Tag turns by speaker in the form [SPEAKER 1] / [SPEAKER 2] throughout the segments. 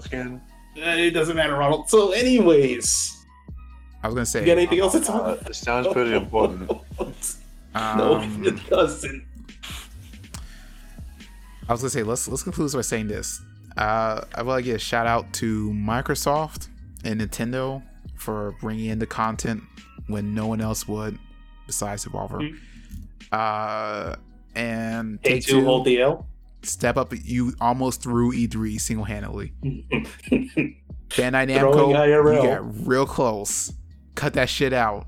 [SPEAKER 1] skin.
[SPEAKER 2] Uh, It doesn't matter, Ronald. So, anyways,
[SPEAKER 3] I was gonna say.
[SPEAKER 2] you got anything else to talk
[SPEAKER 1] Uh,
[SPEAKER 2] about?
[SPEAKER 1] it sounds pretty important.
[SPEAKER 2] no,
[SPEAKER 3] um,
[SPEAKER 2] it doesn't.
[SPEAKER 3] I was gonna say let's let's conclude by saying this. Uh, I would like to give a shout out to Microsoft and Nintendo for bringing in the content when no one else would, besides Evolver. Uh, and
[SPEAKER 2] Take Mm-hmm. two, hold the L.
[SPEAKER 3] step up. You almost threw E E3 single handedly. Bandai Namco,
[SPEAKER 2] Throwing IRL.
[SPEAKER 3] you got real close. Cut that shit out.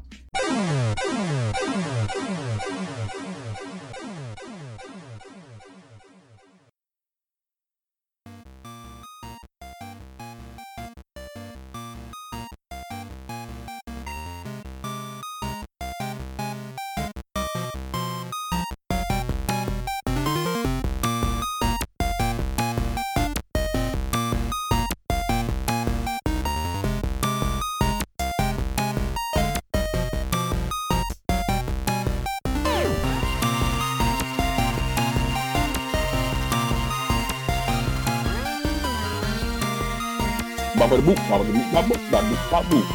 [SPEAKER 4] Baba boop, baba boop, baba boop, baba boop, baba boop.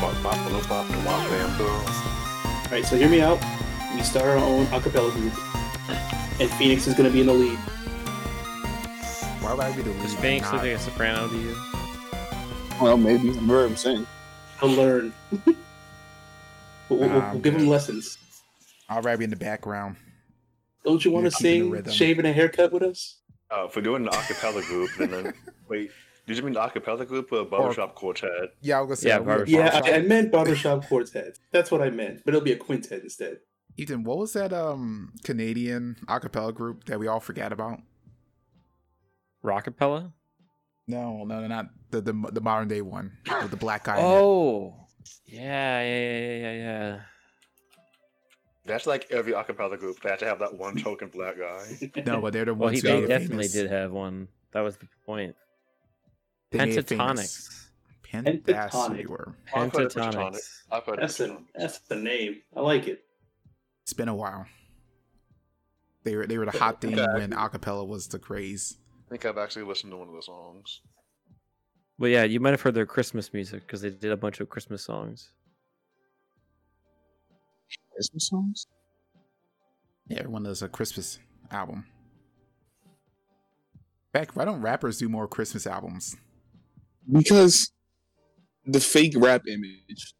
[SPEAKER 1] Bop, bop, bop, bop, bop, bam, boom.
[SPEAKER 2] All right, so hear me out. We start our own acapella group, and Phoenix is going to be in the lead.
[SPEAKER 3] Why would I be the lead?
[SPEAKER 5] Does Phoenix
[SPEAKER 3] Not-
[SPEAKER 5] look like a soprano to you?
[SPEAKER 4] Well, maybe. I'm very insane.
[SPEAKER 2] He'll learn. we'll, we'll-
[SPEAKER 3] Nah,
[SPEAKER 2] we'll give him
[SPEAKER 3] man.
[SPEAKER 2] lessons.
[SPEAKER 3] I'll rather be in the background.
[SPEAKER 2] Don't you want
[SPEAKER 3] Yeah,
[SPEAKER 2] to
[SPEAKER 3] keeping the
[SPEAKER 2] sing
[SPEAKER 3] rhythm.
[SPEAKER 2] shaving a haircut with us?
[SPEAKER 1] Uh, if we're doing the acapella group, then, then wait, did you mean the acapella group or barbershop quartet?
[SPEAKER 3] Yeah, I was gonna say.
[SPEAKER 5] Yeah,
[SPEAKER 3] are we a
[SPEAKER 5] barbershop.
[SPEAKER 2] Yeah,
[SPEAKER 3] barbershop?
[SPEAKER 2] I, I meant barbershop quartet. That's what I meant, but it'll be a quintet instead.
[SPEAKER 3] Ethan, what was that um Canadian acapella group that we all forgot about?
[SPEAKER 5] Rockapella?
[SPEAKER 3] No, no, no, not the the, the modern day one with the black guy. in it.
[SPEAKER 5] Oh, yeah, yeah, yeah, yeah, yeah.
[SPEAKER 1] That's like every acapella group. They have to have that one token black guy.
[SPEAKER 3] no, but they're the
[SPEAKER 5] Well,
[SPEAKER 3] ones
[SPEAKER 5] he
[SPEAKER 3] who
[SPEAKER 5] they
[SPEAKER 3] made it
[SPEAKER 5] definitely
[SPEAKER 3] famous.
[SPEAKER 5] did have one. That was the point.
[SPEAKER 3] They made it famous.
[SPEAKER 5] Pentatonics.
[SPEAKER 3] Pen-
[SPEAKER 2] Pentatonic.
[SPEAKER 3] that's who you were.
[SPEAKER 1] I've heard of
[SPEAKER 5] Pentatonics.
[SPEAKER 1] I've heard
[SPEAKER 2] That's
[SPEAKER 1] it.
[SPEAKER 2] the that's the name. I like it.
[SPEAKER 3] It's been a while. They were they were the hot thing
[SPEAKER 1] Okay.
[SPEAKER 3] when acapella was the craze.
[SPEAKER 1] I think I've actually listened to one of the songs.
[SPEAKER 5] Well, yeah, you might have heard their Christmas music because they did a bunch of Christmas songs.
[SPEAKER 4] Christmas songs?
[SPEAKER 3] Yeah, everyone does a uh, Christmas album. Back, why don't rappers do more Christmas albums?
[SPEAKER 4] Because the fake rap image.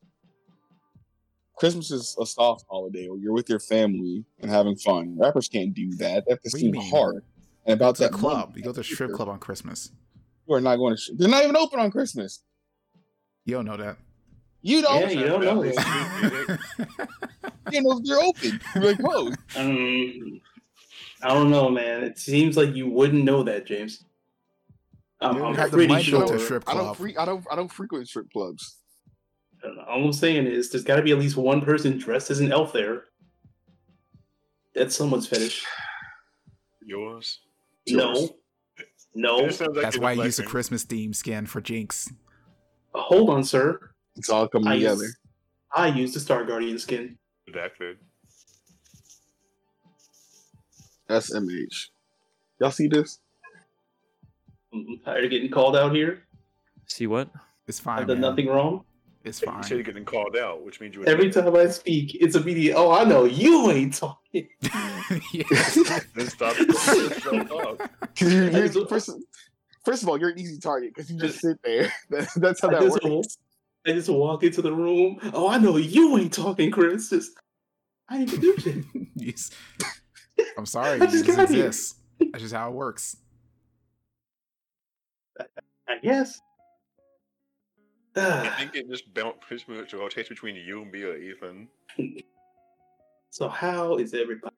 [SPEAKER 4] Christmas is a soft holiday where you're with your family and having fun. Rappers can't do that. That
[SPEAKER 3] What do you
[SPEAKER 4] seems
[SPEAKER 3] mean?
[SPEAKER 4] hard. And about
[SPEAKER 3] It's a
[SPEAKER 4] that
[SPEAKER 3] club.
[SPEAKER 4] money,
[SPEAKER 3] You go to a strip club on Christmas.
[SPEAKER 4] You are not going to. sh- They're not even open on Christmas.
[SPEAKER 3] You don't know that.
[SPEAKER 4] You don't.
[SPEAKER 2] Yeah, you don't know this.
[SPEAKER 4] You know they're open. You're like, whoa.
[SPEAKER 2] Um, I don't know, man. It seems like you wouldn't know that, James. I'm,
[SPEAKER 3] You
[SPEAKER 2] I'm
[SPEAKER 3] have the
[SPEAKER 2] pretty
[SPEAKER 3] money to go
[SPEAKER 2] sure.
[SPEAKER 3] to a strip
[SPEAKER 4] I don't.
[SPEAKER 3] club.
[SPEAKER 4] Free, I don't. I don't frequent strip clubs.
[SPEAKER 2] All I'm saying is, there's got to be at least one person dressed as an elf there. That's someone's fetish.
[SPEAKER 1] Yours?
[SPEAKER 4] Yours.
[SPEAKER 2] No, no.
[SPEAKER 1] It sounds like
[SPEAKER 3] That's
[SPEAKER 1] you're
[SPEAKER 3] why I use a
[SPEAKER 1] deflecting.
[SPEAKER 3] Christmas theme skin for Jinx.
[SPEAKER 2] Hold on, sir.
[SPEAKER 4] It's all coming
[SPEAKER 2] I
[SPEAKER 4] together.
[SPEAKER 2] use, I use the Star Guardian skin.
[SPEAKER 1] Redacted.
[SPEAKER 4] SMH. Y'all see this?
[SPEAKER 2] I'm tired of getting called out here.
[SPEAKER 5] See what?
[SPEAKER 3] It's
[SPEAKER 2] I've
[SPEAKER 3] fine.
[SPEAKER 2] done
[SPEAKER 3] man.
[SPEAKER 2] nothing wrong.
[SPEAKER 3] It's
[SPEAKER 1] You said you're
[SPEAKER 3] fine.
[SPEAKER 1] getting called out, which means you
[SPEAKER 2] Every
[SPEAKER 1] admit it.
[SPEAKER 2] time I speak, it's immediate. Oh, I know you ain't talking.
[SPEAKER 3] Yeah.
[SPEAKER 1] Then stop. Shut up.
[SPEAKER 4] You're-
[SPEAKER 2] I
[SPEAKER 4] you're-
[SPEAKER 2] just-
[SPEAKER 4] first, first of all, you're an easy target because you just sit there. That- That's how
[SPEAKER 2] I
[SPEAKER 4] that
[SPEAKER 2] just,
[SPEAKER 4] works.
[SPEAKER 2] I just walk into the room. Oh, I know you ain't talking, Chris. Just, I didn't even do shit.
[SPEAKER 3] Yes. I'm sorry.
[SPEAKER 2] I
[SPEAKER 3] It
[SPEAKER 2] just
[SPEAKER 3] just
[SPEAKER 2] got here.
[SPEAKER 3] exists. That's just how it works.
[SPEAKER 2] I guess.
[SPEAKER 1] I
[SPEAKER 2] Ah,
[SPEAKER 1] think it just bounced Christmas to rotates between you and me or Ethan.
[SPEAKER 2] so how is everybody?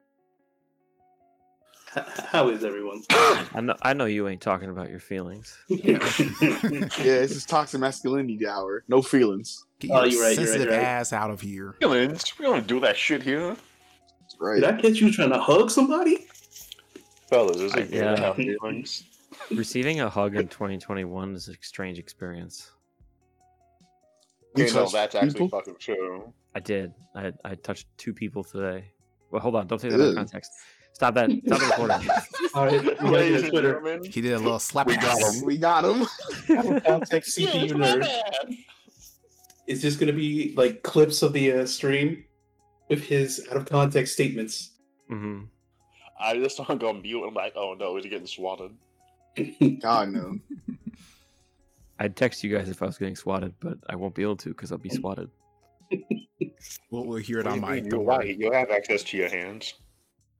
[SPEAKER 2] H- How is everyone?
[SPEAKER 5] I know. I know you ain't talking about your feelings.
[SPEAKER 4] Yeah, it's just toxic masculinity hour. No feelings.
[SPEAKER 3] Get
[SPEAKER 2] Oh, you're
[SPEAKER 3] your
[SPEAKER 2] right, you're right,
[SPEAKER 3] sensitive
[SPEAKER 2] you're right.
[SPEAKER 3] ass out of here.
[SPEAKER 1] Feelings? We don't do that shit here.
[SPEAKER 4] That's
[SPEAKER 2] Did
[SPEAKER 4] Right.
[SPEAKER 2] I catch you trying to hug somebody?
[SPEAKER 1] Fellas, is
[SPEAKER 5] I-
[SPEAKER 1] it good
[SPEAKER 5] yeah.
[SPEAKER 1] to have feelings?
[SPEAKER 5] Receiving a hug in 2021 is a strange experience.
[SPEAKER 4] You
[SPEAKER 1] You know,
[SPEAKER 4] touch
[SPEAKER 1] that's actually
[SPEAKER 4] people?
[SPEAKER 1] fucking true.
[SPEAKER 5] I did. I I touched two people today. Well, hold on. Don't take that out of
[SPEAKER 4] Ew.
[SPEAKER 5] context. Stop that. Stop the recording.
[SPEAKER 2] All right, we gotta
[SPEAKER 1] Ladies
[SPEAKER 2] get
[SPEAKER 1] and
[SPEAKER 2] a Twitter.
[SPEAKER 1] gentlemen,
[SPEAKER 3] He did a little slap. ass.
[SPEAKER 4] We got him.
[SPEAKER 2] Contact CPU nerd. Is this gonna be like clips of the uh, stream with his out of context statements?
[SPEAKER 5] hmm
[SPEAKER 1] I just don't go mute. I'm like, oh no, he's getting swatted.
[SPEAKER 4] God no.
[SPEAKER 5] I'd text you guys if I was getting swatted, but I won't be able to because I'll be swatted.
[SPEAKER 3] We'll, we'll hear it
[SPEAKER 1] What do
[SPEAKER 3] on
[SPEAKER 1] you
[SPEAKER 3] my.
[SPEAKER 1] mean You're right. You have access to your hands.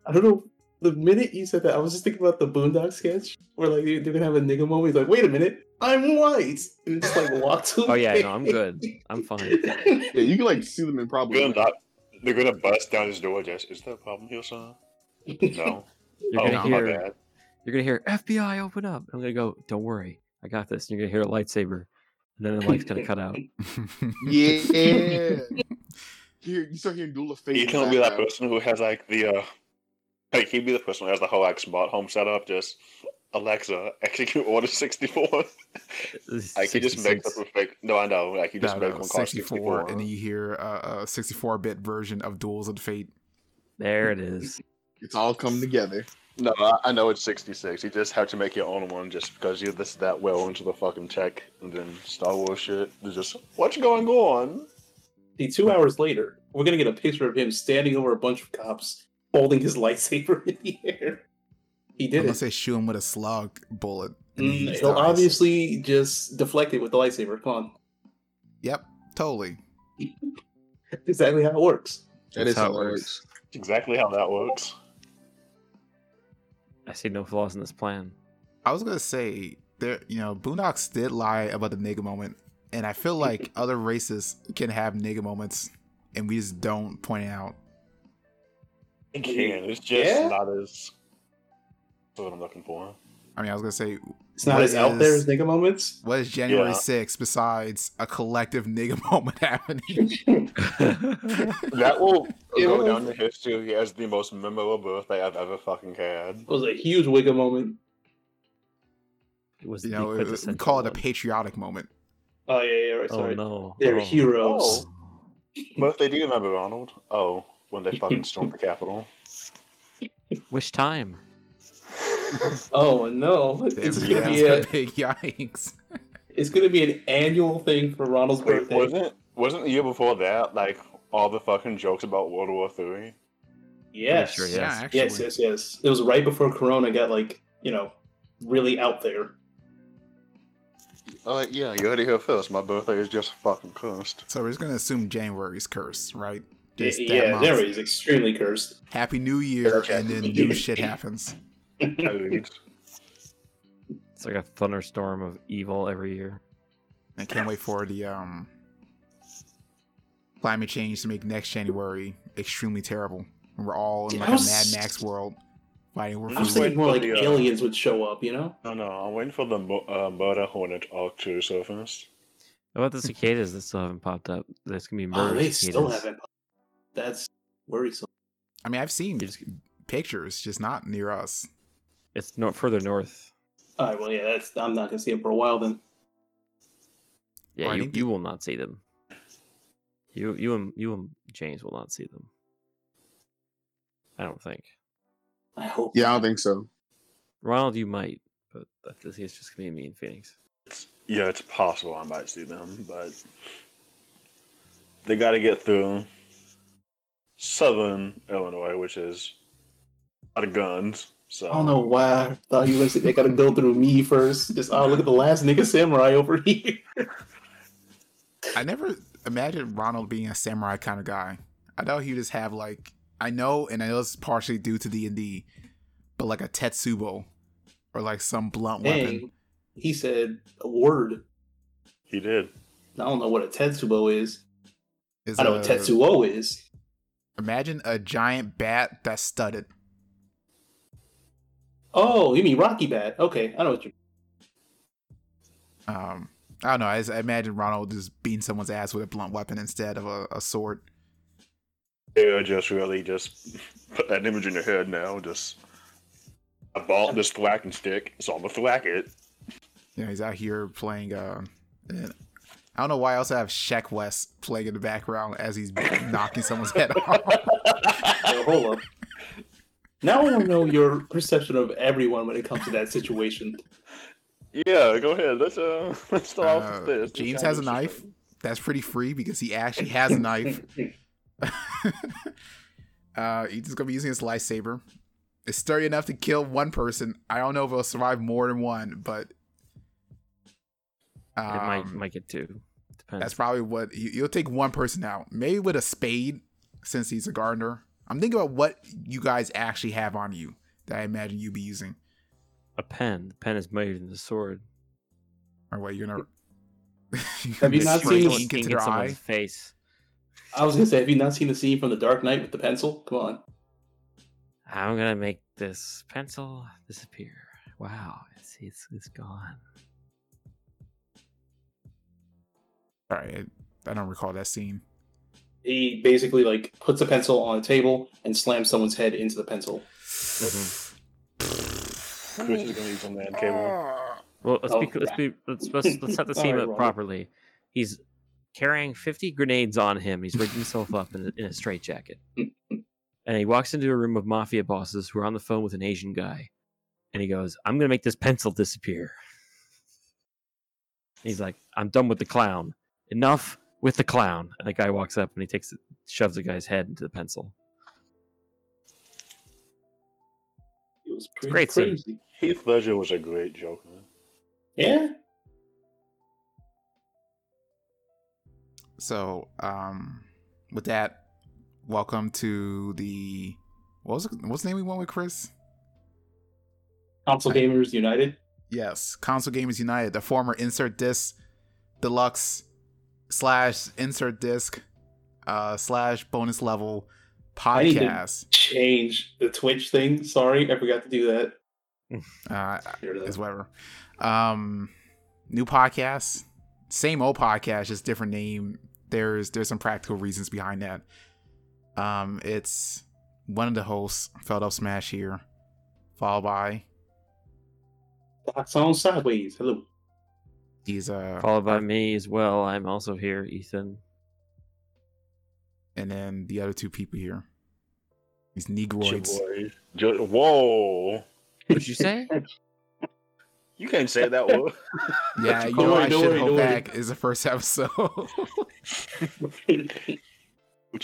[SPEAKER 2] I don't know. The minute you said that, I was just thinking about the Boondock sketch where like they're gonna have a nigga moment. He's like, "Wait a minute, I'm white," and just like walks away.
[SPEAKER 5] Oh yeah, no, I'm good. I'm fine.
[SPEAKER 4] Yeah, you can like see them in
[SPEAKER 1] They're
[SPEAKER 4] probably.
[SPEAKER 1] gonna, knock- they're gonna bust down his door. Just is there a problem here, son? No.
[SPEAKER 5] You're
[SPEAKER 1] oh,
[SPEAKER 5] gonna
[SPEAKER 1] my
[SPEAKER 5] hear.
[SPEAKER 1] bad.
[SPEAKER 5] You're gonna hear FBI open up. I'm gonna go. Don't worry, I got this. And you're gonna hear a lightsaber, and then the light's gonna cut out.
[SPEAKER 4] Yeah. Here, you start hearing dual fate.
[SPEAKER 1] He can't be that person who has like the uh, like he'd be the person who has the whole like smart home setup. Just Alexa, execute order sixty four. Like he just makes up a fake. No, I know. Like he just
[SPEAKER 3] No,
[SPEAKER 1] makes
[SPEAKER 3] no,
[SPEAKER 1] one call
[SPEAKER 3] 64,
[SPEAKER 1] sixty-four.
[SPEAKER 3] and then you hear uh, a 64-bit version of Duels of Fate.
[SPEAKER 5] There it is.
[SPEAKER 4] It's all come together.
[SPEAKER 1] No, I, I know it's sixty-six. You just have to make your own one, just because you're this that well into the fucking tech, and then Star Wars shit. There's just what's going on.
[SPEAKER 2] See, two hours later, we're gonna get a picture of him standing over a bunch of cops, holding his lightsaber in the air. He did
[SPEAKER 3] Unless
[SPEAKER 2] it.
[SPEAKER 3] they shoot him with a slug bullet. and he
[SPEAKER 2] Mm,
[SPEAKER 3] just
[SPEAKER 2] he'll
[SPEAKER 3] dies.
[SPEAKER 2] obviously just deflect it with the lightsaber. Come on,
[SPEAKER 3] Yep, totally.
[SPEAKER 2] exactly how it works.
[SPEAKER 4] That
[SPEAKER 5] That's
[SPEAKER 4] is
[SPEAKER 5] how it
[SPEAKER 4] how it
[SPEAKER 5] works.
[SPEAKER 4] works.
[SPEAKER 1] That's exactly how that works.
[SPEAKER 5] I see no flaws in this plan.
[SPEAKER 3] I was gonna say there, you know, Boondocks did lie about the nigga moment, and I feel like other races can have nigga moments, and we just don't point it out.
[SPEAKER 1] It can. It's just
[SPEAKER 2] Yeah?
[SPEAKER 1] not as. That's what I'm looking for.
[SPEAKER 3] I mean, I was gonna say,
[SPEAKER 2] It's not
[SPEAKER 3] What
[SPEAKER 2] as out there as
[SPEAKER 3] is-
[SPEAKER 2] nigga moments.
[SPEAKER 3] what is January
[SPEAKER 1] Yeah.
[SPEAKER 3] 6th besides a collective nigga moment happening?
[SPEAKER 1] That will
[SPEAKER 4] It
[SPEAKER 1] go
[SPEAKER 4] was-
[SPEAKER 1] down to history as the most memorable birthday I've ever fucking had.
[SPEAKER 2] It was a huge wigga moment.
[SPEAKER 5] It was
[SPEAKER 3] you
[SPEAKER 5] the
[SPEAKER 3] know, it- we
[SPEAKER 5] quintessential
[SPEAKER 3] call it a
[SPEAKER 5] one.
[SPEAKER 3] patriotic moment.
[SPEAKER 2] Oh yeah, yeah, right.
[SPEAKER 5] Oh
[SPEAKER 2] Sorry,
[SPEAKER 5] no!
[SPEAKER 2] they're
[SPEAKER 5] Oh.
[SPEAKER 2] heroes.
[SPEAKER 1] Oh, birthday do you remember, Ronald? Oh, when they fucking stormed the Capitol.
[SPEAKER 5] Which time?
[SPEAKER 2] Oh no, it's
[SPEAKER 3] Damn,
[SPEAKER 2] gonna
[SPEAKER 3] that's
[SPEAKER 2] be a,
[SPEAKER 3] a big yikes.
[SPEAKER 2] it's gonna be an annual thing for Ronald's
[SPEAKER 1] Wait,
[SPEAKER 2] birthday.
[SPEAKER 1] wasn't wasn't the year before that like all the fucking jokes about World War Three?
[SPEAKER 2] Yes,
[SPEAKER 5] Pretty sure,
[SPEAKER 3] Yeah,
[SPEAKER 5] Yes.
[SPEAKER 3] actually.
[SPEAKER 2] yes, yes, yes. It was right before Corona got like you know really out there.
[SPEAKER 1] Oh, like, yeah, you heard it here first. My birthday is just fucking cursed.
[SPEAKER 3] So we're just gonna assume January's curse, right?
[SPEAKER 2] Yeah,
[SPEAKER 3] Just that
[SPEAKER 2] yeah
[SPEAKER 3] month.
[SPEAKER 2] January is extremely cursed.
[SPEAKER 3] Happy New Year,
[SPEAKER 1] Okay.
[SPEAKER 3] and then new shit happens.
[SPEAKER 5] It's like a thunderstorm of evil every year.
[SPEAKER 3] I can't wait for the um climate change to make next January extremely terrible. And We're all in
[SPEAKER 2] Dude,
[SPEAKER 3] like
[SPEAKER 2] I
[SPEAKER 3] a
[SPEAKER 2] was-
[SPEAKER 3] Mad Max world fighting over
[SPEAKER 1] I
[SPEAKER 2] I was
[SPEAKER 3] food.
[SPEAKER 2] thinking more like
[SPEAKER 5] uh,
[SPEAKER 1] Yeah.
[SPEAKER 2] aliens would show up, you know?
[SPEAKER 1] no, no, I'm waiting for the mo- uh, murder hornet arc to surface.
[SPEAKER 5] How about the cicadas that still haven't popped up? That's gonna be murder.
[SPEAKER 2] Oh, they still
[SPEAKER 5] cicadas.
[SPEAKER 2] haven't. That's worrisome.
[SPEAKER 3] I mean, I've seen
[SPEAKER 5] You just-
[SPEAKER 3] pictures, just not near us.
[SPEAKER 5] It's no, further north.
[SPEAKER 2] All right, well, yeah, that's, I'm not gonna see it for a while then.
[SPEAKER 5] Yeah,
[SPEAKER 3] I
[SPEAKER 5] you,
[SPEAKER 3] think
[SPEAKER 5] you will not see them. You you and you and James will not see them. I don't think
[SPEAKER 2] I hope.
[SPEAKER 4] Yeah, I don't think so.
[SPEAKER 5] Ronald. You might, but I think it's just gonna be me and Phoenix.
[SPEAKER 1] Yeah, it's possible I might see them, but they got to get through southern Illinois, which is a lot of guns. So
[SPEAKER 2] I don't know why I thought you were gonna say they gotta go through me first. Just oh look at the last nigga samurai over here.
[SPEAKER 3] I never imagined Ronald being a samurai kind of guy. I thought he would just have like I know, and I know it's partially due to D and D, but like a tetsubo or like some blunt weapon.
[SPEAKER 2] Dang. He said a word.
[SPEAKER 1] he did.
[SPEAKER 2] I don't know what a Tetsubo is.
[SPEAKER 3] Is
[SPEAKER 2] I know
[SPEAKER 3] a-
[SPEAKER 2] what Tetsuo is.
[SPEAKER 3] Imagine a giant bat that's studded.
[SPEAKER 2] Oh, you mean Rocky Bat. Okay, I know what you
[SPEAKER 3] Um, I don't know. I, just, I imagine Ronald just beating someone's ass with a blunt weapon instead of a, a sword.
[SPEAKER 1] They are just really just put that image in your head now. Just I bought this thwacking stick, so I'm gonna thwack it.
[SPEAKER 3] You know, he's out here playing. Uh, and I don't know why I also have Shaq West playing in the background as he's knocking someone's head off.
[SPEAKER 2] Yo, hold up. Now I want to know your perception of everyone when it comes to that situation.
[SPEAKER 1] Yeah, go ahead. Let's uh, let's start off
[SPEAKER 3] Uh,
[SPEAKER 1] with this. Let's
[SPEAKER 3] James has a
[SPEAKER 1] have this
[SPEAKER 3] knife. That's pretty free because he actually has a knife. uh, he's just gonna be using his lightsaber. It's sturdy enough to kill one person. I don't know if it'll survive more than one, but um,
[SPEAKER 5] it might might get two. Depends.
[SPEAKER 3] that's probably what you, you'll take one person out. Maybe with a spade, since he's a gardener. I'm thinking about what you guys actually have on you that I imagine you'd be using.
[SPEAKER 5] a pen. The pen is mightier than the sword.
[SPEAKER 3] Or what you're gonna
[SPEAKER 2] Have you
[SPEAKER 3] Just
[SPEAKER 2] not
[SPEAKER 3] spray
[SPEAKER 2] seen-
[SPEAKER 3] ink into
[SPEAKER 5] Sting
[SPEAKER 3] their
[SPEAKER 5] in someone's
[SPEAKER 3] eye?
[SPEAKER 5] face.
[SPEAKER 2] I was gonna say, have you not seen the scene from The Dark Knight with the pencil? Come on.
[SPEAKER 5] I'm gonna make this pencil disappear. Wow, it's it's, it's gone.
[SPEAKER 3] Sorry, I, I don't recall that scene.
[SPEAKER 2] He basically like puts a pencil on a table and slams someone's head into the pencil.
[SPEAKER 1] Chris is gonna use a man
[SPEAKER 4] Oh.
[SPEAKER 1] cable.
[SPEAKER 5] Well, let's be
[SPEAKER 2] Oh,
[SPEAKER 5] let's be let's let's, let's set the
[SPEAKER 2] All
[SPEAKER 5] scene
[SPEAKER 2] right,
[SPEAKER 5] up
[SPEAKER 2] Ronald.
[SPEAKER 5] properly. He's carrying 50 grenades on him. He's rigged himself up in a, in a straitjacket, and he walks into a room of mafia bosses who are on the phone with an Asian guy, and he goes, "I'm gonna make this pencil disappear." He's like, "I'm done with the clown. Enough with the clown." And the guy walks up and he takes it, shoves the guy's head into the pencil.
[SPEAKER 2] It was pretty
[SPEAKER 5] great scene.
[SPEAKER 2] crazy.
[SPEAKER 1] Heath Ledger was a great Joker.
[SPEAKER 2] Yeah.
[SPEAKER 3] So, um, with that, welcome to the what was it, what's the name we went with, Chris?
[SPEAKER 2] Console Gamers United.
[SPEAKER 3] Yes, Console Gamers United, the former Insert Disc Deluxe slash Insert Disc uh, slash Bonus Level
[SPEAKER 2] I need to-
[SPEAKER 3] podcast.
[SPEAKER 2] Change the Twitch thing. Sorry, I forgot to do that.
[SPEAKER 3] Uh,
[SPEAKER 2] Here it is.
[SPEAKER 3] it's whatever. Um, new podcast, same old podcast, just different name. There's there's some practical reasons behind that. Um, it's one of the hosts, Felt Up Smash here, followed by
[SPEAKER 2] Box on sideways. Hello.
[SPEAKER 3] he's uh,
[SPEAKER 5] Followed by me as well. I'm also here, Ethan.
[SPEAKER 3] and then the other two people here. He's
[SPEAKER 1] It's your
[SPEAKER 3] Negroids.
[SPEAKER 1] boy. Jo- Whoa!
[SPEAKER 5] What'd you say?
[SPEAKER 1] You can't say that word.
[SPEAKER 3] Yeah, you
[SPEAKER 2] Don't
[SPEAKER 3] know
[SPEAKER 2] worry,
[SPEAKER 3] I
[SPEAKER 2] don't
[SPEAKER 3] should
[SPEAKER 2] worry,
[SPEAKER 3] hold
[SPEAKER 2] don't worry.
[SPEAKER 3] back. Is the first episode.
[SPEAKER 1] It's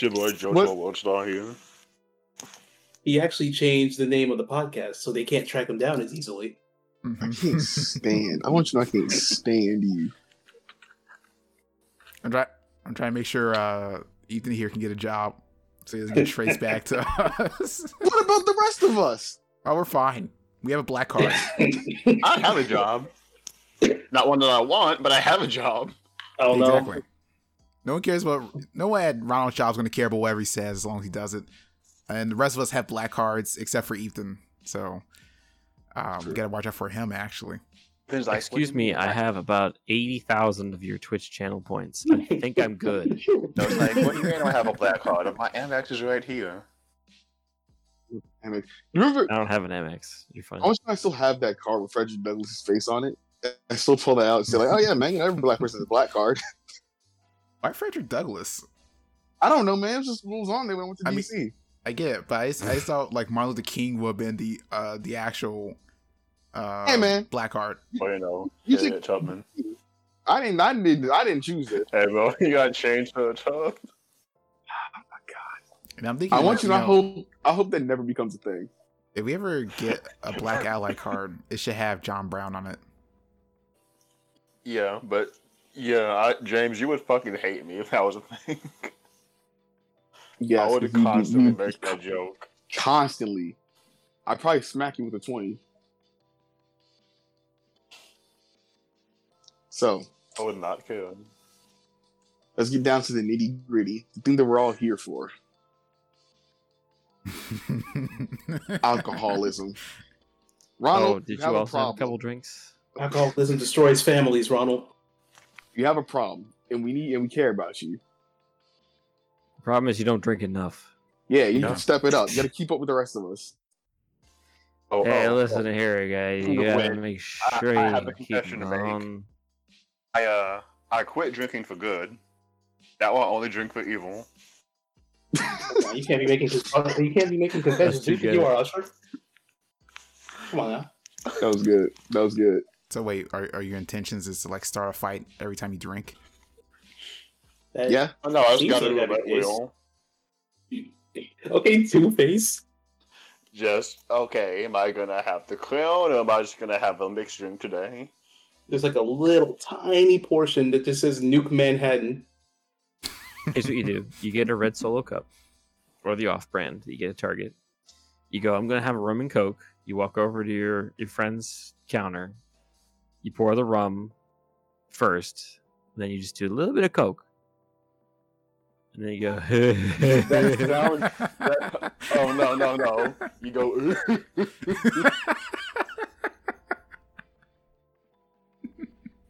[SPEAKER 1] your boy Joker
[SPEAKER 3] What?
[SPEAKER 1] Worldstar here.
[SPEAKER 2] he actually changed the name of the podcast so they can't track him down as easily.
[SPEAKER 4] I
[SPEAKER 3] Mhm.
[SPEAKER 4] can't stand. I want you to know I can't stand you.
[SPEAKER 3] I'm trying. I'm trying to make sure uh, Ethan here can get a job, so he doesn't get traced back to us.
[SPEAKER 4] What about the rest of us?
[SPEAKER 3] Oh, we're fine. We have a black card.
[SPEAKER 1] I have a job. Not one that I want, but I have a job.
[SPEAKER 2] Oh no.
[SPEAKER 3] exactly. No one cares what. No one at Ronald Shop's going to care about whatever he says as long as he does it. And the rest of us have black cards except for Ethan. So um, we got to watch out for him. Actually,
[SPEAKER 1] Things like,
[SPEAKER 5] Excuse me, I have about 80,000 of your Twitch channel points. I think I'm good.
[SPEAKER 1] No, it's like, what do you mean I don't have a black card? My Amex is right here.
[SPEAKER 4] You remember?
[SPEAKER 5] I don't have an MX. You're fine.
[SPEAKER 4] I want you to know I still have that card with Frederick Douglass's face on it. I still pull that out and say like, "Oh yeah, man, you know, every black person has a black card."
[SPEAKER 3] why Frederick Douglass?
[SPEAKER 4] I don't know, man. It was just rules on there when I went to
[SPEAKER 3] I mean-
[SPEAKER 4] DC.
[SPEAKER 3] I get it, but I, just- I just thought like Martin Luther King would have been the uh, the actual uh,
[SPEAKER 4] Hey, man.
[SPEAKER 3] black card.
[SPEAKER 1] Or, you know,
[SPEAKER 4] You
[SPEAKER 1] Harriet
[SPEAKER 4] think-
[SPEAKER 1] Tubman.
[SPEAKER 4] I didn't. I didn't. I didn't choose it.
[SPEAKER 1] Hey, bro, you got changed for a tub?
[SPEAKER 3] And I'm thinking,
[SPEAKER 4] I want
[SPEAKER 3] like,
[SPEAKER 4] you to I
[SPEAKER 3] know,
[SPEAKER 4] hope. I hope that never becomes a thing.
[SPEAKER 3] If we ever get a black ally card, it should have John Brown on it.
[SPEAKER 1] Yeah, but, yeah, I, James, you would fucking hate me if that was a thing.
[SPEAKER 4] Yeah,
[SPEAKER 1] I would constantly make that joke.
[SPEAKER 4] Constantly. I probably smack you with a twenty. So
[SPEAKER 1] I would not care.
[SPEAKER 4] let's get down to the nitty gritty. The thing that we're all here for: alcoholism. Ronald,
[SPEAKER 5] oh, did you
[SPEAKER 4] have a
[SPEAKER 5] also have a
[SPEAKER 4] problem.
[SPEAKER 5] couple drinks?
[SPEAKER 2] Alcoholism destroys families, Ronald.
[SPEAKER 4] You have a problem, and we need and we care about you.
[SPEAKER 5] The problem is you don't drink enough.
[SPEAKER 4] Yeah, you
[SPEAKER 3] Yeah.
[SPEAKER 4] need to step it up. You got to keep up with the rest of us.
[SPEAKER 1] Oh,
[SPEAKER 5] hey,
[SPEAKER 1] oh,
[SPEAKER 5] listen here, guys. You
[SPEAKER 1] Wait,
[SPEAKER 5] gotta make
[SPEAKER 1] I- I
[SPEAKER 5] sure
[SPEAKER 1] have
[SPEAKER 5] you
[SPEAKER 1] a
[SPEAKER 5] keep
[SPEAKER 1] confession to make. oh,
[SPEAKER 5] on.
[SPEAKER 1] I uh I quit drinking for good. Now I only drink for evil.
[SPEAKER 2] you can't be making con- uh, you can't be making
[SPEAKER 5] That's
[SPEAKER 2] confessions.
[SPEAKER 5] too
[SPEAKER 2] You, think
[SPEAKER 5] good.
[SPEAKER 2] you are Usher. Come on now.
[SPEAKER 4] That was good. That was good.
[SPEAKER 3] So wait, are, are your intentions is to like start a fight every time you drink?
[SPEAKER 2] That-
[SPEAKER 4] Yeah.
[SPEAKER 1] Oh, no, I just
[SPEAKER 2] Seems
[SPEAKER 1] got to
[SPEAKER 2] like
[SPEAKER 1] do
[SPEAKER 2] that'd
[SPEAKER 1] that
[SPEAKER 2] be
[SPEAKER 1] wheel.
[SPEAKER 2] Okay, Two Face.
[SPEAKER 1] Just okay. Am I gonna have the crown, or am I just gonna have a mixed drink today?
[SPEAKER 2] There's like a little tiny portion that just says Nuke Manhattan.
[SPEAKER 5] Here's what you do: you get a red solo cup, or the off-brand that you get at Target. You go, I'm gonna have a rum and coke. You walk over to your your friend's counter. You pour the rum first, then you just do a little bit of coke, and then you go.
[SPEAKER 1] sounds- Oh no, no, no! You go.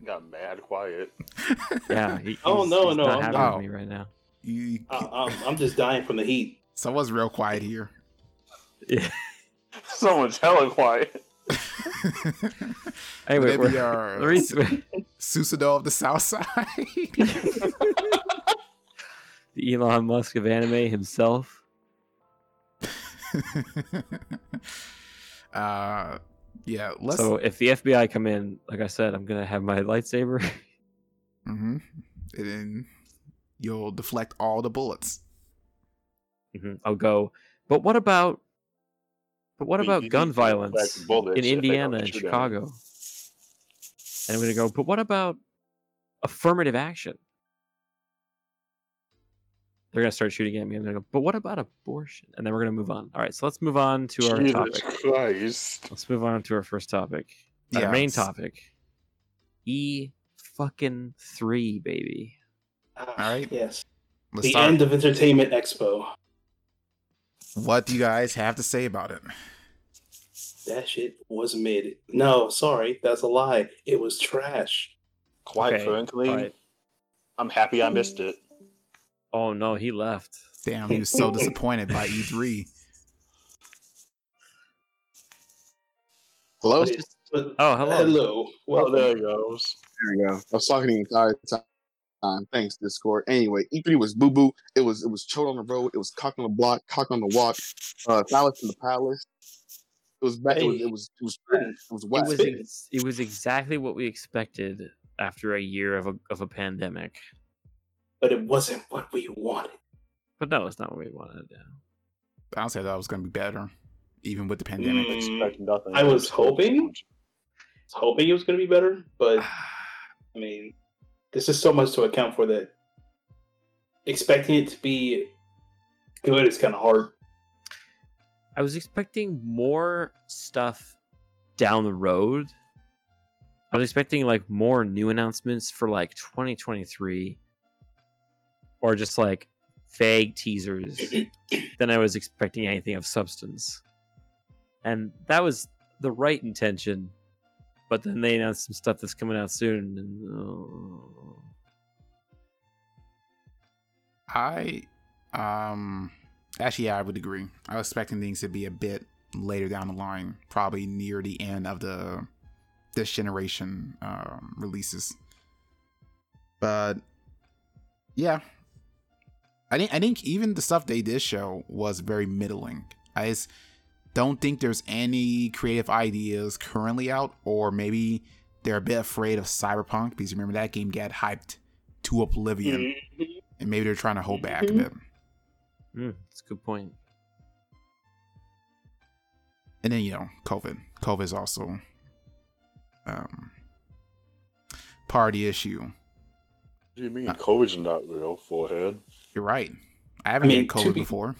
[SPEAKER 1] got mad quiet.
[SPEAKER 5] yeah. he-
[SPEAKER 2] Oh,
[SPEAKER 5] he's-
[SPEAKER 2] no,
[SPEAKER 5] he's
[SPEAKER 2] no,
[SPEAKER 5] not
[SPEAKER 2] I'm
[SPEAKER 5] happy
[SPEAKER 3] not.
[SPEAKER 5] with me right now.
[SPEAKER 3] you,
[SPEAKER 2] Uh,
[SPEAKER 4] Uh-uh.
[SPEAKER 2] I'm, I'm just dying from the heat.
[SPEAKER 3] someone's real quiet here.
[SPEAKER 1] Someone's hella quiet.
[SPEAKER 5] Anyway,
[SPEAKER 3] Maybe
[SPEAKER 5] we're,
[SPEAKER 3] our
[SPEAKER 5] the reason-
[SPEAKER 3] Susadol of the South Side.
[SPEAKER 5] the Elon Musk of anime himself.
[SPEAKER 3] uh, yeah, let's.
[SPEAKER 5] So if the FBI come in, like I said, I'm gonna have my lightsaber.
[SPEAKER 3] Mhm. And then you'll deflect all the bullets.
[SPEAKER 5] Mhm. I'll go. But what about? But what
[SPEAKER 1] You-
[SPEAKER 5] about
[SPEAKER 1] you
[SPEAKER 5] gun
[SPEAKER 1] need to
[SPEAKER 5] violence
[SPEAKER 1] collect bullets if
[SPEAKER 5] in
[SPEAKER 1] they don't
[SPEAKER 5] Indiana and
[SPEAKER 1] shoot them.
[SPEAKER 5] Chicago? And I'm gonna go. But what about affirmative action? They're gonna start shooting at me. I'm gonna go. But what about abortion? And then we're gonna move on. All right. So let's move on to our
[SPEAKER 1] Jesus
[SPEAKER 5] topic.
[SPEAKER 1] Christ!
[SPEAKER 5] Let's move on to our first topic. Our main topic. E fucking three, baby.
[SPEAKER 2] All
[SPEAKER 3] right.
[SPEAKER 2] Yes.
[SPEAKER 3] Let's
[SPEAKER 2] The
[SPEAKER 3] start.
[SPEAKER 2] end of Entertainment Expo.
[SPEAKER 3] What do you guys have to say about it?
[SPEAKER 2] That shit was mid. No, sorry, that's a lie. It was trash.
[SPEAKER 1] Quite
[SPEAKER 5] Okay,
[SPEAKER 1] frankly,
[SPEAKER 5] All right.
[SPEAKER 1] I'm happy I missed it.
[SPEAKER 5] Oh no, he left.
[SPEAKER 3] Damn, he was so disappointed by E E3.
[SPEAKER 4] Hello.
[SPEAKER 2] But it- but-
[SPEAKER 5] Oh, hello.
[SPEAKER 2] hello.
[SPEAKER 1] Well,
[SPEAKER 2] Well,
[SPEAKER 1] there goes.
[SPEAKER 4] There you go. I was talking the entire ti- time. Thanks, Discord. Anyway, E3 was boo boo. It was it was chode on the road. It was cock on the block, cock on the walk, uh, palace in the palace. It was back. It was it was it was trash. it was
[SPEAKER 5] it
[SPEAKER 4] whack.
[SPEAKER 5] was ex- it was exactly what we expected after a year of a of a pandemic.
[SPEAKER 2] but it wasn't what we wanted.
[SPEAKER 5] But no, it's not what we wanted. yeah.
[SPEAKER 3] Honestly, I thought it was going to be better, even with the pandemic.
[SPEAKER 2] Mm.
[SPEAKER 1] Expect nothing.
[SPEAKER 2] I was hoping- I was hoping it was going to be better, but I mean, this is so much to account for that expecting it to be good is kind of hard.
[SPEAKER 5] I was expecting more stuff down the road. I was expecting like more new announcements for like 2023 or just like vague teasers than I was expecting anything of substance. And that was the right intention. But then they announced some stuff that's coming out soon and oh.
[SPEAKER 3] I, um, actually, yeah, I would agree. I was expecting things to be a bit later down the line, probably near the end of the this generation um, releases. But yeah, I think I think even the stuff they did show was very middling. I just don't think there's any creative ideas currently out, or maybe they're a bit afraid of Cyberpunk because remember that game got hyped to oblivion and maybe they're trying to hold back a
[SPEAKER 2] Mhm.
[SPEAKER 3] bit.
[SPEAKER 5] Mm, that's a good point.
[SPEAKER 3] And then you know, COVID. COVID is also um party issue.
[SPEAKER 1] What do you mean COVID's not real, forehead?
[SPEAKER 3] You're right. I haven't
[SPEAKER 2] mean,
[SPEAKER 3] had
[SPEAKER 2] to
[SPEAKER 3] COVID
[SPEAKER 2] be-
[SPEAKER 3] before.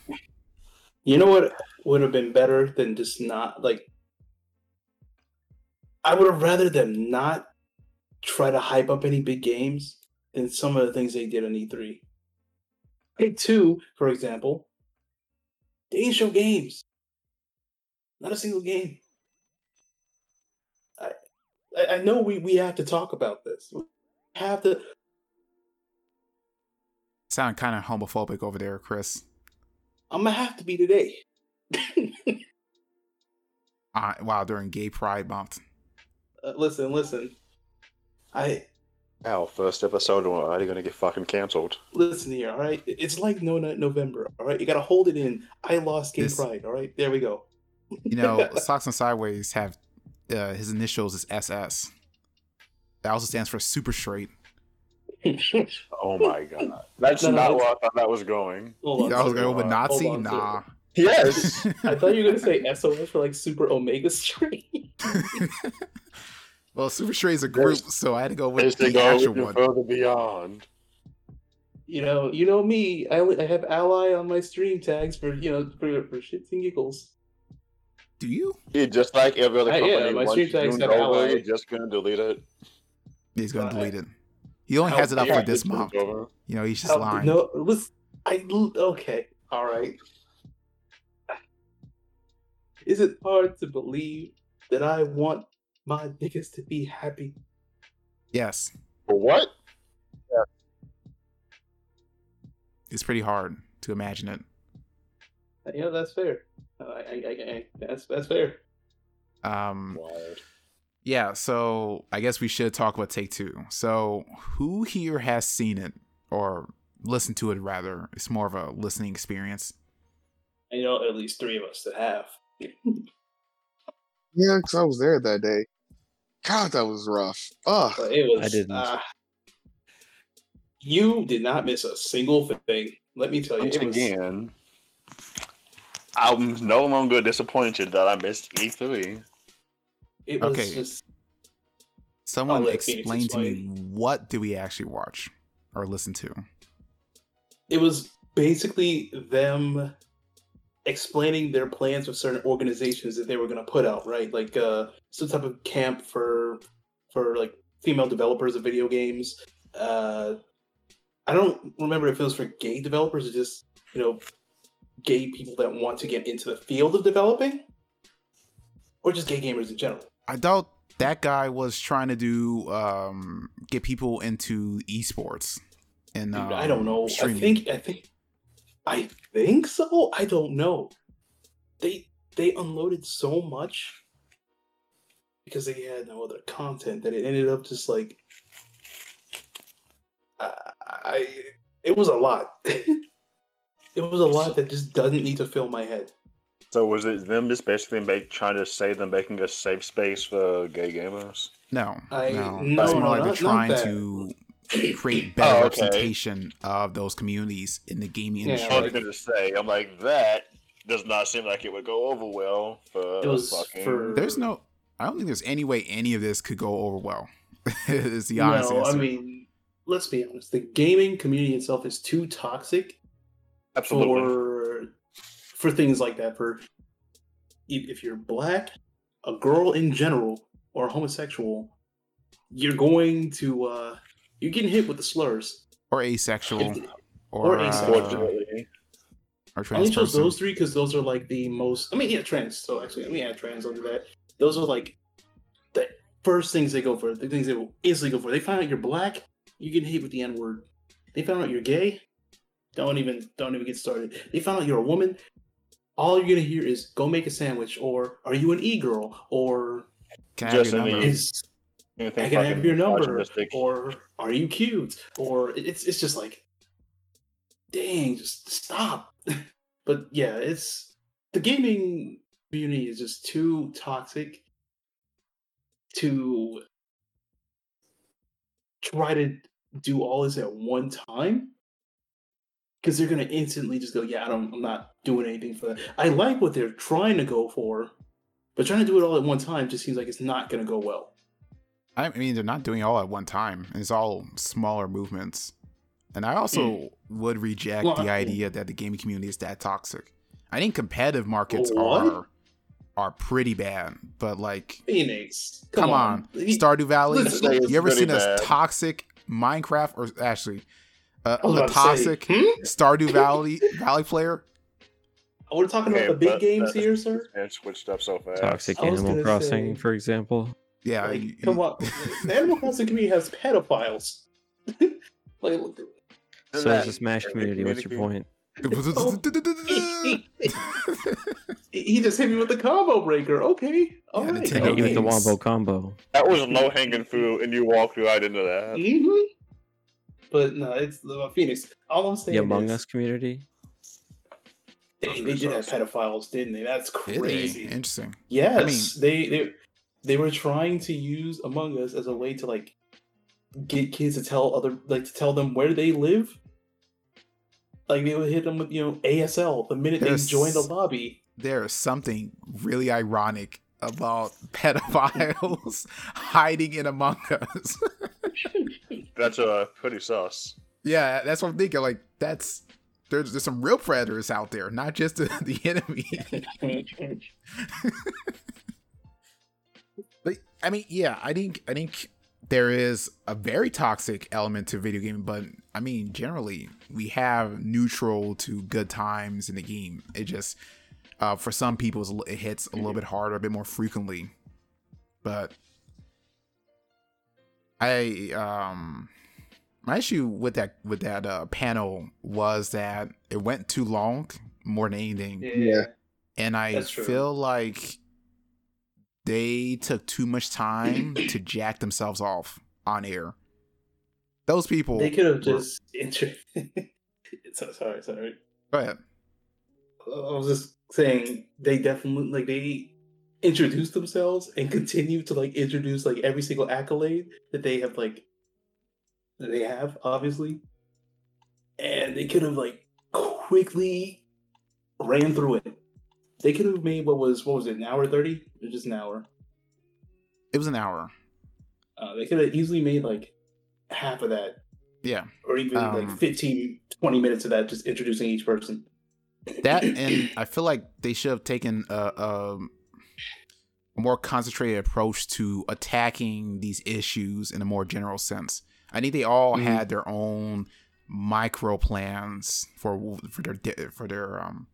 [SPEAKER 2] You know what would have been better than just not like. I would have rather them not try to hype up any big games than some of the things they did on E3. Take two, for example, they didn't show games. Not a single game. I I- I know we, we have to talk about this. We have to
[SPEAKER 3] Sound kind of homophobic over there, Chris.
[SPEAKER 2] I'm gonna have to be today.
[SPEAKER 3] Uh, wow, during Gay Pride month.
[SPEAKER 2] Uh, listen, listen. I
[SPEAKER 1] Our first episode, we're already going to get fucking canceled.
[SPEAKER 2] Listen here, all right? It's like No Nut November, all right? You got to hold it in. I lost King
[SPEAKER 3] This-
[SPEAKER 2] Pride, all right? There we go.
[SPEAKER 3] You know, Socks and Sideways have uh, his initials is SS. That also stands for Super Straight.
[SPEAKER 1] Oh my god. That's
[SPEAKER 2] No, no,
[SPEAKER 1] not
[SPEAKER 2] it's-
[SPEAKER 1] where I thought that was going.
[SPEAKER 2] Hold
[SPEAKER 3] I was going
[SPEAKER 1] hold
[SPEAKER 3] with
[SPEAKER 1] on,
[SPEAKER 3] Nazi,
[SPEAKER 2] hold on,
[SPEAKER 3] nah.
[SPEAKER 2] Yes. I thought you were going to say SOS for like Super Omega Straight.
[SPEAKER 3] well, Super Straight is a group, so I had to go
[SPEAKER 1] Is
[SPEAKER 3] with
[SPEAKER 1] to
[SPEAKER 3] the
[SPEAKER 1] go
[SPEAKER 3] actual
[SPEAKER 1] even
[SPEAKER 3] one.
[SPEAKER 1] further beyond.
[SPEAKER 2] You know, you know me. I, only- I have ally on my stream tags for you know for, for shits and giggles.
[SPEAKER 3] Do you?
[SPEAKER 1] Yeah, just like every other
[SPEAKER 2] Uh,
[SPEAKER 1] company,
[SPEAKER 2] yeah, my
[SPEAKER 1] once
[SPEAKER 2] street
[SPEAKER 1] you
[SPEAKER 2] tags
[SPEAKER 1] do
[SPEAKER 2] got
[SPEAKER 1] over,
[SPEAKER 2] Ally.
[SPEAKER 1] you're just gonna delete it.
[SPEAKER 3] He's gonna
[SPEAKER 2] Uh,
[SPEAKER 3] delete it. He only
[SPEAKER 2] how
[SPEAKER 3] has it up
[SPEAKER 1] Yeah,
[SPEAKER 3] for this
[SPEAKER 1] it's
[SPEAKER 3] month.
[SPEAKER 1] over.
[SPEAKER 3] You know, he's just
[SPEAKER 2] Oh,
[SPEAKER 3] lying.
[SPEAKER 2] No, listen. I okay. All right. Is it hard to believe that I want my niggas to be happy?
[SPEAKER 3] Yes,
[SPEAKER 1] What?
[SPEAKER 3] it's pretty hard to imagine it.
[SPEAKER 2] You know that's fair. I, I, I, I- that's that's fair.
[SPEAKER 3] Um,
[SPEAKER 1] Wild.
[SPEAKER 3] yeah. So I guess we should talk about Take Two. So who here has seen it or listened to it? Rather, it's more of a listening experience.
[SPEAKER 2] I know at least three of us that have.
[SPEAKER 4] Yeah, because I was there that day. God, that was rough. Ugh.
[SPEAKER 2] But it was.
[SPEAKER 5] I didn't.
[SPEAKER 2] uh, you did not miss a single thing. Let me tell you.
[SPEAKER 1] Once
[SPEAKER 2] It was,
[SPEAKER 1] again, I'm no longer disappointed that I missed E E3.
[SPEAKER 2] it was
[SPEAKER 3] Okay.
[SPEAKER 2] just
[SPEAKER 3] Someone
[SPEAKER 2] I'll let Phoenix
[SPEAKER 3] explain to me
[SPEAKER 2] explain.
[SPEAKER 3] what did we actually watch or listen to?
[SPEAKER 2] it was basically them explaining their plans with certain organizations that they were going to put out right like uh some type of camp for for like female developers of video games uh i don't remember if it was for gay developers or just you know gay people that want to get into the field of developing or just gay gamers in general
[SPEAKER 3] I thought that guy was trying to do um get people into esports. And
[SPEAKER 2] Dude,
[SPEAKER 3] um,
[SPEAKER 2] I don't know.
[SPEAKER 3] streaming.
[SPEAKER 2] I think I think I think so. I don't know. They they unloaded so much because they had no other content that it ended up just like I, I it was a lot. it was a lot that just doesn't need to fill my head.
[SPEAKER 1] So was it them just basically make trying to say them making a safe space for gay gamers?
[SPEAKER 3] no,
[SPEAKER 2] I-
[SPEAKER 3] no,
[SPEAKER 2] no,
[SPEAKER 3] it's more
[SPEAKER 2] no, not-
[SPEAKER 3] like they're
[SPEAKER 2] not
[SPEAKER 3] trying
[SPEAKER 2] that. Oh,
[SPEAKER 3] to create better
[SPEAKER 1] okay.
[SPEAKER 3] representation of those communities in the gaming
[SPEAKER 2] Yeah,
[SPEAKER 3] industry.
[SPEAKER 1] I was gonna say, I'm like that does not seem like it would go over well for
[SPEAKER 2] It was
[SPEAKER 1] fucking.
[SPEAKER 2] for-
[SPEAKER 3] There's no, I don't think there's any way any of this could go over well. is the honest
[SPEAKER 2] no, I
[SPEAKER 3] answer.
[SPEAKER 2] mean, let's be honest. The gaming community itself is too toxic
[SPEAKER 1] Absolutely.
[SPEAKER 2] for for things like that for if if you're black a girl in general or homosexual you're going to uh you're getting hit with the slurs
[SPEAKER 3] or asexual,
[SPEAKER 2] If-
[SPEAKER 3] or
[SPEAKER 2] or
[SPEAKER 3] uh,
[SPEAKER 2] asexual.
[SPEAKER 1] Unfortunately,
[SPEAKER 3] or
[SPEAKER 2] i
[SPEAKER 3] trans
[SPEAKER 2] only chose
[SPEAKER 3] person.
[SPEAKER 2] those three because those are like the most i mean yeah trans so actually let me add trans under that those are like the first things they go for the things they will instantly go for they find out you're black you get hit with the n word they found out you're gay don't even don't even get started they found out you're a woman all you're gonna hear is go make a sandwich or are you an e-girl or
[SPEAKER 3] Can I have your
[SPEAKER 1] Justin,
[SPEAKER 3] number?
[SPEAKER 1] these-
[SPEAKER 2] is
[SPEAKER 1] anything
[SPEAKER 2] i can have
[SPEAKER 1] fucking
[SPEAKER 2] your number
[SPEAKER 1] misogynistic-
[SPEAKER 2] or are you cute or it- it's it's just like dang just stop but yeah it's the gaming community is just too toxic to try to do all this at one time because they're gonna instantly just go, yeah, I don't, I'm not doing anything for that. I like what they're trying to go for, but trying to do it all at one time just seems like it's not gonna go well.
[SPEAKER 3] I mean, they're not doing it all at one time. It's all smaller movements. And I also would reject
[SPEAKER 2] Hmm. Well,
[SPEAKER 3] the
[SPEAKER 2] I-
[SPEAKER 3] idea that the gaming community is that toxic. I think competitive markets
[SPEAKER 2] What?
[SPEAKER 3] are are pretty bad, but like,
[SPEAKER 2] Phoenix,
[SPEAKER 3] come, on, Stardew Valley.
[SPEAKER 2] Listen,
[SPEAKER 1] it's
[SPEAKER 3] you ever
[SPEAKER 1] pretty
[SPEAKER 3] seen a
[SPEAKER 1] bad.
[SPEAKER 3] toxic Minecraft or actually uh,
[SPEAKER 2] I was
[SPEAKER 3] a
[SPEAKER 2] about to say,
[SPEAKER 3] toxic
[SPEAKER 2] hmm?
[SPEAKER 3] Stardew Valley Valley player?
[SPEAKER 2] Oh, We're talking
[SPEAKER 1] Okay,
[SPEAKER 2] about the big
[SPEAKER 1] but uh,
[SPEAKER 2] games
[SPEAKER 1] that-
[SPEAKER 2] here, sir.
[SPEAKER 1] and switched up so fast.
[SPEAKER 5] Toxic
[SPEAKER 2] I was
[SPEAKER 5] Animal
[SPEAKER 2] gonna
[SPEAKER 5] Crossing,
[SPEAKER 2] say-
[SPEAKER 5] for example.
[SPEAKER 3] Yeah,
[SPEAKER 2] Like,
[SPEAKER 3] you-
[SPEAKER 2] come on, the Animal Crossing community has pedophiles. like,
[SPEAKER 5] So it's a Smash community. What's your point?
[SPEAKER 2] he, Oh. he just hit me with the combo breaker. Okay, all
[SPEAKER 3] Yeah, the
[SPEAKER 2] right.
[SPEAKER 5] Hit
[SPEAKER 3] Nintendo
[SPEAKER 5] you with the
[SPEAKER 3] games.
[SPEAKER 5] wombo combo.
[SPEAKER 1] That was low hanging fruit, and you walked right into that.
[SPEAKER 2] Mhm. But no, it's the Phoenix. All I'm saying
[SPEAKER 5] The Among
[SPEAKER 2] is,
[SPEAKER 5] Us community.
[SPEAKER 2] They, they did have pedophiles, didn't they? That's
[SPEAKER 3] Did they?
[SPEAKER 2] crazy.
[SPEAKER 3] Interesting.
[SPEAKER 2] Yes, they, they they were trying to use Among Us as a way to like get kids to tell other like to tell them where they live. Like they would hit them with you know ASL the minute
[SPEAKER 3] There's-
[SPEAKER 2] they joined the lobby.
[SPEAKER 3] There is something really ironic about pedophiles hiding in Among Us.
[SPEAKER 1] That's uh, pretty sus.
[SPEAKER 3] yeah, that's what I'm thinking. Like, that's there's, there's some real predators out there, not just the, the enemy. But I mean, yeah, I think I think there is a very toxic element to video gaming, but I mean, generally we have neutral to good times in the game. It just uh, for some people it's a li- it hits a little bit harder, a bit more frequently. But I um my issue with that with that uh, panel was that it went too long, more than anything
[SPEAKER 4] Yeah.
[SPEAKER 3] and I
[SPEAKER 2] That's true.
[SPEAKER 3] feel like they took too much time to jack themselves off on air. Those people.
[SPEAKER 2] They could have
[SPEAKER 3] were-
[SPEAKER 2] just inter- so, sorry, sorry.
[SPEAKER 3] Go ahead.
[SPEAKER 2] I was just saying they definitely like they introduced themselves and continue to like introduce like every single accolade that they have like that they have obviously, and they could have like quickly ran through it. They could have made what was what was it an hour thirty or just an hour.
[SPEAKER 3] It was an hour.
[SPEAKER 2] Uh, they could have easily made like half of that
[SPEAKER 3] Yeah,
[SPEAKER 2] or even
[SPEAKER 3] Um,
[SPEAKER 2] like 15 20 minutes of that just introducing each person
[SPEAKER 3] that and I feel like they should have taken a, a more concentrated approach to attacking these issues in a more general sense. I think they all
[SPEAKER 4] Mhm.
[SPEAKER 5] Mm-hmm.
[SPEAKER 3] had their own micro plans for for their de- for their um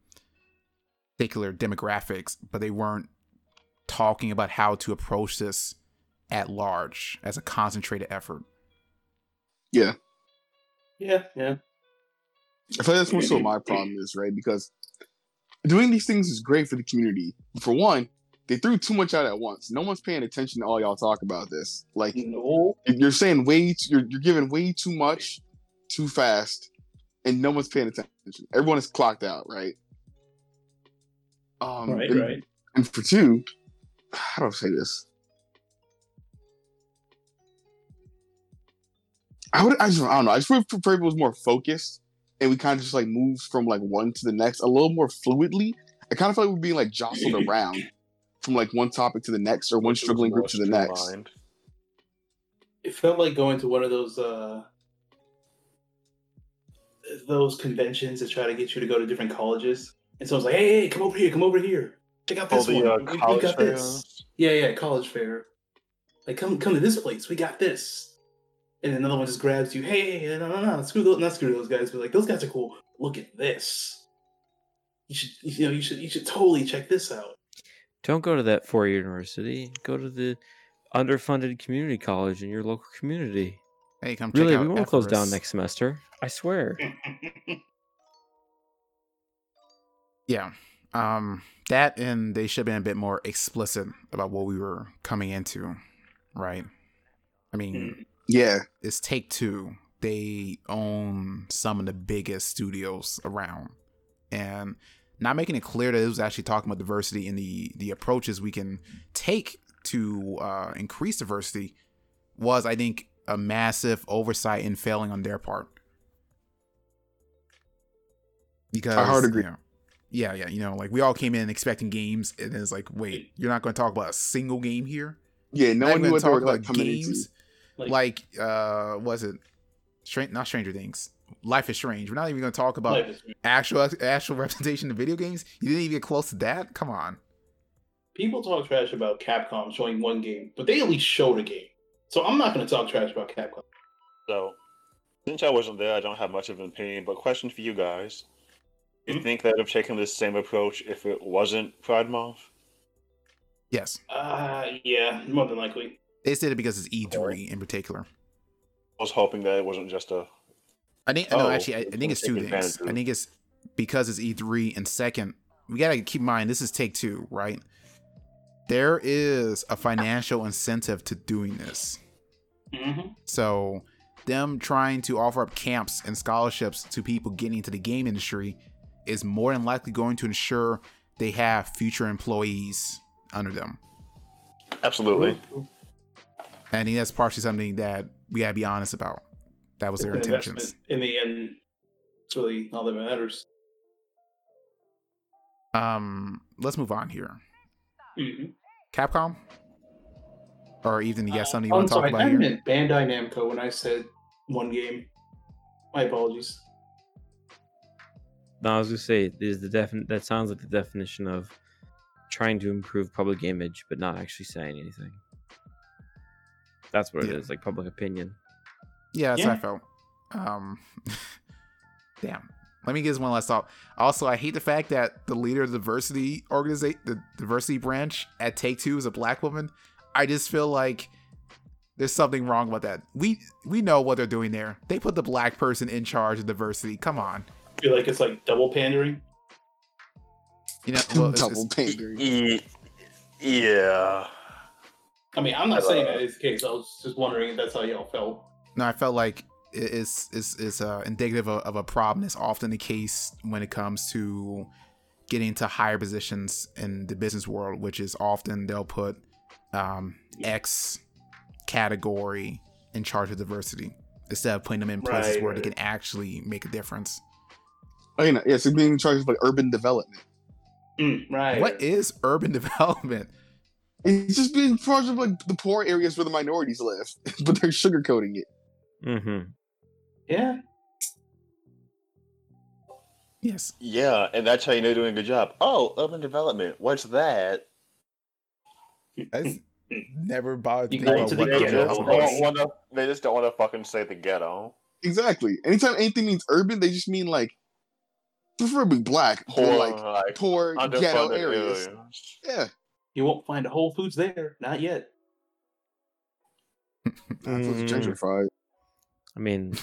[SPEAKER 3] particular demographics, but they weren't talking about how to approach this at large as a concentrated effort.
[SPEAKER 2] yeah yeah
[SPEAKER 4] I feel like that's more so my problem is, right? Because doing these things is great for the community. For one, they threw too much out at once. No one's paying attention to all y'all talk about this. Like
[SPEAKER 2] no
[SPEAKER 4] you're saying way too, you're you're giving way too much too fast, and no one's paying attention. Everyone is clocked out, right? Um,
[SPEAKER 2] right
[SPEAKER 4] and,
[SPEAKER 2] right
[SPEAKER 4] and for two, how do I say this? I would, I just, I don't know. I just would prefer if it was more focused, and we kind of just like moved from like one to the next a little more fluidly. I kind of feel like we're being like jostled around from like one topic to the next or one struggling group to the next.
[SPEAKER 1] Mind.
[SPEAKER 2] it felt like going to one of those uh those conventions to try to get you to go to different colleges and so I was like hey, hey come over here come over here check out
[SPEAKER 1] Oh,
[SPEAKER 2] this one
[SPEAKER 1] the uh,
[SPEAKER 2] We- we,
[SPEAKER 1] college
[SPEAKER 2] got this
[SPEAKER 1] fairs?
[SPEAKER 2] yeah yeah college fair like come come to this place we got this and another one just grabs you hey hey, no no no screw those not screw those guys but like those guys are cool look at this you should you know you should you should totally check this out
[SPEAKER 5] Don't go to that four year university. Go to the underfunded community college in your local community.
[SPEAKER 3] Hey, come
[SPEAKER 5] Really,
[SPEAKER 3] check out Hmm.
[SPEAKER 5] we won't close down
[SPEAKER 3] Epirus.
[SPEAKER 5] next semester. I swear.
[SPEAKER 3] Yeah. Um that and they should have been a bit more explicit about what we were coming into, right? I mean,
[SPEAKER 4] Yeah,
[SPEAKER 3] it's Take Two. They own some of the biggest studios around, and not making it clear that it was actually talking about diversity and the the approaches we can take to uh, increase diversity was, I think, a massive oversight and failing on their part. Because
[SPEAKER 4] hard agree.
[SPEAKER 3] you know, yeah, yeah, you know, like we all came in expecting games, and it's like, wait, you're not going to talk about a single game here.
[SPEAKER 4] yeah.
[SPEAKER 3] Not
[SPEAKER 4] No one
[SPEAKER 3] even
[SPEAKER 4] knew
[SPEAKER 3] gonna
[SPEAKER 4] what they were
[SPEAKER 3] talk
[SPEAKER 4] like
[SPEAKER 3] about
[SPEAKER 4] coming into.
[SPEAKER 3] like uh was it Stran- not stranger things life is strange we're not even going to talk about actual actual representation of video games you didn't even get close to that come on
[SPEAKER 2] people talk trash about capcom showing one game but they at least showed a game so i'm not going to talk trash about capcom
[SPEAKER 1] So, since I wasn't there, I don't have much of an opinion. But question for you guys: You
[SPEAKER 2] Mhm.
[SPEAKER 1] think they would have taken this same approach if it wasn't Pride Month?
[SPEAKER 3] yes
[SPEAKER 2] uh yeah more than likely
[SPEAKER 3] they said it because it's e3
[SPEAKER 4] Oh.
[SPEAKER 3] in particular
[SPEAKER 1] I was hoping that it wasn't just a
[SPEAKER 3] i think no
[SPEAKER 1] Oh,
[SPEAKER 3] actually i, I
[SPEAKER 1] it's
[SPEAKER 4] Oh,
[SPEAKER 3] think it's two
[SPEAKER 1] taking
[SPEAKER 3] things
[SPEAKER 1] advantage of-
[SPEAKER 3] i think it's because it's E3 and second, we got to keep in mind this is take 2, right? There is a financial incentive to doing this.
[SPEAKER 2] Mm-hmm.
[SPEAKER 3] So them trying to offer up camps and scholarships to people getting into the game industry is more than likely going to ensure they have future employees under them.
[SPEAKER 1] Absolutely.
[SPEAKER 3] And I think that's partially something that we gotta be honest about. That was
[SPEAKER 2] It's
[SPEAKER 3] their
[SPEAKER 2] an
[SPEAKER 3] intentions.
[SPEAKER 2] investment. In the end, it's really all that matters.
[SPEAKER 3] Um, let's move on here.
[SPEAKER 2] Mm-hmm.
[SPEAKER 3] Capcom? Or even you got something
[SPEAKER 2] Uh,
[SPEAKER 3] you
[SPEAKER 2] oh, I'm
[SPEAKER 3] want to talk
[SPEAKER 2] sorry,
[SPEAKER 3] about
[SPEAKER 2] I
[SPEAKER 3] here?
[SPEAKER 2] meant Bandai Namco when I said one game. My apologies.
[SPEAKER 5] No, I was gonna say it is the defin- that sounds like the definition of trying to improve public image but not actually saying anything. That's what
[SPEAKER 3] Yeah.
[SPEAKER 5] it is, like public opinion.
[SPEAKER 3] Yeah, that's
[SPEAKER 2] Yeah.
[SPEAKER 3] how I felt. Um, damn. Let me get this one last thought. Also, I hate the fact that the leader of the diversity organization, the diversity branch at Take Two, is a black woman. I just feel like there's something wrong about that. We we know what they're doing there. They put the black person in charge of diversity. Come on,
[SPEAKER 2] feel like it's like double pandering.
[SPEAKER 3] you know. Well, it's,
[SPEAKER 4] Double
[SPEAKER 3] it's,
[SPEAKER 4] pandering.
[SPEAKER 1] Ye- E, yeah.
[SPEAKER 2] I mean, I'm not
[SPEAKER 1] Uh,
[SPEAKER 2] saying that is the case. I was just wondering if that's how y'all felt.
[SPEAKER 3] no, I felt like it- it's it's it's uh, indicative of, of a problem. It's often the case when it comes to getting to higher positions in the business world, which is often they'll put um, X category in charge of diversity instead of putting them in places
[SPEAKER 2] Right,
[SPEAKER 3] where they
[SPEAKER 2] right.
[SPEAKER 3] can actually make a difference.
[SPEAKER 4] Oh, you know, yeah, so being in charge of like urban development.
[SPEAKER 2] Mm, right.
[SPEAKER 3] What is urban development?
[SPEAKER 4] It's just being in charge of like the poor areas where the minorities live, but they're sugarcoating it.
[SPEAKER 5] Mm-hmm.
[SPEAKER 2] yeah.
[SPEAKER 3] Yes,
[SPEAKER 1] Yeah, and that's how you know you're doing a good job. Oh, urban development. What's that?
[SPEAKER 3] I never bothered to
[SPEAKER 2] You
[SPEAKER 3] think
[SPEAKER 2] go
[SPEAKER 3] about
[SPEAKER 2] into
[SPEAKER 3] what
[SPEAKER 2] the
[SPEAKER 1] They
[SPEAKER 2] Yeah,
[SPEAKER 1] just,
[SPEAKER 3] urban
[SPEAKER 2] that's
[SPEAKER 3] development
[SPEAKER 2] nice.
[SPEAKER 1] don't
[SPEAKER 3] is.
[SPEAKER 1] wanna, they just don't want to fucking say the ghetto.
[SPEAKER 4] Exactly. Anytime anything means urban, they just mean like preferably black,
[SPEAKER 1] Poor,
[SPEAKER 4] or
[SPEAKER 1] like,
[SPEAKER 4] like poor ghetto
[SPEAKER 1] underfunded
[SPEAKER 4] areas.
[SPEAKER 1] areas.
[SPEAKER 4] Yeah.
[SPEAKER 2] You won't find a Whole Foods there. Not yet.
[SPEAKER 4] That's what's
[SPEAKER 5] Mm.
[SPEAKER 4] gentrified.
[SPEAKER 5] I mean,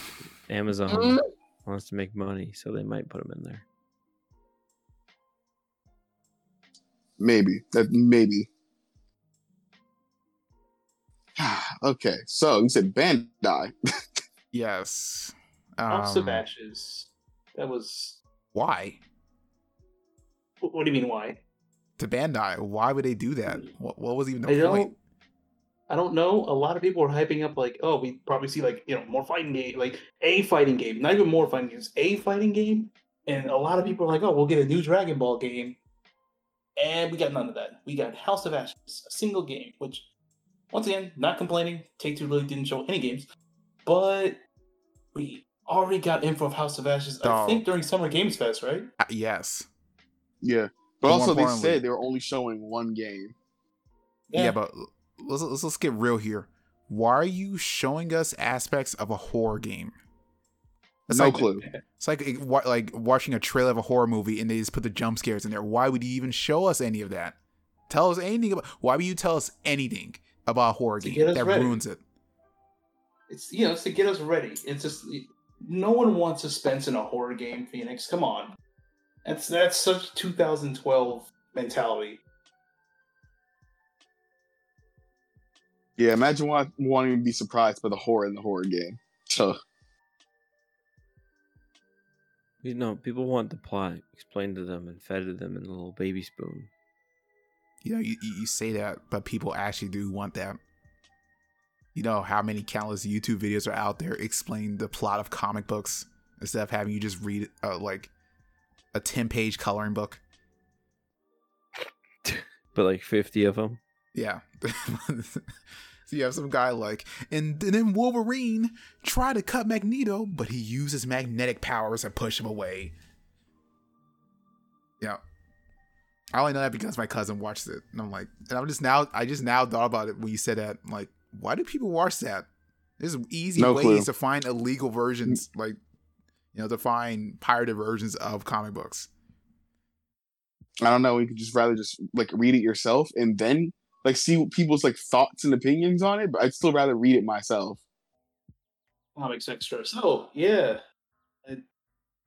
[SPEAKER 5] Amazon wants to make money, so they might put them in there.
[SPEAKER 4] Maybe. That maybe. okay. So you said Bandai.
[SPEAKER 3] Yes.
[SPEAKER 2] House
[SPEAKER 3] Um,
[SPEAKER 2] of Ashes. That was.
[SPEAKER 3] why?
[SPEAKER 2] wh- What do you mean? Why?
[SPEAKER 3] to Bandai. Why would they do that? What, what was even the
[SPEAKER 2] I Mm. don't.
[SPEAKER 3] point?
[SPEAKER 2] I don't know. A lot of people are hyping up like, oh, we probably see like you know more fighting game, like a fighting game, not even more fighting games, a fighting game. And a lot of people are like, oh, we'll get a new Dragon Ball game. And we got none of that. We got House of Ashes, a single game, which, once again, not complaining. Take Two really didn't show any games, but we already got info of House of Ashes. I
[SPEAKER 3] Dog.
[SPEAKER 2] think during Summer Games Fest, right?
[SPEAKER 3] Uh, Yes.
[SPEAKER 4] Yeah. But
[SPEAKER 3] More
[SPEAKER 4] also they
[SPEAKER 3] importantly-
[SPEAKER 4] said they were only showing one game.
[SPEAKER 3] Yeah, but let's, let's let's get real here. Why are you showing us aspects of a horror game? It's
[SPEAKER 4] no
[SPEAKER 3] like,
[SPEAKER 4] clue.
[SPEAKER 3] It's like it- wa- like watching a trailer of a horror movie and they just put the jump scares in there. Why would you even show us any of that? Tell us anything about. Why would you tell us anything about a horror
[SPEAKER 2] To
[SPEAKER 3] game
[SPEAKER 2] get us
[SPEAKER 3] that
[SPEAKER 2] ready.
[SPEAKER 3] ruins it?
[SPEAKER 2] It's you know, it's to get us ready. It's just no one wants suspense in a horror game, Phoenix. Come on. That's that's such 2012 mentality.
[SPEAKER 4] Yeah, imagine why wanting to be surprised by the horror in the horror game. So
[SPEAKER 5] You know, people want the plot explained to them and fed to them in a little baby spoon.
[SPEAKER 3] You know, you, you you say that, but people actually do want that. You know how many countless YouTube videos are out there explaining the plot of comic books instead of having you just read uh, like a ten-page coloring book.
[SPEAKER 5] But like 50 of them.
[SPEAKER 3] Yeah. so you have some guy like, and, and then Wolverine tried to cut Magneto, but he uses magnetic powers to push him away. Yeah. I only know that because my cousin watched it, and I'm like, and I'm just now, I just now thought about it when you said that. I'm like, why do people watch that? There's easy
[SPEAKER 4] No
[SPEAKER 3] ways
[SPEAKER 4] clue.
[SPEAKER 3] to find illegal versions, like, you know, to find pirated versions of comic books.
[SPEAKER 4] I don't know, you could just rather just like read it yourself and then like see what people's like thoughts and opinions on it, but I'd still rather read it myself.
[SPEAKER 2] Comics extra. So yeah, I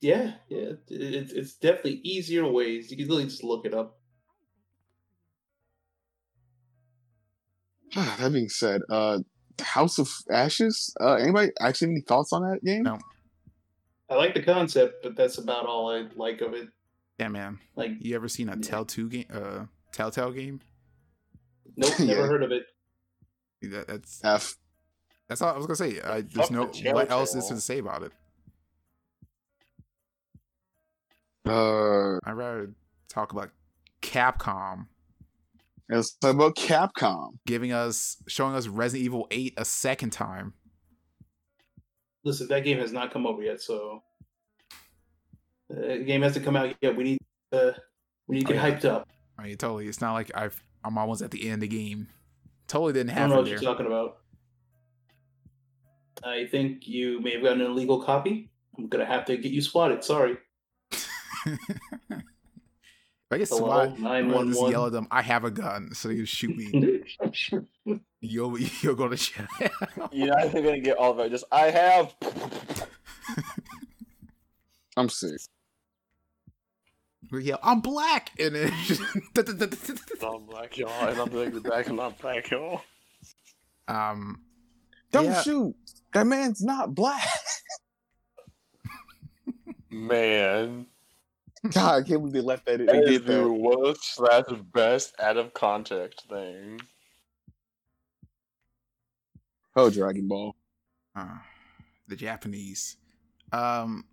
[SPEAKER 2] Yeah, yeah. It, it's definitely easier ways. You can literally just look it up.
[SPEAKER 4] that being said, uh, House of Ashes. Uh, anybody actually any thoughts on that game?
[SPEAKER 3] No.
[SPEAKER 2] I like the concept, but that's about all I like of it.
[SPEAKER 3] Yeah, man.
[SPEAKER 2] Like,
[SPEAKER 3] You ever seen a Tell Two game? Uh, Telltale game?
[SPEAKER 2] nope, never
[SPEAKER 4] Yeah.
[SPEAKER 2] heard of it.
[SPEAKER 3] That, that's
[SPEAKER 4] F.
[SPEAKER 3] that's all I was gonna say. I,
[SPEAKER 1] Fuck
[SPEAKER 3] there's
[SPEAKER 1] the
[SPEAKER 3] no what else is
[SPEAKER 1] Telltale.
[SPEAKER 3] to say about it.
[SPEAKER 4] Uh,
[SPEAKER 3] I'd rather talk about Capcom
[SPEAKER 4] let's talk about Capcom.
[SPEAKER 3] giving us showing us Resident Evil Eight a second time.
[SPEAKER 2] Listen, that game has not come over yet, so uh, the game hasn't come out yet. We need uh, we need to
[SPEAKER 3] Oh,
[SPEAKER 2] get
[SPEAKER 3] yeah.
[SPEAKER 2] hyped up.
[SPEAKER 3] I mean, totally. It's not like I've I'm almost at the end of the game. Totally didn't
[SPEAKER 2] I don't know
[SPEAKER 3] happen
[SPEAKER 2] what you're
[SPEAKER 3] there.
[SPEAKER 2] talking about. I think you may have gotten an illegal copy. I'm gonna have to get you swatted. Sorry.
[SPEAKER 3] I guess
[SPEAKER 2] Hello,
[SPEAKER 3] why I
[SPEAKER 2] nine one
[SPEAKER 3] just yell
[SPEAKER 2] one.
[SPEAKER 3] at them. I have a gun, so you shoot me.
[SPEAKER 2] That's
[SPEAKER 3] You'll you'll go to jail.
[SPEAKER 1] You're not even gonna get all of it. Just I have.
[SPEAKER 4] I'm sick.
[SPEAKER 3] We yell, I'm black, and then just-
[SPEAKER 1] I'm black, y'all, and I'm taking it back, and I'm black, y'all.
[SPEAKER 3] um,
[SPEAKER 4] Don't
[SPEAKER 3] Yeah.
[SPEAKER 4] shoot. That man's not black.
[SPEAKER 1] Man,
[SPEAKER 4] God, I can't believe they left that in.
[SPEAKER 1] that
[SPEAKER 4] They
[SPEAKER 1] is
[SPEAKER 4] did
[SPEAKER 1] the
[SPEAKER 4] that.
[SPEAKER 1] worst slash best out of context thing.
[SPEAKER 4] Oh, Dragon Ball.
[SPEAKER 3] uh, the Japanese. Um,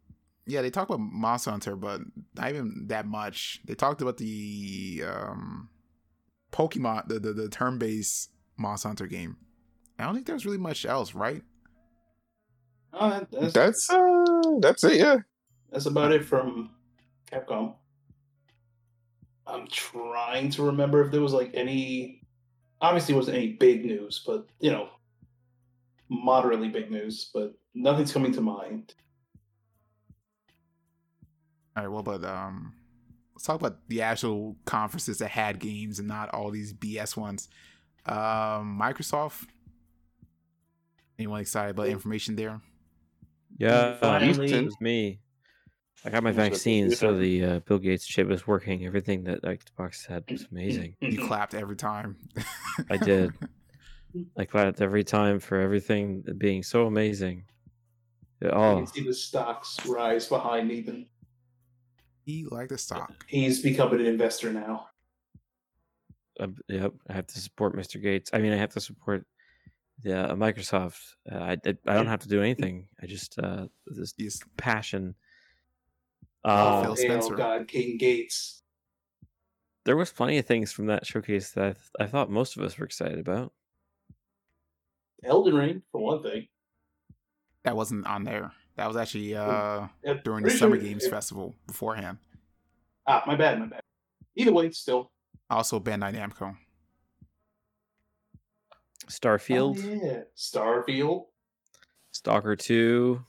[SPEAKER 3] yeah, they talk about Monster Hunter, but not even that much. They talked about the um, Pokemon, the the, the turn based Monster Hunter game. I don't think there was really much else, right?
[SPEAKER 4] That's uh, that's it. Yeah.
[SPEAKER 2] that's about it from Capcom. I'm trying to remember if there was like any. Obviously, it wasn't any big news, but you know, moderately big news, but nothing's coming to mind.
[SPEAKER 3] All right, well, but um, let's talk about the actual conferences that had games and not all these BS ones. Um, Microsoft. Anyone excited about information there?
[SPEAKER 5] Yeah,
[SPEAKER 2] Finally.
[SPEAKER 5] it was me. I got my
[SPEAKER 1] Who's that?
[SPEAKER 5] vaccine, so
[SPEAKER 1] Ethan?
[SPEAKER 5] the uh, Bill Gates chip was working. Everything that Xbox had was amazing.
[SPEAKER 2] Hmm,
[SPEAKER 3] You clapped every time.
[SPEAKER 5] Mm-hmm. I did. I clapped every time for everything being so amazing. It-
[SPEAKER 2] You
[SPEAKER 5] Oh,
[SPEAKER 2] can see the stocks rise behind Ethan.
[SPEAKER 3] he liked the stock.
[SPEAKER 2] He's becoming an investor now.
[SPEAKER 5] um, yep. I have to support Mr. Gates. I mean, I have to support the uh, Microsoft. Uh, I, I I don't have to do anything. I just uh, this
[SPEAKER 3] He's
[SPEAKER 5] passion.
[SPEAKER 3] Oh,
[SPEAKER 5] Um,
[SPEAKER 3] Phil
[SPEAKER 2] hail
[SPEAKER 3] Spencer.
[SPEAKER 2] God, King Gates.
[SPEAKER 5] there was plenty of things from that showcase that I, th- I thought most of us were excited about.
[SPEAKER 2] Elden Ring, for one thing.
[SPEAKER 3] that wasn't on there. That was actually uh
[SPEAKER 2] And
[SPEAKER 3] during the
[SPEAKER 2] pretty
[SPEAKER 3] Summer
[SPEAKER 2] sure-
[SPEAKER 3] Games Festival beforehand.
[SPEAKER 2] Ah, my bad, my bad. Either way, still. oh,
[SPEAKER 3] Also, Bandai Namco.
[SPEAKER 5] Starfield,
[SPEAKER 2] Oh, yeah. Starfield.
[SPEAKER 5] Stalker Two.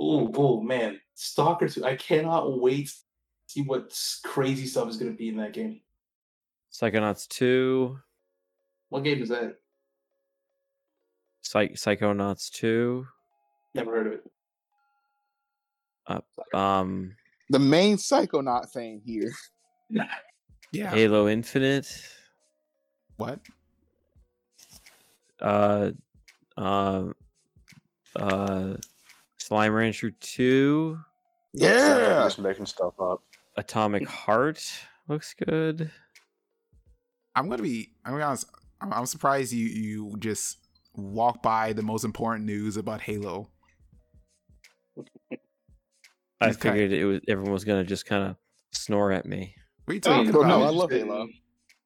[SPEAKER 2] Oh, oh man, Stalker 2. I cannot wait to see what s- crazy stuff is going to be in that game.
[SPEAKER 5] Psychonauts 2,
[SPEAKER 2] What game is that?
[SPEAKER 5] Psych- Psychonauts 2.
[SPEAKER 2] Never heard of it.
[SPEAKER 5] Um,
[SPEAKER 4] The main psychonaut thing here.
[SPEAKER 3] Yeah.
[SPEAKER 5] Halo Infinite,
[SPEAKER 3] What?
[SPEAKER 5] uh, uh, uh, Slime Rancher 2,
[SPEAKER 4] Yeah.
[SPEAKER 1] just making stuff up.
[SPEAKER 5] Atomic Heart looks good.
[SPEAKER 3] I'm gonna be. I'm gonna be honest. I'm, I'm surprised you you just walk by the most important news about Halo.
[SPEAKER 5] I
[SPEAKER 3] Okay.
[SPEAKER 5] figured it was everyone was gonna just kind of snore at me.
[SPEAKER 3] What are you
[SPEAKER 2] I
[SPEAKER 3] talking
[SPEAKER 2] mean,
[SPEAKER 4] Oh, no,
[SPEAKER 3] about?
[SPEAKER 2] I'm
[SPEAKER 4] I love
[SPEAKER 2] interested in-
[SPEAKER 4] Halo.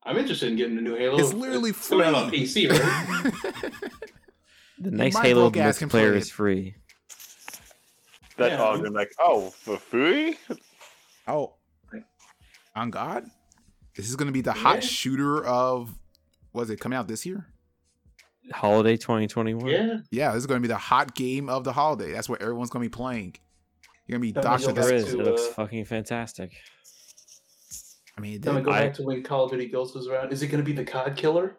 [SPEAKER 2] I'm interested in getting the new Halo.
[SPEAKER 3] It's literally
[SPEAKER 2] Oh, coming out on
[SPEAKER 3] free.
[SPEAKER 2] PC, right?
[SPEAKER 5] The nice
[SPEAKER 3] my
[SPEAKER 5] Halo
[SPEAKER 3] broke ass can play
[SPEAKER 5] multiplayer
[SPEAKER 3] it.
[SPEAKER 5] is free.
[SPEAKER 1] That's
[SPEAKER 2] Yeah.
[SPEAKER 1] all been like, oh, for free?
[SPEAKER 3] oh, on God, this is gonna be the hot
[SPEAKER 2] Yeah.
[SPEAKER 3] shooter of. Was it coming out this year?
[SPEAKER 5] Holiday 2021.
[SPEAKER 2] yeah.
[SPEAKER 3] Yeah, this is gonna be the hot game of the holiday. That's what everyone's gonna be playing. You're gonna be
[SPEAKER 2] Don't
[SPEAKER 3] Dasha.
[SPEAKER 2] make
[SPEAKER 5] There
[SPEAKER 2] Back
[SPEAKER 5] is.
[SPEAKER 2] to,
[SPEAKER 5] it looks
[SPEAKER 2] uh,
[SPEAKER 5] fucking fantastic.
[SPEAKER 3] I mean, it
[SPEAKER 2] Then we
[SPEAKER 3] did,
[SPEAKER 2] go
[SPEAKER 5] I-
[SPEAKER 2] back to when Call of Duty Ghosts was around. Is it going to be the COD killer?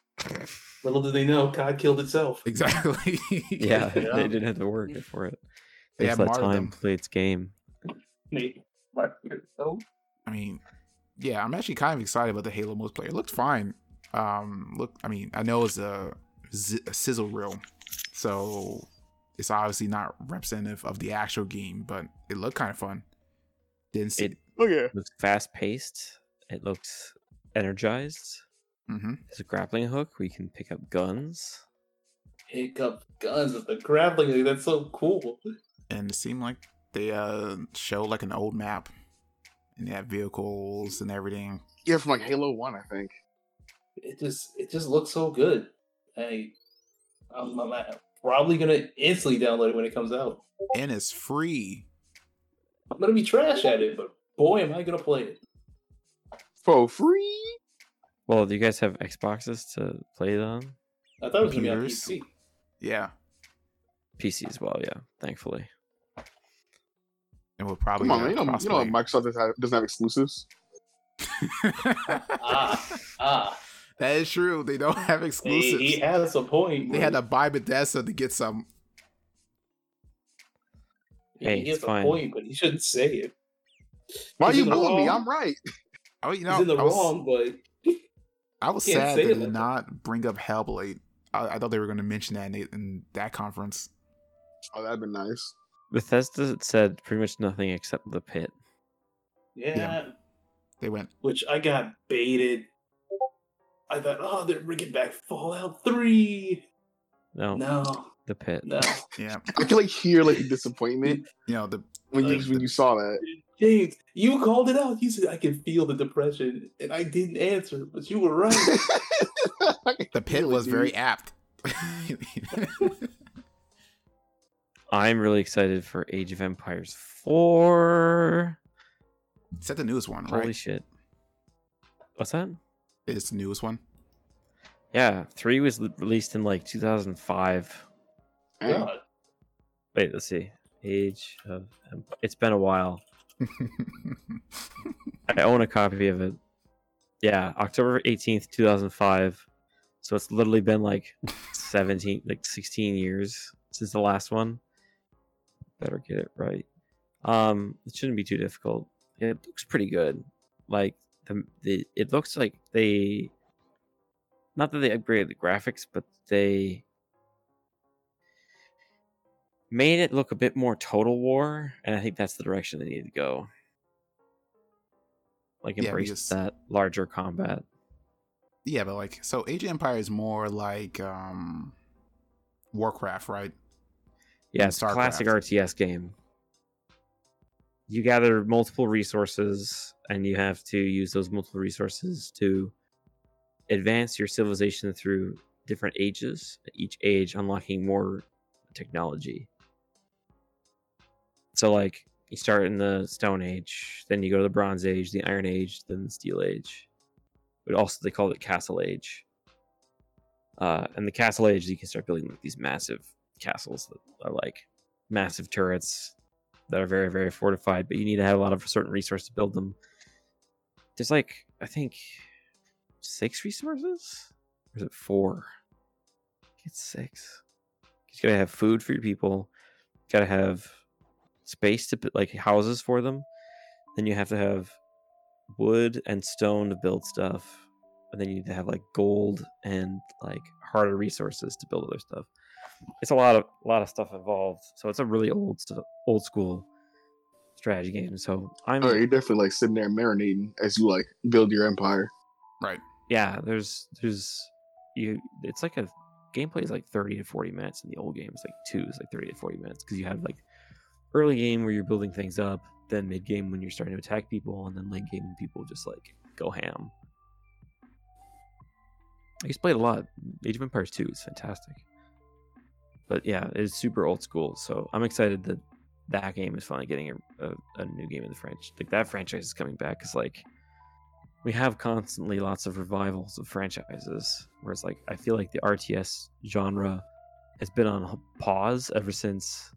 [SPEAKER 2] Little did they know, COD killed itself.
[SPEAKER 3] exactly.
[SPEAKER 5] Yeah,
[SPEAKER 1] Yeah.
[SPEAKER 5] they didn't have to work for it.
[SPEAKER 3] They
[SPEAKER 5] Just
[SPEAKER 3] had
[SPEAKER 5] let
[SPEAKER 3] martyrdom.
[SPEAKER 5] time play its game.
[SPEAKER 2] Nate, what? So
[SPEAKER 3] I mean, yeah, I'm actually kind of excited about the Halo multiplayer. It looked fine. Um, look, I mean, I know it's a, zi- a sizzle reel, so it's obviously not representative of the actual game, but it looked kind of fun. Didn't see.
[SPEAKER 5] It-
[SPEAKER 4] Oh yeah.
[SPEAKER 5] It looks fast paced. It looks energized.
[SPEAKER 3] hmm
[SPEAKER 5] There's a grappling hook where you can pick up guns.
[SPEAKER 2] pick up guns with the grappling. hook. That's so cool.
[SPEAKER 3] And it seemed like they uh showed like an old map, and they had vehicles and everything.
[SPEAKER 4] Yeah, from like Halo One, I think.
[SPEAKER 2] It just it just looks so good. I I'm, I'm probably gonna instantly download it when it comes out.
[SPEAKER 3] And it's free.
[SPEAKER 2] I'm gonna be trash at it, but boy, am I gonna play it.
[SPEAKER 4] For free.
[SPEAKER 5] Well, do you guys have Xboxes to play it on?
[SPEAKER 2] I thought it was gonna be on
[SPEAKER 3] Computers?
[SPEAKER 2] PC.
[SPEAKER 3] Yeah,
[SPEAKER 5] PC as well, yeah, thankfully.
[SPEAKER 3] and we'll probably
[SPEAKER 4] Come on, man. You
[SPEAKER 3] uh,
[SPEAKER 4] know, you know Microsoft doesn't have, doesn't have exclusives.
[SPEAKER 3] crossplay.
[SPEAKER 2] Ah, ah.
[SPEAKER 3] that is true. They don't have
[SPEAKER 2] He,
[SPEAKER 3] exclusives.
[SPEAKER 2] he has a point.
[SPEAKER 3] They had to buy Bethesda to get some.
[SPEAKER 5] Hey,
[SPEAKER 2] he
[SPEAKER 5] it's
[SPEAKER 2] has
[SPEAKER 5] fine.
[SPEAKER 2] a point, but he shouldn't say it.
[SPEAKER 4] Why are
[SPEAKER 2] He's
[SPEAKER 4] you
[SPEAKER 2] in the
[SPEAKER 4] bullying me?
[SPEAKER 2] wrong.
[SPEAKER 4] I'm right.
[SPEAKER 3] Oh, you know,
[SPEAKER 2] He's in the
[SPEAKER 3] I was,
[SPEAKER 2] wrong, but
[SPEAKER 3] I was
[SPEAKER 2] Can't
[SPEAKER 3] sad
[SPEAKER 2] say
[SPEAKER 3] they
[SPEAKER 2] it
[SPEAKER 3] did
[SPEAKER 2] like that.
[SPEAKER 3] not bring up Hellblade. I, I thought they were going to mention that in, in that conference.
[SPEAKER 4] Oh, that'd been nice.
[SPEAKER 5] Bethesda said pretty much nothing except the pit.
[SPEAKER 2] yeah,
[SPEAKER 3] They went,
[SPEAKER 2] which I got baited. I thought, oh, they're bringing back Fallout 3.
[SPEAKER 5] No,
[SPEAKER 2] No,
[SPEAKER 5] the pit.
[SPEAKER 2] no.
[SPEAKER 3] yeah,
[SPEAKER 4] I can like hear like the disappointment
[SPEAKER 3] you know, the
[SPEAKER 4] when you
[SPEAKER 2] Like,
[SPEAKER 4] when you saw that.
[SPEAKER 2] James, you called it out. You said, I can feel the depression, and I didn't answer, but you were right.
[SPEAKER 4] I can
[SPEAKER 3] the pit
[SPEAKER 4] feel it,
[SPEAKER 3] was
[SPEAKER 4] dude.
[SPEAKER 3] very apt.
[SPEAKER 5] I'm really excited for Age of Empires 4.
[SPEAKER 3] Is that the newest one,
[SPEAKER 5] Holy
[SPEAKER 3] right?
[SPEAKER 5] shit. What's that?
[SPEAKER 3] it's the newest one.
[SPEAKER 5] Yeah, 3 was l- released in like 2005.
[SPEAKER 4] Dang.
[SPEAKER 2] God.
[SPEAKER 5] Wait, let's see. Age of Empires. It's been a while. I own a copy of it. Yeah, October 18th, 2005. So it's literally been like 17, like 16 years since the last one. Better get it right. Um, it shouldn't be too difficult. It looks pretty good. Like the, the it looks like they not that they upgraded the graphics, but they made it look a bit more total war, and I think that's the direction they need to go. Like
[SPEAKER 3] Yeah,
[SPEAKER 5] embrace
[SPEAKER 3] because-
[SPEAKER 5] that larger combat.
[SPEAKER 3] yeah, but like, so Age of Empire is more like um Warcraft, right?
[SPEAKER 5] Yeah,
[SPEAKER 3] than
[SPEAKER 5] it's a classic RTS game. You gather multiple resources, and you have to use those multiple resources to advance your civilization through different ages, each age unlocking more technology. So, like, you start in the Stone Age, then you go to the Bronze Age, the Iron Age, then the Steel Age. But also, they call it Castle Age. Uh, and the Castle Age, you can start building like these massive castles that are like massive turrets that are very very fortified but you need to have a lot of certain resources to build them there's like i think six resources or is it four I think it's six you gotta have food for your people you gotta have space to put like houses for them then you have to have wood and stone to build stuff and then you need to have like gold and like harder resources to build other stuff it's a lot of a lot of stuff involved. So it's a really old stu- old school strategy game. So I'm
[SPEAKER 4] Oh, you're definitely like sitting there marinating as you like build your empire.
[SPEAKER 3] Right.
[SPEAKER 5] yeah. There's there's you. It's like a gameplay is like thirty to forty minutes, and the old game is like two is like thirty to forty minutes because you have like early game where you're building things up, then mid game when you're starting to attack people, and then late game when people just like go ham. I used to play it a lot. Age of Empires 2 is fantastic. But yeah, it's super old school. So I'm excited that that game is finally getting a, a, a new game in the French. Like that franchise is coming back. Cause like we have constantly lots of revivals of franchises where it's like, I feel like the RTS genre has been on h- pause ever since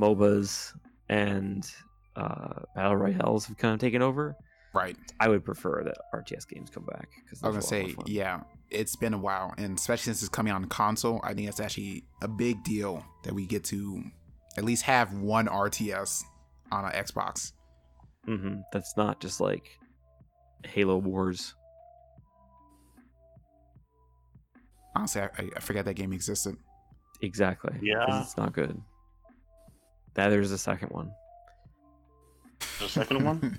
[SPEAKER 5] MOBAs and uh, battle royales have kind of taken over.
[SPEAKER 3] Right.
[SPEAKER 5] I would prefer that RTS games come back. Cause
[SPEAKER 3] I was gonna
[SPEAKER 5] there's a lot more
[SPEAKER 3] say,
[SPEAKER 5] fun.
[SPEAKER 3] yeah, it's been a while, and especially since it's coming on console, I think that's actually a big deal that we get to at least have one RTS on an Xbox.
[SPEAKER 5] Mm-hmm. That's not just like Halo Wars.
[SPEAKER 3] Honestly, I, I- I forgot that game existed.
[SPEAKER 5] Exactly. 'cause
[SPEAKER 1] Yeah.
[SPEAKER 5] It's not good. That there's a second one.
[SPEAKER 1] The second one?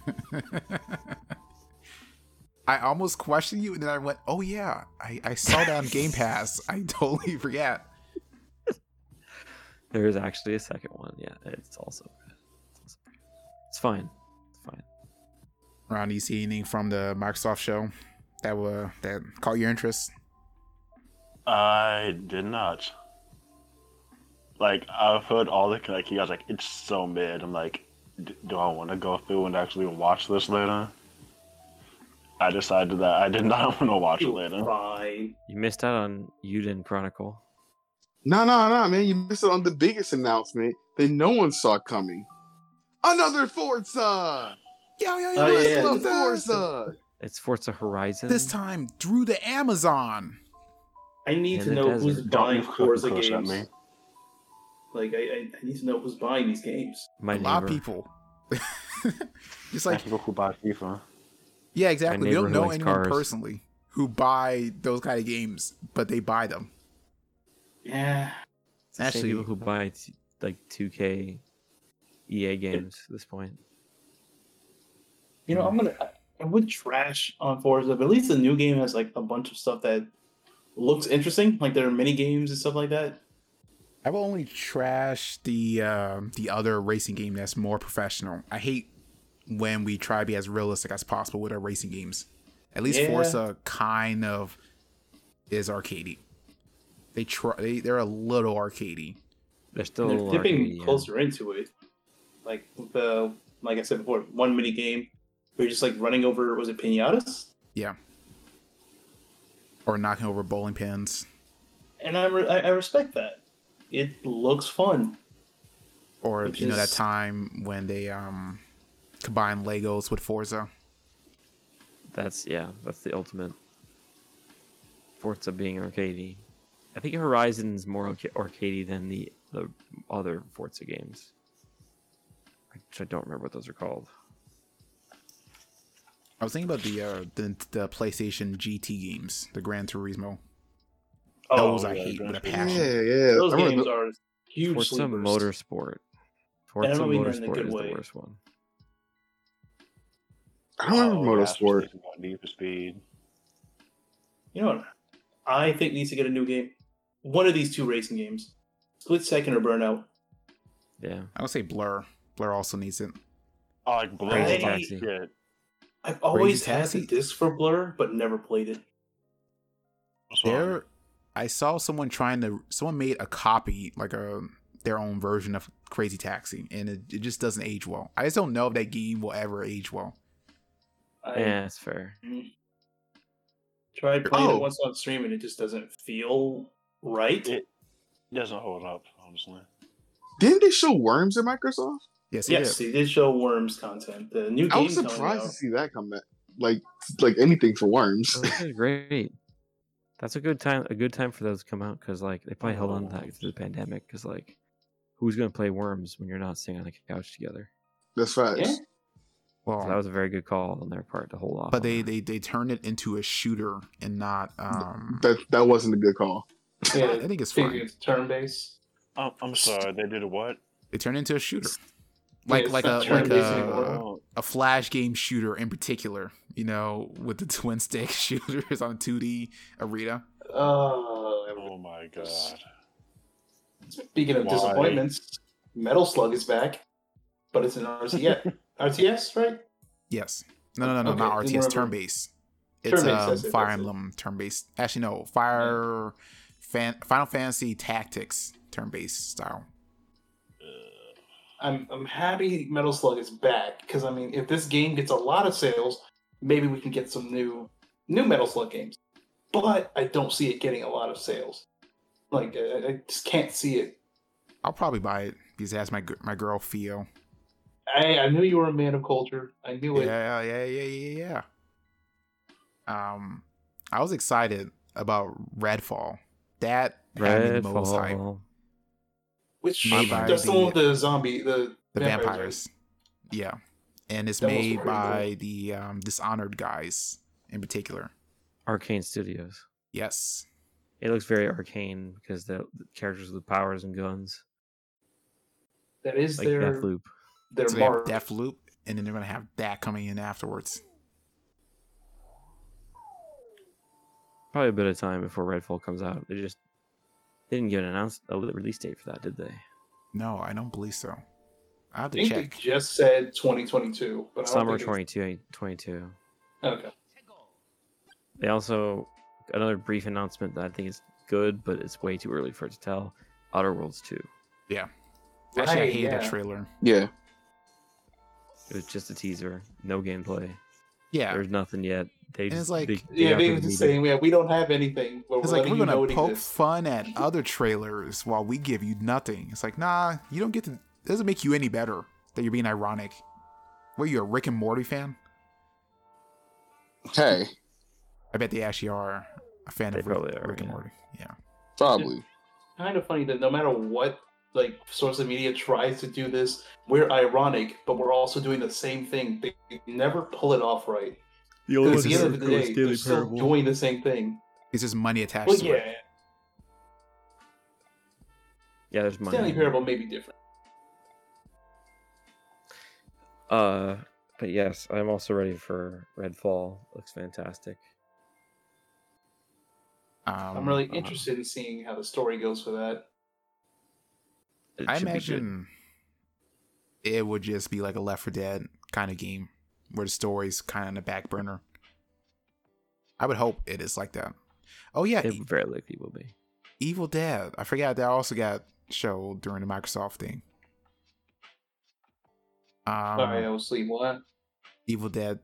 [SPEAKER 3] I almost questioned you, and then I went, "Oh yeah, I, I saw that on Game Pass. I totally forgot."
[SPEAKER 5] There is actually a second one. Yeah. It's also good. It's, also good. it's fine. It's fine.
[SPEAKER 3] Ron, do you see anything from the Microsoft show that were that caught your interest?
[SPEAKER 1] I did not. Like I've heard all the like you guys like it's so mid. I'm like, D- do I want to go through and actually watch this later? I decided that I did not want to watch it later.
[SPEAKER 2] Fine.
[SPEAKER 5] You missed out on Uden Chronicle.
[SPEAKER 4] No, no, no, man. You missed it on the biggest announcement that no one saw coming. Another Forza!
[SPEAKER 3] Yeah, yeah,
[SPEAKER 2] Oh,
[SPEAKER 4] Let's
[SPEAKER 2] yeah.
[SPEAKER 4] love
[SPEAKER 3] Let's go Forza.
[SPEAKER 4] Forza!
[SPEAKER 5] It's Forza
[SPEAKER 1] Um,
[SPEAKER 5] Horizon.
[SPEAKER 3] This time, through the Amazon.
[SPEAKER 2] I need
[SPEAKER 5] In
[SPEAKER 2] to
[SPEAKER 5] the
[SPEAKER 2] know
[SPEAKER 5] desert.
[SPEAKER 2] who's
[SPEAKER 1] Don't
[SPEAKER 2] buying
[SPEAKER 1] you fucking
[SPEAKER 2] Forza
[SPEAKER 1] cuss at
[SPEAKER 2] games.
[SPEAKER 1] me.
[SPEAKER 2] Like I, I, I need to know who's buying these games.
[SPEAKER 5] my
[SPEAKER 3] a lot of
[SPEAKER 5] neighbor.
[SPEAKER 3] people. Just
[SPEAKER 1] Like
[SPEAKER 3] like
[SPEAKER 1] people who buy FIFA.
[SPEAKER 3] yeah, exactly. They
[SPEAKER 5] neighbor
[SPEAKER 3] don't
[SPEAKER 5] who
[SPEAKER 3] know
[SPEAKER 5] likes
[SPEAKER 3] anyone
[SPEAKER 5] cars.
[SPEAKER 3] personally who buy those kind of games, but they buy them.
[SPEAKER 2] Yeah.
[SPEAKER 5] It's the same
[SPEAKER 3] Actually-
[SPEAKER 5] people who buy t- like 2K EA games at this point.
[SPEAKER 2] You know, I'm gonna. I- I would trash on Forza, but at least the new game has like a bunch of stuff that looks interesting. Like there are mini games and stuff like that.
[SPEAKER 3] I will only trash the uh, the other racing game that's more professional. I hate when we try to be as realistic as possible with our racing games. At least
[SPEAKER 2] Yeah.
[SPEAKER 3] Forza kind of is arcadey. They try they, they're a little arcadey.
[SPEAKER 5] They're still
[SPEAKER 2] they're
[SPEAKER 5] a little
[SPEAKER 2] dipping
[SPEAKER 5] arcadey, yeah.
[SPEAKER 2] closer into it. Like with the, like I said before, one mini game where you're just like running over. Was it pinatas?
[SPEAKER 3] Yeah. Or knocking over bowling pins
[SPEAKER 2] And I, re- I I respect that. It looks fun.
[SPEAKER 3] or
[SPEAKER 2] Which
[SPEAKER 3] you know that
[SPEAKER 2] is-
[SPEAKER 3] time when they um combine Legos with Forza.
[SPEAKER 5] That's yeah, that's the ultimate Forza being arcadey. I think Horizon's more arca- arcadey than the the other Forza games, which I don't remember what those are called.
[SPEAKER 3] I was thinking about the uh, the, the PlayStation GT games, the Gran Turismo. Those I
[SPEAKER 1] Oh, yeah,
[SPEAKER 3] hate with a
[SPEAKER 1] Gran Turismo.
[SPEAKER 4] Yeah,
[SPEAKER 3] passion.
[SPEAKER 4] yeah.
[SPEAKER 2] Oh, Those
[SPEAKER 4] I remember
[SPEAKER 2] games
[SPEAKER 4] the-
[SPEAKER 2] are huge
[SPEAKER 5] Forza
[SPEAKER 2] sleepers.
[SPEAKER 5] Motorsport. Forza
[SPEAKER 2] don't mean that in a
[SPEAKER 5] Motorsport
[SPEAKER 2] good
[SPEAKER 5] is
[SPEAKER 2] way.
[SPEAKER 5] the worst one.
[SPEAKER 4] I remember
[SPEAKER 1] Oh, yeah,
[SPEAKER 4] Motorsport.
[SPEAKER 1] speaking about Need for Speed.
[SPEAKER 2] You know what? I think needs to get a new game. One of these two racing games, Split Second or Burnout.
[SPEAKER 5] Yeah,
[SPEAKER 3] I would say Blur. Blur also needs it.
[SPEAKER 1] Oh, like Blur.
[SPEAKER 2] Crazy
[SPEAKER 1] like,
[SPEAKER 5] Taxi.
[SPEAKER 1] shit.
[SPEAKER 2] I've always
[SPEAKER 3] Crazy
[SPEAKER 2] had
[SPEAKER 3] Taxi?
[SPEAKER 2] the disc for Blur, but never played it.
[SPEAKER 1] What's wrong?
[SPEAKER 3] There, I saw someone trying to. Someone made a copy, like a their own version of Crazy Taxi, and it, it just doesn't age well. I just don't know if that game will ever age well.
[SPEAKER 2] I
[SPEAKER 5] yeah, that's fair.
[SPEAKER 2] tried playing
[SPEAKER 4] Oh.
[SPEAKER 2] it once on stream, and it just doesn't feel right.
[SPEAKER 1] It- doesn't hold up, honestly.
[SPEAKER 4] Didn't they show worms at Microsoft?
[SPEAKER 3] Yes, it
[SPEAKER 2] yes,
[SPEAKER 3] is.
[SPEAKER 2] they did show Worms content. The new
[SPEAKER 4] I
[SPEAKER 2] game
[SPEAKER 4] was
[SPEAKER 2] coming
[SPEAKER 4] surprised
[SPEAKER 2] out.
[SPEAKER 4] to see that come back. Like, like anything for
[SPEAKER 2] Oh,
[SPEAKER 4] worms.
[SPEAKER 5] Those are great. That's a good time. A good time for those to come out because like they probably held on
[SPEAKER 2] Oh.
[SPEAKER 5] to that through the pandemic. Because like, who's gonna play Worms when you're not sitting on a couch together?
[SPEAKER 4] That's facts.
[SPEAKER 2] Yeah.
[SPEAKER 5] So
[SPEAKER 2] Oh.
[SPEAKER 5] that
[SPEAKER 3] Well,
[SPEAKER 5] was a very good call on their part to hold off.
[SPEAKER 3] but
[SPEAKER 5] on
[SPEAKER 3] they
[SPEAKER 5] that.
[SPEAKER 3] they they turned it into a shooter and not. um
[SPEAKER 4] That that wasn't a good call.
[SPEAKER 3] I think it's fine.
[SPEAKER 2] turn base.
[SPEAKER 1] I'm, I'm sorry, they did what?
[SPEAKER 3] They turned it into a shooter, like
[SPEAKER 2] it's
[SPEAKER 3] like a
[SPEAKER 2] not
[SPEAKER 3] like
[SPEAKER 2] turn-based anymore.
[SPEAKER 3] a
[SPEAKER 1] Oh,
[SPEAKER 3] a flash game shooter in particular. You know, with the twin stick shooters on 2D arena.
[SPEAKER 2] Uh,
[SPEAKER 1] oh my god.
[SPEAKER 2] speaking of
[SPEAKER 1] Why?
[SPEAKER 2] disappointments, Metal Slug is back, but it's an RCS. RTS, right?
[SPEAKER 3] Yes. No, no, no, no,
[SPEAKER 2] Okay,
[SPEAKER 3] not
[SPEAKER 2] it's more
[SPEAKER 3] RTS.
[SPEAKER 2] of a-
[SPEAKER 3] Turn based. It's
[SPEAKER 2] Turn-based,
[SPEAKER 3] um,
[SPEAKER 2] that's it,
[SPEAKER 3] Fire
[SPEAKER 2] that's it.
[SPEAKER 3] Emblem turn based. Actually, no, Fire fan, Final Fantasy Tactics turn based style.
[SPEAKER 2] I'm I'm happy Metal Slug is back because I mean, if this game gets a lot of sales, maybe we can get some new new Metal Slug games. But I don't see it getting a lot of sales. Like I, I just can't see it.
[SPEAKER 3] I'll probably buy it because that's my gr- my girl Theo.
[SPEAKER 2] I I knew you were a man of culture. I knew it.
[SPEAKER 3] Yeah, yeah, yeah, yeah, yeah. Um, I was excited about Redfall. That had me the most hype.
[SPEAKER 5] Redfall.
[SPEAKER 2] Which
[SPEAKER 3] Made by
[SPEAKER 2] that's the one with
[SPEAKER 3] the-
[SPEAKER 2] the zombie, the, vampires,
[SPEAKER 3] the
[SPEAKER 2] right?
[SPEAKER 3] vampires. Yeah, and it's
[SPEAKER 2] That was
[SPEAKER 3] made
[SPEAKER 2] pretty
[SPEAKER 3] by the um, Dishonored guys in particular.
[SPEAKER 5] Arcane Studios.
[SPEAKER 3] Yes,
[SPEAKER 5] It looks very arcane because the, the characters with powers and guns,
[SPEAKER 2] That is
[SPEAKER 5] like
[SPEAKER 2] their
[SPEAKER 5] Deathloop.
[SPEAKER 2] their
[SPEAKER 3] so they have
[SPEAKER 2] mark.
[SPEAKER 3] Death Loop, and then they're gonna have that coming in afterwards.
[SPEAKER 5] Probably a bit of time before Redfall comes out. They just they didn't give an announce a release date for that, did they?
[SPEAKER 3] No, I don't believe so. I have
[SPEAKER 2] I
[SPEAKER 3] to
[SPEAKER 2] think they
[SPEAKER 3] check.
[SPEAKER 2] just said 2022, but I don't
[SPEAKER 5] Summer
[SPEAKER 2] think it's-
[SPEAKER 5] 22, 22.
[SPEAKER 2] Okay.
[SPEAKER 5] They also another brief announcement that I think is good, but it's way too early for it to tell. Outer Worlds 2.
[SPEAKER 3] Actually, I
[SPEAKER 2] Right,
[SPEAKER 3] hate that
[SPEAKER 2] yeah.
[SPEAKER 3] trailer.
[SPEAKER 4] Yeah.
[SPEAKER 5] It was just a teaser, no gameplay.
[SPEAKER 3] Yeah,
[SPEAKER 5] There's nothing yet. They
[SPEAKER 3] And
[SPEAKER 5] just
[SPEAKER 3] it's like-
[SPEAKER 5] they,
[SPEAKER 2] Yeah,
[SPEAKER 5] got
[SPEAKER 2] they
[SPEAKER 5] rid
[SPEAKER 2] were
[SPEAKER 5] of
[SPEAKER 2] just
[SPEAKER 5] media.
[SPEAKER 2] saying, yeah, we don't have anything, but we're
[SPEAKER 3] It's like
[SPEAKER 2] letting
[SPEAKER 3] we're
[SPEAKER 2] you know
[SPEAKER 3] gonna
[SPEAKER 2] it
[SPEAKER 3] poke
[SPEAKER 2] exists.
[SPEAKER 3] fun at other trailers while we give you nothing. It's like, nah, you don't get to. It doesn't make you any better that you're being ironic. What are you a Rick and Morty fan?
[SPEAKER 4] Hey,
[SPEAKER 3] I bet they actually are a fan
[SPEAKER 5] They
[SPEAKER 3] of Rick,
[SPEAKER 5] probably are,
[SPEAKER 3] Rick and
[SPEAKER 5] yeah.
[SPEAKER 3] Morty. Yeah,
[SPEAKER 4] probably.
[SPEAKER 2] Kind of funny that no matter what like source of media tries to do this, we're ironic, but we're also doing the same thing. They never pull it off right.
[SPEAKER 5] The
[SPEAKER 2] Because
[SPEAKER 3] one
[SPEAKER 2] at the
[SPEAKER 3] is
[SPEAKER 2] end of the day, they're still doing the same thing.
[SPEAKER 3] it's just money attached
[SPEAKER 2] Well,
[SPEAKER 3] to it.
[SPEAKER 2] yeah,
[SPEAKER 5] Yeah, there's money.
[SPEAKER 2] Stanley
[SPEAKER 5] in there.
[SPEAKER 2] Parable may be different.
[SPEAKER 5] Uh, but yes, I'm also ready for Redfall. Looks fantastic.
[SPEAKER 3] Um,
[SPEAKER 2] I'm really
[SPEAKER 5] uh-huh.
[SPEAKER 2] interested in seeing how the story goes for that.
[SPEAKER 5] It
[SPEAKER 3] I
[SPEAKER 5] should be good.
[SPEAKER 3] imagine it would just be like a Left 4 Dead kind of game where the story's kind of on the back burner. I would hope it is like that. Oh yeah,
[SPEAKER 5] it very likely will be.
[SPEAKER 3] Evil Dead. I forgot that also got showed during the Microsoft thing.
[SPEAKER 2] Oh,
[SPEAKER 3] Um,
[SPEAKER 2] Sorry, I was asleep. What?
[SPEAKER 3] Evil Dead,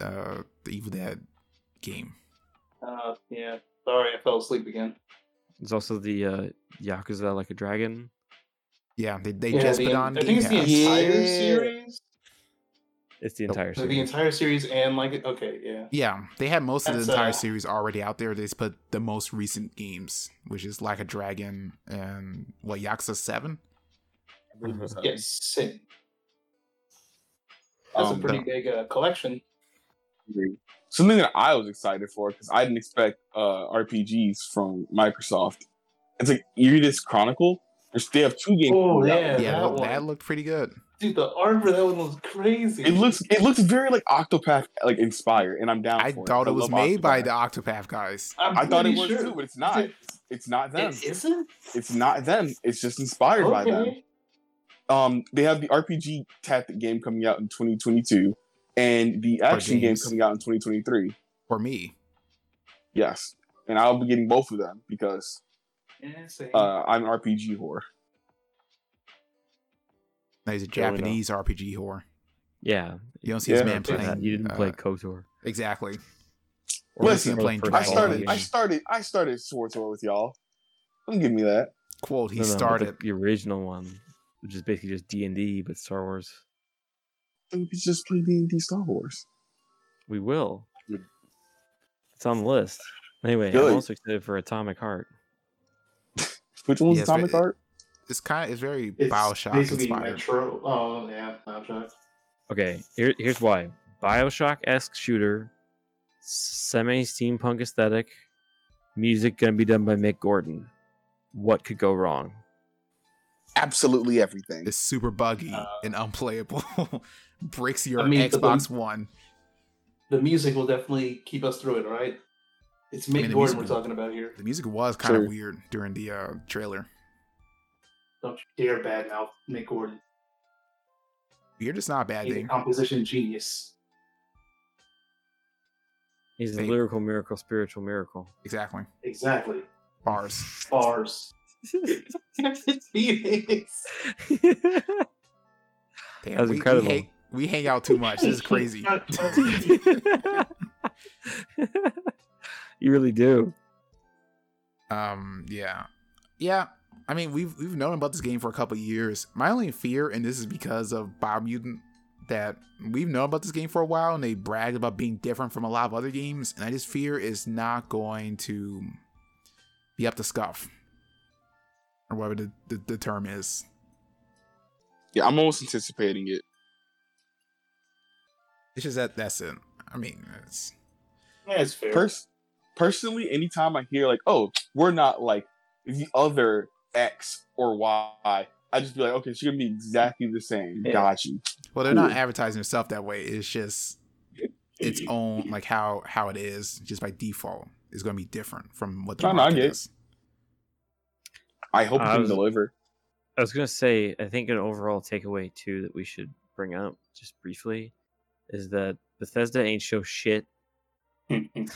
[SPEAKER 3] uh, the Evil Dead game.
[SPEAKER 2] Uh, yeah. Sorry, I fell asleep again.
[SPEAKER 5] There's also the uh, Yakuza Like a Dragon.
[SPEAKER 3] Yeah, they, they
[SPEAKER 2] Yeah,
[SPEAKER 3] just
[SPEAKER 2] the-
[SPEAKER 3] put on
[SPEAKER 2] I
[SPEAKER 3] Game
[SPEAKER 2] think it's the
[SPEAKER 3] Pass.
[SPEAKER 2] entire
[SPEAKER 4] Yeah.
[SPEAKER 2] series.
[SPEAKER 5] It's the
[SPEAKER 3] Nope.
[SPEAKER 5] entire
[SPEAKER 2] So the
[SPEAKER 5] series.
[SPEAKER 2] entire series and like okay, yeah.
[SPEAKER 3] Yeah, they had most of
[SPEAKER 2] That's,
[SPEAKER 3] the entire
[SPEAKER 2] uh,
[SPEAKER 3] series already out there. They just put the most recent games, which is Like a Dragon and what Yakuza Seven.
[SPEAKER 4] Um,
[SPEAKER 2] Yes, sin. That's
[SPEAKER 3] Um,
[SPEAKER 2] a pretty
[SPEAKER 3] no.
[SPEAKER 2] big uh, collection.
[SPEAKER 4] Agree. Something that I was excited for because I didn't expect uh, RPGs from Microsoft. It's like Eurydice Chronicle. There's, they have two games.
[SPEAKER 2] Oh,
[SPEAKER 4] coming out.
[SPEAKER 2] yeah.
[SPEAKER 3] Yeah,
[SPEAKER 2] that
[SPEAKER 3] that,
[SPEAKER 2] one.
[SPEAKER 3] that looked pretty good.
[SPEAKER 2] Dude, the art for that one was crazy.
[SPEAKER 4] It looks it looks very like Octopath like inspired, and I'm down.
[SPEAKER 3] I
[SPEAKER 4] for
[SPEAKER 3] thought it
[SPEAKER 4] I
[SPEAKER 3] was
[SPEAKER 4] love
[SPEAKER 3] made by
[SPEAKER 4] Octopath.
[SPEAKER 3] the Octopath guys.
[SPEAKER 2] I'm
[SPEAKER 4] I thought it
[SPEAKER 2] pretty
[SPEAKER 4] was
[SPEAKER 2] sure.
[SPEAKER 4] too, but it's not.
[SPEAKER 2] It
[SPEAKER 4] It's not them.
[SPEAKER 2] it isn't.
[SPEAKER 4] It's not them. It's just inspired by them.
[SPEAKER 2] Okay.
[SPEAKER 4] Um, they have the RPG tactic game coming out in 2022, and the action game
[SPEAKER 3] games.
[SPEAKER 4] coming out in 2023.
[SPEAKER 3] For me,
[SPEAKER 4] Yes, and I'll be getting both of them because
[SPEAKER 2] Yeah, same.
[SPEAKER 4] uh, I'm an RPG whore.
[SPEAKER 3] now he's a
[SPEAKER 1] Fair enough.
[SPEAKER 3] Japanese RPG whore.
[SPEAKER 5] Yeah,
[SPEAKER 3] You don't see
[SPEAKER 4] Yeah.
[SPEAKER 3] this man
[SPEAKER 2] Yeah,
[SPEAKER 3] playing.
[SPEAKER 5] you didn't play
[SPEAKER 3] uh,
[SPEAKER 5] KOTOR.
[SPEAKER 3] exactly. Or you see
[SPEAKER 4] Listen,
[SPEAKER 3] him playing
[SPEAKER 5] I
[SPEAKER 4] I
[SPEAKER 3] Dragon Ball
[SPEAKER 4] started. I
[SPEAKER 3] Evolution.
[SPEAKER 4] started. I started Swords War with y'all. Don't give me that.
[SPEAKER 3] Quote: He
[SPEAKER 5] No, no, but the-
[SPEAKER 3] started.
[SPEAKER 5] the, original one, which is basically just D and D, but Star Wars.
[SPEAKER 4] Then we could just play D and D Star Wars.
[SPEAKER 5] We will.
[SPEAKER 1] Yeah.
[SPEAKER 5] It's on the list. Anyway,
[SPEAKER 4] Really?
[SPEAKER 5] I'm also excited for Atomic Heart.
[SPEAKER 4] Which one's
[SPEAKER 3] Yes, but
[SPEAKER 4] Atomic
[SPEAKER 3] it-
[SPEAKER 4] Art?
[SPEAKER 3] It's kind of. It's very
[SPEAKER 2] It's
[SPEAKER 3] Bioshock
[SPEAKER 2] basically
[SPEAKER 3] inspired.
[SPEAKER 2] Metro. Oh yeah, Bioshock.
[SPEAKER 5] Okay, here, here's why: Bioshock esque shooter, semi steampunk aesthetic, music gonna be done by Mick Gordon. What could go wrong?
[SPEAKER 4] Absolutely everything.
[SPEAKER 3] It's super buggy
[SPEAKER 2] Uh,
[SPEAKER 3] and unplayable. Breaks your
[SPEAKER 2] I mean, the
[SPEAKER 3] Xbox One.
[SPEAKER 2] The music will definitely keep us through it, all right? It's Mick
[SPEAKER 3] mean, the
[SPEAKER 2] Gordon
[SPEAKER 3] music
[SPEAKER 2] we're
[SPEAKER 3] will-
[SPEAKER 2] talking about here.
[SPEAKER 3] The music was kind
[SPEAKER 4] True.
[SPEAKER 3] of weird during the uh, trailer.
[SPEAKER 2] Don't you dare badmouth Mick Gordon.
[SPEAKER 3] Weird is not a bad
[SPEAKER 2] He's a
[SPEAKER 3] thing.
[SPEAKER 2] composition genius.
[SPEAKER 5] He's a
[SPEAKER 3] Hey.
[SPEAKER 5] lyrical miracle, spiritual miracle.
[SPEAKER 3] Exactly.
[SPEAKER 2] Exactly.
[SPEAKER 3] Bars.
[SPEAKER 2] Bars. Phoenix.
[SPEAKER 3] Damn,
[SPEAKER 5] That was
[SPEAKER 3] we,
[SPEAKER 5] incredible.
[SPEAKER 3] We hang, we hang out too much. This is crazy.
[SPEAKER 5] you really do.
[SPEAKER 3] Um, yeah, yeah. I mean, we've we've known about this game for a couple of years. My only fear, and this is because of Biomutant, that we've known about this game for a while, and they brag about being different from a lot of other games, and I just fear it's not going to be up to scuff. or whatever the, the, the term is.
[SPEAKER 4] Yeah, I'm almost anticipating it.
[SPEAKER 3] It's just that that's it. I mean, it's
[SPEAKER 2] That's fair.
[SPEAKER 4] Pers- personally, anytime I hear like, "Oh, we're not like the other X or Y," I just be like, "Okay, she's gonna be exactly the same."
[SPEAKER 5] Yeah.
[SPEAKER 4] Got you.
[SPEAKER 3] well, they're not
[SPEAKER 4] Cool.
[SPEAKER 3] advertising themselves that way. It's just its own like how how it is just by default is going to be different from what the
[SPEAKER 4] No, no, I
[SPEAKER 3] market
[SPEAKER 4] get it.
[SPEAKER 3] is.
[SPEAKER 4] I hope it
[SPEAKER 5] I
[SPEAKER 4] can
[SPEAKER 5] was-
[SPEAKER 4] deliver.
[SPEAKER 5] I was gonna say, I think an overall takeaway too that we should bring up just briefly is that Bethesda ain't show shit.
[SPEAKER 3] One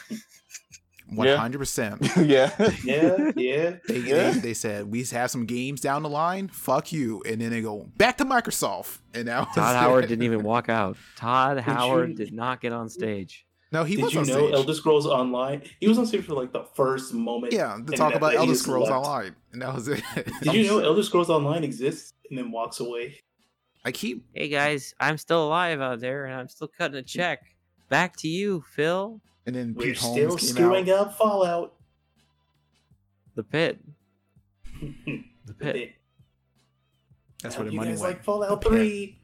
[SPEAKER 4] Yeah.
[SPEAKER 3] hundred percent.
[SPEAKER 4] yeah.
[SPEAKER 2] yeah, yeah.
[SPEAKER 3] They,
[SPEAKER 4] Yeah.
[SPEAKER 3] they, they said we have some games down the line. Fuck you, and then they go back to Microsoft, and now
[SPEAKER 5] Todd Howard didn't even walk out. Todd Howard
[SPEAKER 2] you-
[SPEAKER 5] did not get on stage.
[SPEAKER 3] No, he
[SPEAKER 2] Did
[SPEAKER 3] was
[SPEAKER 2] you
[SPEAKER 3] on
[SPEAKER 2] know
[SPEAKER 3] stage.
[SPEAKER 2] Elder Scrolls Online? He was on stage for like the first moment.
[SPEAKER 3] yeah, to
[SPEAKER 2] and
[SPEAKER 3] talk
[SPEAKER 2] that-
[SPEAKER 3] about
[SPEAKER 2] and he
[SPEAKER 3] Elder
[SPEAKER 2] just
[SPEAKER 3] Scrolls
[SPEAKER 2] left.
[SPEAKER 3] Online, and that was it.
[SPEAKER 2] Did you know Elder Scrolls Online exists and then walks away?
[SPEAKER 3] I keep
[SPEAKER 5] Hey guys, I'm still alive out there and I'm still cutting a check. Back to you, Phil.
[SPEAKER 3] and then
[SPEAKER 2] We're
[SPEAKER 3] Pete
[SPEAKER 2] still
[SPEAKER 3] Holmes came out.
[SPEAKER 2] screwing up Fallout.
[SPEAKER 5] The pit. The pit.
[SPEAKER 2] Pit.
[SPEAKER 3] That's
[SPEAKER 2] Now
[SPEAKER 3] where the
[SPEAKER 2] you
[SPEAKER 3] money
[SPEAKER 2] guys
[SPEAKER 3] went.
[SPEAKER 2] like Fallout
[SPEAKER 3] The pit.
[SPEAKER 2] Three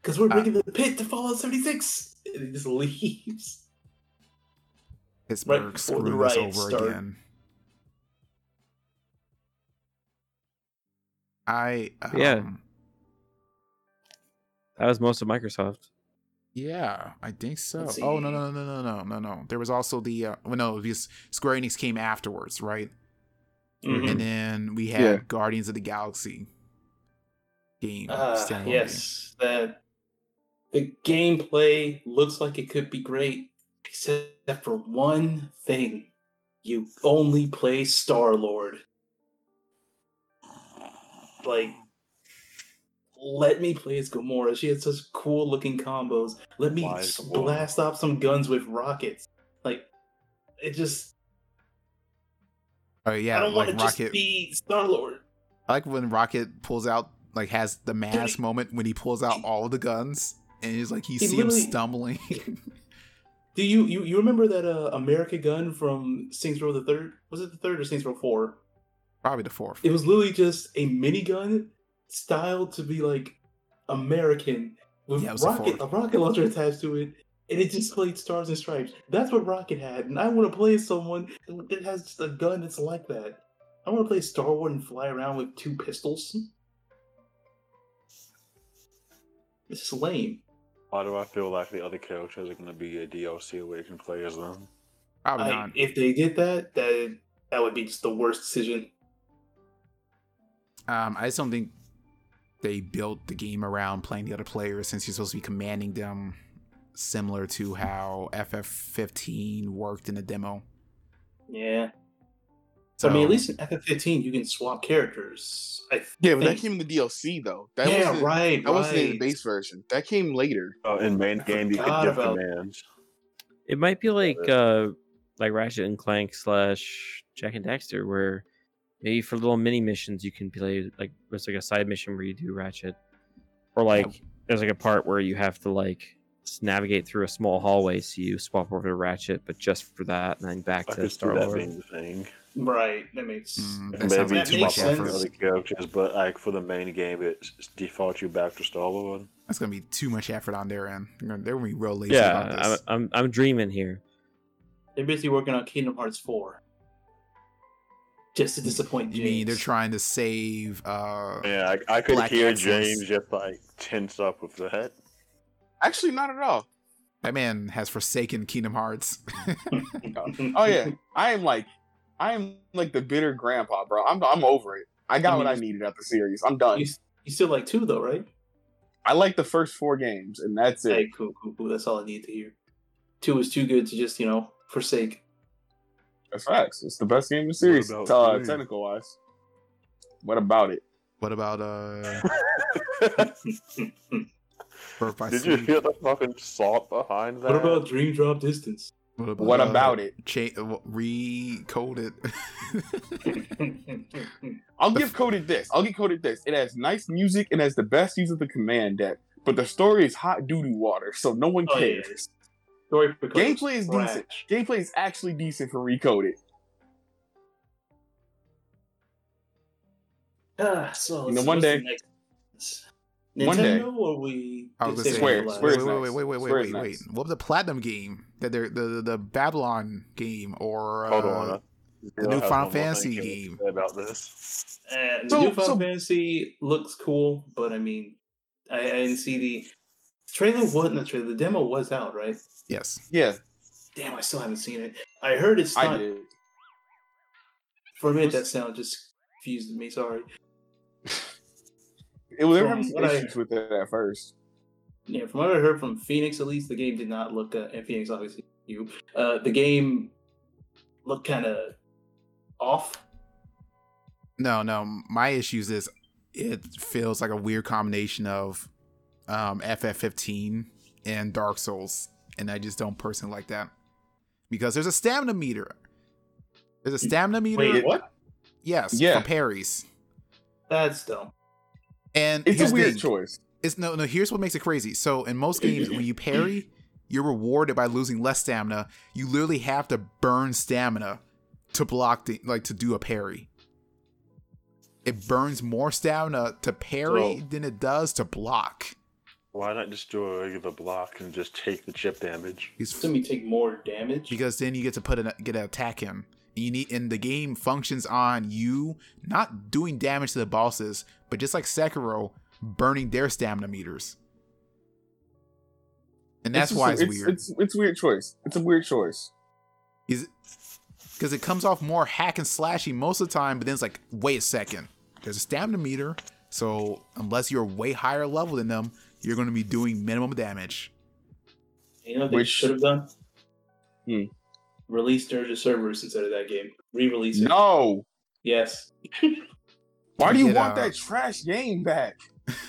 [SPEAKER 2] because we're
[SPEAKER 3] Uh,
[SPEAKER 2] bringing the pit to Fallout seventy six. And he just leaves. before
[SPEAKER 3] Pittsburgh
[SPEAKER 2] the
[SPEAKER 3] screwed
[SPEAKER 2] riots
[SPEAKER 3] us over
[SPEAKER 2] started.
[SPEAKER 3] again. I um,
[SPEAKER 5] Yeah. That was most of Microsoft.
[SPEAKER 3] Yeah, I think so.
[SPEAKER 2] Let's
[SPEAKER 3] Oh no no
[SPEAKER 2] see.
[SPEAKER 3] no no no no no no. There was also the uh, well, no because Square Enix came afterwards, right?
[SPEAKER 2] Mhm.
[SPEAKER 3] And then we had
[SPEAKER 4] Yeah.
[SPEAKER 3] Guardians of the Galaxy game.
[SPEAKER 2] Ah,
[SPEAKER 3] standalone game.
[SPEAKER 2] yes, that the gameplay looks like it could be great, except for one thing: you only play Star Lord. Like, let me play as Gamora. She had such cool-looking combos. Let me
[SPEAKER 1] Why
[SPEAKER 2] s-
[SPEAKER 1] Gamora?
[SPEAKER 2] blast off some guns with rockets. Like, it just.
[SPEAKER 3] Oh yeah,
[SPEAKER 2] I don't
[SPEAKER 3] like
[SPEAKER 2] want to
[SPEAKER 3] Rocket.
[SPEAKER 2] just be Star Lord.
[SPEAKER 3] I like when Rocket pulls out like has the mass moment when he pulls out all the guns and he's like you
[SPEAKER 2] He
[SPEAKER 3] see him
[SPEAKER 2] literally-
[SPEAKER 3] stumbling.
[SPEAKER 2] Do you you, you remember that uh, America Gun from Saints Row the Third? Was it the third or Saints Row Four?
[SPEAKER 3] Probably the fourth.
[SPEAKER 2] It was literally just a minigun styled to be like American with
[SPEAKER 3] Yeah, it was the
[SPEAKER 2] rocket
[SPEAKER 3] fourth.
[SPEAKER 2] a rocket launcher attached to it, and it just played Stars and Stripes. That's what Rocket had, and I want to play someone that has just a gun that's like that. I want to play Star Wars and fly around with two pistols. This is lame.
[SPEAKER 1] Why do I feel like the other characters are going to be a DLC where you can play as them?
[SPEAKER 3] Probably
[SPEAKER 2] I-
[SPEAKER 3] not.
[SPEAKER 2] if they did that, that that would be just the worst decision.
[SPEAKER 3] Um, I just don't think they built the game around playing the other players since you're supposed to be commanding them, similar to how FF15 worked in the demo.
[SPEAKER 2] Yeah.
[SPEAKER 3] So
[SPEAKER 2] I mean, at least in FF15, you can swap characters. I
[SPEAKER 4] Yeah, but that
[SPEAKER 2] think-
[SPEAKER 4] came in the DLC though. That
[SPEAKER 2] yeah,
[SPEAKER 4] wasn't,
[SPEAKER 2] right.
[SPEAKER 4] That wasn't in the
[SPEAKER 2] right.
[SPEAKER 4] base version. That came later.
[SPEAKER 1] Uh, in main game, you can
[SPEAKER 2] forgot
[SPEAKER 1] give
[SPEAKER 2] about-
[SPEAKER 1] commands.
[SPEAKER 5] It might be like uh like Ratchet and Clank slash Jack and Dexter, where maybe for little mini missions you can play like there's like a side mission where you do Ratchet, or like there's like a part where you have to like s- navigate through a small hallway, so you swap over to Ratchet, but just for that, and then back
[SPEAKER 1] I
[SPEAKER 5] to
[SPEAKER 1] could see
[SPEAKER 5] Star
[SPEAKER 1] that
[SPEAKER 5] Lord.
[SPEAKER 1] being the thing.
[SPEAKER 2] Right. That makes.
[SPEAKER 4] Mm-hmm.
[SPEAKER 3] Mm, that sounds
[SPEAKER 1] Maybe
[SPEAKER 3] like
[SPEAKER 2] That
[SPEAKER 3] too
[SPEAKER 1] swap
[SPEAKER 2] makes
[SPEAKER 3] much
[SPEAKER 1] out for
[SPEAKER 3] effort.
[SPEAKER 2] sense.
[SPEAKER 1] other characters, but like for the main game, it's it's default you back to Star Lord.
[SPEAKER 3] That's gonna be too much effort on their end. They're gonna, they're gonna be real lazy
[SPEAKER 5] Yeah,
[SPEAKER 3] about
[SPEAKER 5] I'm,
[SPEAKER 3] this.
[SPEAKER 5] I'm I'm dreaming here.
[SPEAKER 2] They're basically working on Kingdom Hearts 4. Just to disappoint
[SPEAKER 3] you
[SPEAKER 2] James.
[SPEAKER 3] mean they're trying to save? Uh,
[SPEAKER 1] Yeah, I, I could
[SPEAKER 3] Black
[SPEAKER 1] hear
[SPEAKER 3] excellence.
[SPEAKER 1] James just like tense up with that.
[SPEAKER 4] Actually, not at all.
[SPEAKER 3] That man has forsaken Kingdom Hearts.
[SPEAKER 4] Oh yeah, I am like, I am like the bitter grandpa, bro. I'm I'm over it. I
[SPEAKER 2] I
[SPEAKER 4] got
[SPEAKER 2] mean,
[SPEAKER 4] what I
[SPEAKER 2] you-
[SPEAKER 4] needed at the series. I'm done.
[SPEAKER 2] you, you still like two though, right?
[SPEAKER 4] I like the first four games, and that's it.
[SPEAKER 2] Hey, cool, cool, cool. That's all I need to hear. Two is too good to just you know forsake.
[SPEAKER 4] That's facts. It's the best game in the series,
[SPEAKER 1] about
[SPEAKER 4] uh,
[SPEAKER 1] three?
[SPEAKER 4] technical wise. What about it?
[SPEAKER 3] what about uh? Birth by
[SPEAKER 1] Did you
[SPEAKER 3] Sleep?
[SPEAKER 1] hear the fucking salt behind that?
[SPEAKER 2] What about Dream Drop Distance?
[SPEAKER 3] What about,
[SPEAKER 4] What
[SPEAKER 3] uh,
[SPEAKER 4] about it?
[SPEAKER 3] Cha- recode it.
[SPEAKER 4] I'll give coded this. I'll get coded this. It has nice music. It has the best use of the command deck. But the story is hot doo doo water, so no one
[SPEAKER 2] Oh, yeah.
[SPEAKER 4] cares.
[SPEAKER 2] Story for Coach
[SPEAKER 4] Gameplay is
[SPEAKER 2] Trash.
[SPEAKER 4] decent. Gameplay is actually decent for recoded.
[SPEAKER 2] Ah, so let's
[SPEAKER 4] You know,
[SPEAKER 2] see
[SPEAKER 4] one
[SPEAKER 2] what's
[SPEAKER 4] day-
[SPEAKER 2] the next-
[SPEAKER 4] one day-
[SPEAKER 2] Nintendo or we
[SPEAKER 3] I was
[SPEAKER 2] Disney
[SPEAKER 3] gonna say,
[SPEAKER 4] Square,
[SPEAKER 2] World?
[SPEAKER 4] Square
[SPEAKER 3] wait, wait, wait,
[SPEAKER 4] is nice.
[SPEAKER 3] wait, wait, wait,
[SPEAKER 4] Square is
[SPEAKER 3] wait, wait.
[SPEAKER 4] nice.
[SPEAKER 3] What was the platinum game that they're the the, the Babylon game or uh,
[SPEAKER 1] Hold on. uh,
[SPEAKER 3] the
[SPEAKER 1] I
[SPEAKER 3] new
[SPEAKER 1] have
[SPEAKER 3] Final
[SPEAKER 1] one more thing
[SPEAKER 3] Fantasy
[SPEAKER 1] to
[SPEAKER 3] game.
[SPEAKER 1] say about this.
[SPEAKER 2] Uh, the
[SPEAKER 4] So-
[SPEAKER 2] new Final
[SPEAKER 4] so-
[SPEAKER 2] Fantasy looks cool, but I mean, I, I didn't see the trailer. Wasn't the trailer? The demo was out, right?
[SPEAKER 3] Yes,
[SPEAKER 4] Yeah,
[SPEAKER 2] Damn, I still haven't seen it. I heard it's
[SPEAKER 4] I
[SPEAKER 2] not.
[SPEAKER 4] did.
[SPEAKER 2] For a minute, that sound just confused me. Sorry.
[SPEAKER 4] It was
[SPEAKER 2] From
[SPEAKER 4] having some
[SPEAKER 2] what I-
[SPEAKER 4] issues with it at first.
[SPEAKER 2] Yeah, from what I heard from Phoenix, at least the game did not look. Uh, and Phoenix, obviously, you. Uh, the game looked kind of off.
[SPEAKER 3] no, no. My issues is it feels like a weird combination of um, FF15 and Dark Souls, and I just don't personally like that because there's a stamina meter. There's a stamina meter.
[SPEAKER 2] Wait,
[SPEAKER 4] it-
[SPEAKER 2] what?
[SPEAKER 3] yes,
[SPEAKER 4] Yeah.
[SPEAKER 3] for parries.
[SPEAKER 2] That's dumb.
[SPEAKER 3] And
[SPEAKER 4] It's
[SPEAKER 3] here's
[SPEAKER 4] a
[SPEAKER 3] the
[SPEAKER 4] weird
[SPEAKER 3] thing.
[SPEAKER 4] choice.
[SPEAKER 3] It's no, no. Here's what makes it crazy. So in most games, when you parry, you're rewarded by losing less stamina. You literally have to burn stamina to block the like to do a parry. It burns more stamina to parry
[SPEAKER 1] Well-
[SPEAKER 3] than it does to block.
[SPEAKER 1] Why not just do a regular block and just take the chip damage?
[SPEAKER 3] He's
[SPEAKER 2] Doesn't me take more damage.
[SPEAKER 3] because then you get to put an, get an attack in. And you need and the game functions on you not doing damage to the bosses, but just like Sekiro, burning their stamina meters. And that's
[SPEAKER 4] just
[SPEAKER 3] why
[SPEAKER 4] a-
[SPEAKER 3] it's, weird.
[SPEAKER 4] It's, it's weird choice. It's a weird choice.
[SPEAKER 3] is because it comes off more hack and slashy most of the time, but then it's like, wait a second, there's a stamina meter, so unless you're way higher level than them, you're going to be doing minimum damage.
[SPEAKER 2] You know what they
[SPEAKER 4] Which-
[SPEAKER 2] should have done?
[SPEAKER 4] Hmm.
[SPEAKER 2] Release Dirge of Cerberus instead of that game. Re-release it.
[SPEAKER 4] No.
[SPEAKER 2] Yes.
[SPEAKER 4] Why
[SPEAKER 3] Get
[SPEAKER 4] do you want
[SPEAKER 3] out.
[SPEAKER 4] that trash game back?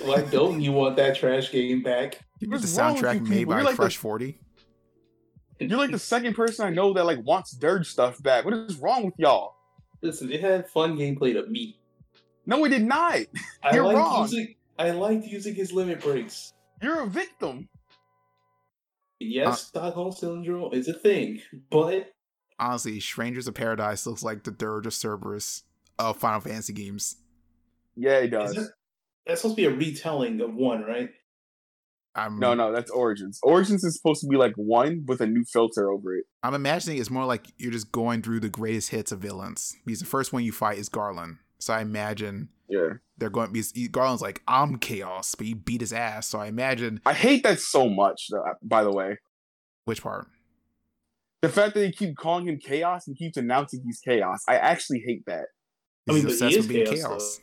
[SPEAKER 2] Why don't you want that trash game back?
[SPEAKER 3] You get the
[SPEAKER 4] What's wrong with
[SPEAKER 3] soundtrack
[SPEAKER 4] you
[SPEAKER 3] made
[SPEAKER 4] people?
[SPEAKER 3] by
[SPEAKER 4] You're like the-
[SPEAKER 3] Fresh Forty.
[SPEAKER 4] You're like the second person I know that like wants dirge stuff back. What is wrong with y'all?
[SPEAKER 2] Listen, it had fun gameplay to me.
[SPEAKER 4] No, we did not.
[SPEAKER 2] I
[SPEAKER 4] You're
[SPEAKER 2] liked
[SPEAKER 4] wrong.
[SPEAKER 2] using I liked using his limit breaks.
[SPEAKER 4] You're a victim.
[SPEAKER 2] Yes,
[SPEAKER 3] Uh.
[SPEAKER 2] Stockholm syndrome is a thing, but
[SPEAKER 3] Honestly, Strangers of Paradise looks like the dirge of Cerberus of Final Fantasy games.
[SPEAKER 4] Yeah, he
[SPEAKER 2] is
[SPEAKER 4] does.
[SPEAKER 2] it- that's supposed to be a retelling of one, right?
[SPEAKER 3] I'm
[SPEAKER 4] No, no, that's Origins. Origins is supposed to be like one with a new filter over it.
[SPEAKER 3] I'm imagining it's more like you're just going through the greatest hits of villains because the first one you fight is Garland. So I imagine
[SPEAKER 4] Yeah.
[SPEAKER 3] they're going because Garland's like I'm chaos, but you beat his ass. So I imagine
[SPEAKER 4] I hate that so much, though, by the way.
[SPEAKER 3] which part.
[SPEAKER 4] The fact that they keep calling him chaos and keeps announcing he's chaos. I actually hate that.
[SPEAKER 2] I
[SPEAKER 3] He's
[SPEAKER 2] mean, but he
[SPEAKER 3] obsessed
[SPEAKER 2] is
[SPEAKER 3] with being
[SPEAKER 2] chaos,
[SPEAKER 3] chaos.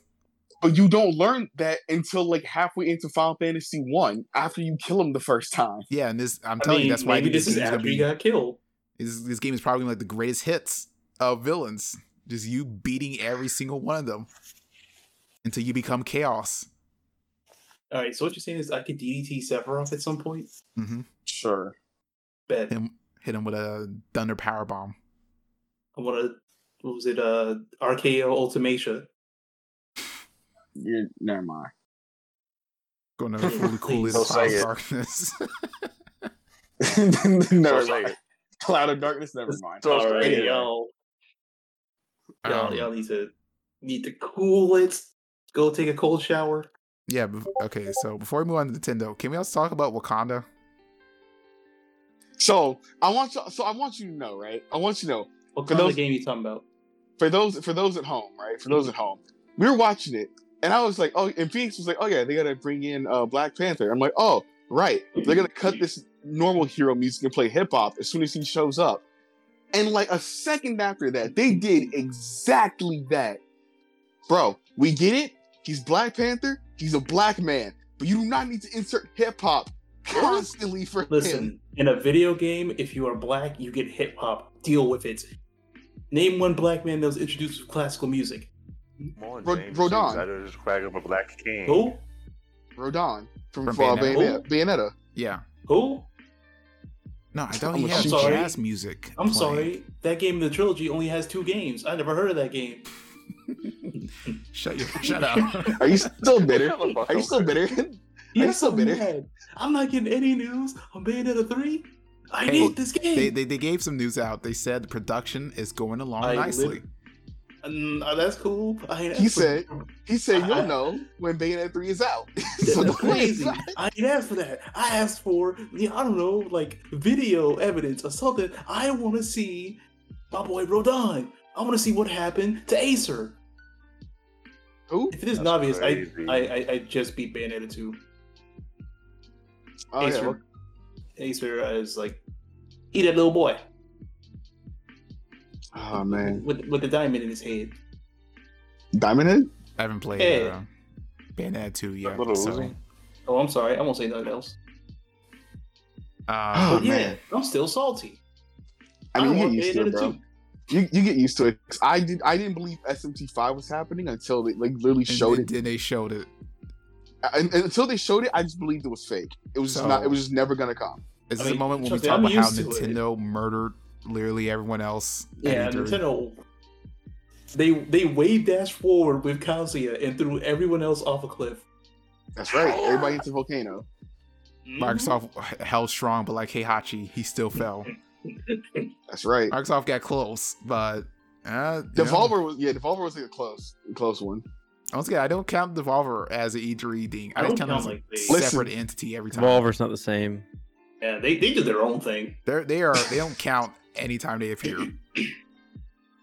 [SPEAKER 4] But you don't learn that until like halfway into Final Fantasy One, after you kill him the first time.
[SPEAKER 3] Yeah, and this I'm
[SPEAKER 2] I
[SPEAKER 3] telling
[SPEAKER 2] mean,
[SPEAKER 3] you that's why
[SPEAKER 2] maybe this is
[SPEAKER 3] game's
[SPEAKER 2] after
[SPEAKER 3] gonna
[SPEAKER 2] he
[SPEAKER 3] be
[SPEAKER 2] got killed.
[SPEAKER 3] this, this game is probably gonna be like the greatest hits of villains. Just you beating every single one of them until you become chaos.
[SPEAKER 2] All right, so what you're saying is I could DDT Sephiroth at some point?
[SPEAKER 3] hmm
[SPEAKER 4] Sure.
[SPEAKER 2] Bet.
[SPEAKER 3] Him hit him with a thunder power bomb.
[SPEAKER 2] I want to. What was it? Uh, RKO Ultimacia.
[SPEAKER 4] You're, never mind.
[SPEAKER 3] Going to fully cool
[SPEAKER 2] Please
[SPEAKER 3] the
[SPEAKER 1] don't
[SPEAKER 3] cloud
[SPEAKER 1] say
[SPEAKER 3] of
[SPEAKER 1] it.
[SPEAKER 3] darkness.
[SPEAKER 4] never
[SPEAKER 1] So,
[SPEAKER 4] mind.
[SPEAKER 1] like,
[SPEAKER 4] Cloud of Darkness, never mind.
[SPEAKER 1] so, um,
[SPEAKER 2] All right,
[SPEAKER 1] anyway,
[SPEAKER 2] y'all. Y'all,
[SPEAKER 3] Um,
[SPEAKER 2] y'all need to need to cool it. Go take a cold shower.
[SPEAKER 3] yeah. bef- Okay. So before we move on to Nintendo, can we also talk about Wakanda?
[SPEAKER 4] So I want you, so I want you to know, right? I want you to know
[SPEAKER 2] What
[SPEAKER 4] For
[SPEAKER 2] kind
[SPEAKER 4] those-
[SPEAKER 2] of game you talking about?
[SPEAKER 4] for those for those at home, right? For those at home, we were watching it, and I was like, oh, and Phoenix was like, oh yeah, they gotta bring in uh, Black Panther. I'm like, oh right, they're gonna cut this normal hero music and play hip hop as soon as he shows up. And like a second after that, they did exactly that, bro. We get it. He's Black Panther. He's a black man, but you do not need to insert hip hop constantly for
[SPEAKER 2] Listen,
[SPEAKER 4] him.
[SPEAKER 2] in a video game, if you are black, you get hip hop. Deal with it. Name one black man that was introduced to classical music.
[SPEAKER 1] come on,
[SPEAKER 4] Ro-
[SPEAKER 1] James,
[SPEAKER 4] Rodan.
[SPEAKER 1] I just crack up a black king.
[SPEAKER 2] Who?
[SPEAKER 4] Rodan from,
[SPEAKER 3] From
[SPEAKER 4] uh,
[SPEAKER 3] Bayonetta.
[SPEAKER 4] Bayonetta. Bayonetta.
[SPEAKER 3] Yeah.
[SPEAKER 2] Who?
[SPEAKER 3] No, I thought
[SPEAKER 4] I'm
[SPEAKER 3] he had
[SPEAKER 2] sorry.
[SPEAKER 3] jazz music.
[SPEAKER 2] I'm
[SPEAKER 3] playing.
[SPEAKER 2] sorry. That game in the trilogy only has two games. I never heard of that game.
[SPEAKER 3] Shut your shut up.
[SPEAKER 4] Are you still bitter?
[SPEAKER 1] Shut the fuck
[SPEAKER 4] Are you
[SPEAKER 1] up.
[SPEAKER 4] still bitter?
[SPEAKER 2] Yes,
[SPEAKER 4] so
[SPEAKER 2] I'm
[SPEAKER 4] bitter.
[SPEAKER 2] mad. I'm not getting any news on Bayonetta 3. I
[SPEAKER 3] Hey,
[SPEAKER 2] need this game.
[SPEAKER 3] they, they they gave some news out. They said the production is going along
[SPEAKER 2] I
[SPEAKER 3] nicely.
[SPEAKER 2] lit- Mm, oh, that's cool. I ain't
[SPEAKER 4] He
[SPEAKER 2] asked for
[SPEAKER 4] said-
[SPEAKER 2] that.
[SPEAKER 4] He said,
[SPEAKER 2] I-
[SPEAKER 4] "You'll know when Bayonetta three is out."
[SPEAKER 2] That's
[SPEAKER 4] So when it's
[SPEAKER 2] crazy.
[SPEAKER 4] out-
[SPEAKER 2] I didn't ask for that. I asked for, yeah, I don't know, like video evidence or something. I want to see my boy Rodan. I want to see what happened to Acer.
[SPEAKER 4] Who?
[SPEAKER 2] If it isn't
[SPEAKER 1] That's
[SPEAKER 2] obvious, I,
[SPEAKER 1] crazy.
[SPEAKER 2] I, I I just beat Bayonetta 2.
[SPEAKER 4] Oh, yeah,
[SPEAKER 2] Acer,
[SPEAKER 4] well,
[SPEAKER 2] Acer is like, eat that little boy
[SPEAKER 4] oh man,
[SPEAKER 2] with, with the diamond in his head.
[SPEAKER 4] Diamond Head.
[SPEAKER 3] I haven't played
[SPEAKER 2] Hey.
[SPEAKER 3] uh, Bayonetta 2 yet.
[SPEAKER 1] Little
[SPEAKER 3] So,
[SPEAKER 1] Uzi.
[SPEAKER 2] Oh, I'm sorry. I won't say nothing else.
[SPEAKER 3] uh,
[SPEAKER 4] Oh,
[SPEAKER 2] yeah,
[SPEAKER 4] man.
[SPEAKER 2] I'm still salty.
[SPEAKER 4] I mean, you
[SPEAKER 2] want
[SPEAKER 4] get used to it,
[SPEAKER 2] Bayonetta
[SPEAKER 4] bro.
[SPEAKER 2] 2.
[SPEAKER 4] You, you get used to it. 'Cause I did. I didn't believe SMT five was happening until they like literally
[SPEAKER 3] and
[SPEAKER 4] showed
[SPEAKER 3] then,
[SPEAKER 4] it.
[SPEAKER 3] then they showed it.
[SPEAKER 4] And, and until they showed it, I just believed it was fake. It was just
[SPEAKER 3] So-
[SPEAKER 4] not. It was just never gonna come.
[SPEAKER 3] Is
[SPEAKER 2] I
[SPEAKER 3] this
[SPEAKER 2] mean,
[SPEAKER 3] a moment when we
[SPEAKER 2] trust me,
[SPEAKER 3] talk
[SPEAKER 2] I'm
[SPEAKER 3] about how
[SPEAKER 2] used to it.
[SPEAKER 3] Nintendo murdered literally everyone else? at
[SPEAKER 2] Yeah,
[SPEAKER 3] E3?
[SPEAKER 2] Nintendo. They they wave dash forward with Calcia and threw everyone else off a cliff.
[SPEAKER 4] That's right. Everybody hits a volcano.
[SPEAKER 3] Mm-hmm. Microsoft
[SPEAKER 2] mm-hmm.
[SPEAKER 3] held strong, but like Heihachi, he still fell.
[SPEAKER 4] That's right.
[SPEAKER 3] Microsoft got close, but uh, you know,
[SPEAKER 4] Devolver was yeah. Devolver was like a close, close one.
[SPEAKER 3] Once again, I don't count Devolver as an E3 thing. I,
[SPEAKER 2] I
[SPEAKER 3] just
[SPEAKER 2] don't
[SPEAKER 3] count it as
[SPEAKER 2] count
[SPEAKER 3] a
[SPEAKER 2] like they-
[SPEAKER 3] separate
[SPEAKER 4] Listen.
[SPEAKER 3] entity every time.
[SPEAKER 5] Revolver's not the same.
[SPEAKER 2] Yeah, they they do their own thing.
[SPEAKER 3] They're, they are they don't count anytime they appear.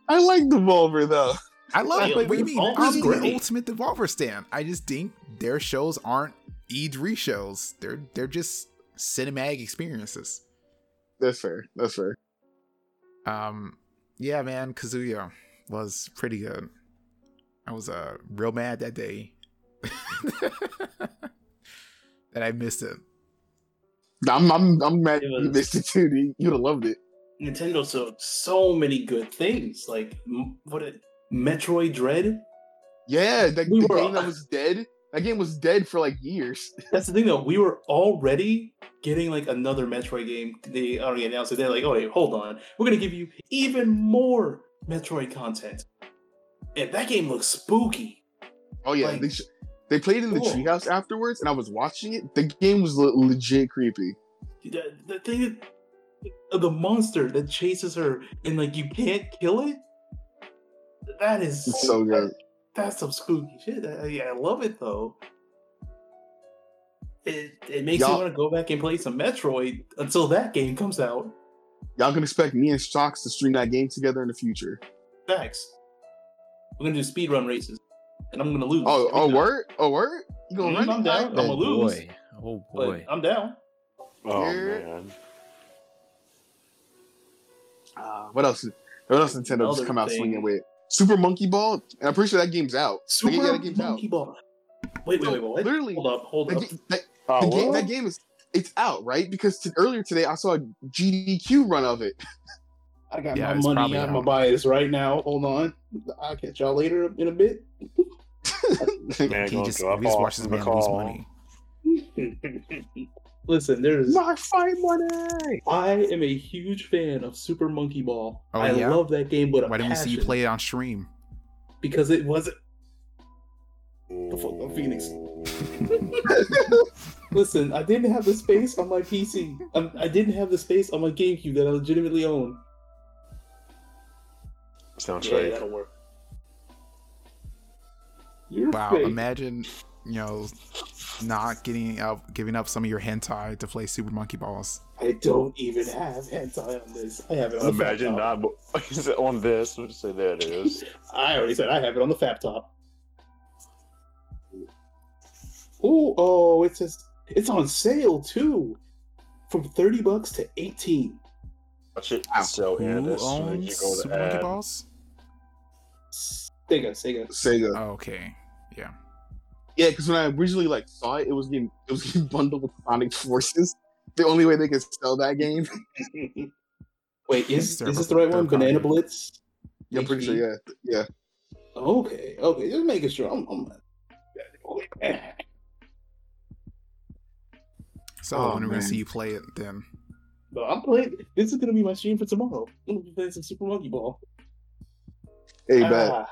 [SPEAKER 4] I like Devolver though.
[SPEAKER 3] I love
[SPEAKER 2] Yeah,
[SPEAKER 3] it. What do you mean? I
[SPEAKER 2] Devolver's
[SPEAKER 3] was the
[SPEAKER 2] great.
[SPEAKER 3] ultimate Devolver stand. I just think their shows aren't E3 shows. They're they're just cinematic experiences.
[SPEAKER 4] That's fair. That's fair.
[SPEAKER 3] Um, yeah, man, Kazuya was pretty good. I was uh real mad that day that I missed it.
[SPEAKER 4] I'm I'm, I'm mad
[SPEAKER 2] It
[SPEAKER 4] you
[SPEAKER 2] was-
[SPEAKER 4] missed it too. dude. You'd have loved it.
[SPEAKER 2] Nintendo so so many good things like m- what it, Metroid Dread.
[SPEAKER 4] Yeah, that,
[SPEAKER 2] We
[SPEAKER 4] the
[SPEAKER 2] were-
[SPEAKER 4] game that was dead. That game was dead for like years.
[SPEAKER 2] That's the thing though. We were already getting like another Metroid game. They already announced it. They're like, oh wait, hold on, we're gonna give you even more Metroid content, and that game looks spooky.
[SPEAKER 4] Oh yeah,
[SPEAKER 2] Like-
[SPEAKER 4] they sh- they played in the
[SPEAKER 2] Cool.
[SPEAKER 4] treehouse afterwards, and I was watching it. The game was le- legit creepy.
[SPEAKER 2] the, the thing that, the monster that chases her and like you can't kill it that is
[SPEAKER 4] It's so good.
[SPEAKER 2] that's some spooky shit I, yeah, I love it though it, it makes
[SPEAKER 4] Y'all-
[SPEAKER 2] you want to go back and play some metroid until that game comes out
[SPEAKER 4] Y'all can expect me and Shocks to stream that game together in the future.
[SPEAKER 2] facts we're gonna do speedrun races and i'm gonna lose
[SPEAKER 4] Oh,
[SPEAKER 2] every
[SPEAKER 4] oh,
[SPEAKER 2] time.
[SPEAKER 4] word, oh, word. You gonna
[SPEAKER 2] Mm,
[SPEAKER 4] run
[SPEAKER 2] I'm
[SPEAKER 4] it?
[SPEAKER 2] down.
[SPEAKER 4] Alright,
[SPEAKER 2] I'm a
[SPEAKER 4] then.
[SPEAKER 2] lo- Lose.
[SPEAKER 5] Boy, oh
[SPEAKER 2] but uh,
[SPEAKER 5] boy.
[SPEAKER 2] i'm down
[SPEAKER 1] Oh
[SPEAKER 4] Yeah.
[SPEAKER 1] man,
[SPEAKER 4] Uh, what else? What else? Nintendo
[SPEAKER 2] Another
[SPEAKER 4] just come out
[SPEAKER 2] thing.
[SPEAKER 4] swinging with Super Monkey Ball, and I'm pretty sure that game's out. That game-
[SPEAKER 2] super
[SPEAKER 4] that game's out.
[SPEAKER 2] monkey ball wait wait
[SPEAKER 4] No,
[SPEAKER 2] wait, wait.
[SPEAKER 4] literally.
[SPEAKER 2] hold up hold
[SPEAKER 4] That,
[SPEAKER 2] up
[SPEAKER 4] ga- that,
[SPEAKER 1] oh,
[SPEAKER 4] the game,
[SPEAKER 1] what?
[SPEAKER 4] that game is it's out, right? Because t- earlier today I saw a GDQ run of it.
[SPEAKER 2] I got
[SPEAKER 3] Yeah,
[SPEAKER 2] my
[SPEAKER 3] it's
[SPEAKER 2] money
[SPEAKER 3] probably
[SPEAKER 2] on
[SPEAKER 3] out.
[SPEAKER 2] my bias right now. Hold on. I'll catch y'all later in a bit.
[SPEAKER 1] Man,
[SPEAKER 3] he
[SPEAKER 1] gonna
[SPEAKER 3] just,
[SPEAKER 1] go up
[SPEAKER 3] we just
[SPEAKER 1] off
[SPEAKER 3] watched this
[SPEAKER 1] the
[SPEAKER 3] man lose
[SPEAKER 1] call.
[SPEAKER 3] money.
[SPEAKER 2] Listen, there's
[SPEAKER 4] My fine money.
[SPEAKER 2] I am a huge fan of Super Monkey Ball.
[SPEAKER 3] Oh,
[SPEAKER 2] I
[SPEAKER 3] yeah?
[SPEAKER 2] love that game with a
[SPEAKER 3] Why didn't we see
[SPEAKER 2] passion
[SPEAKER 3] you play it on stream?
[SPEAKER 2] because it wasn't
[SPEAKER 1] Ooh.
[SPEAKER 2] Phoenix. Listen, I didn't have the space on my PC. Um, I didn't have the space on my GameCube that I legitimately own.
[SPEAKER 1] Sounds
[SPEAKER 2] yeah,
[SPEAKER 1] right.
[SPEAKER 2] that'll work. You're
[SPEAKER 3] Wow,
[SPEAKER 2] fake.
[SPEAKER 3] imagine you know not getting up, giving up some of your hentai to play Super Monkey Balls.
[SPEAKER 2] I don't even have hentai on this. I have it on
[SPEAKER 1] Imagine
[SPEAKER 2] the fat top.
[SPEAKER 1] not but on this. Let's say there it is.
[SPEAKER 2] I already said I have it on the fap top. Ooh, oh, it says it's on sale too. From 30 bucks to 18.
[SPEAKER 1] Watch it
[SPEAKER 4] Ow.
[SPEAKER 1] sell here.
[SPEAKER 3] Who
[SPEAKER 1] This soon
[SPEAKER 3] owns
[SPEAKER 1] as you go
[SPEAKER 3] Super
[SPEAKER 1] to
[SPEAKER 3] Monkey
[SPEAKER 1] ad.
[SPEAKER 3] Balls?
[SPEAKER 2] Sega, Sega.
[SPEAKER 4] Sega.
[SPEAKER 3] Oh, okay, yeah.
[SPEAKER 4] Yeah, because when I originally like saw it, it was getting it was getting bundled with Sonic Forces. The only way they could sell that game.
[SPEAKER 2] Wait, is,
[SPEAKER 3] They're-
[SPEAKER 2] is this the right
[SPEAKER 3] they're
[SPEAKER 2] one? Banana
[SPEAKER 3] copying.
[SPEAKER 2] Blitz?
[SPEAKER 4] Yeah, I'm pretty sure. Yeah, yeah.
[SPEAKER 2] Okay, okay, just making sure. I'm, I'm...
[SPEAKER 3] So when are
[SPEAKER 4] Oh,
[SPEAKER 3] we gonna
[SPEAKER 4] man.
[SPEAKER 3] see you play it then?
[SPEAKER 2] But I'm playing. This is gonna be my stream for tomorrow. I'm gonna be playing some Super Monkey Ball.
[SPEAKER 4] Hey, bet.
[SPEAKER 5] Uh,
[SPEAKER 2] Ah.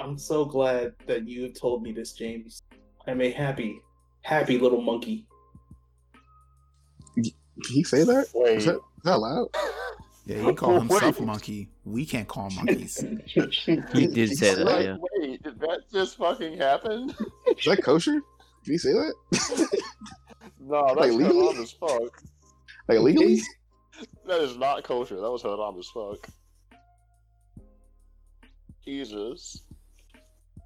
[SPEAKER 2] I'm so glad that you have told me this, James. I'm a happy, happy little monkey.
[SPEAKER 4] Can he say that?
[SPEAKER 1] Wait,
[SPEAKER 4] Is that loud?
[SPEAKER 3] Yeah, he called himself monkey. We can't call monkeys.
[SPEAKER 5] He did say that.
[SPEAKER 4] Wait,
[SPEAKER 5] Yeah.
[SPEAKER 1] Wait, did that just fucking happen?
[SPEAKER 4] Is that kosher? Can you say that?
[SPEAKER 1] No, that's
[SPEAKER 4] Like, legally?
[SPEAKER 1] haram as fuck.
[SPEAKER 4] like legally?
[SPEAKER 1] That is not kosher. That was haram as fuck. Jesus.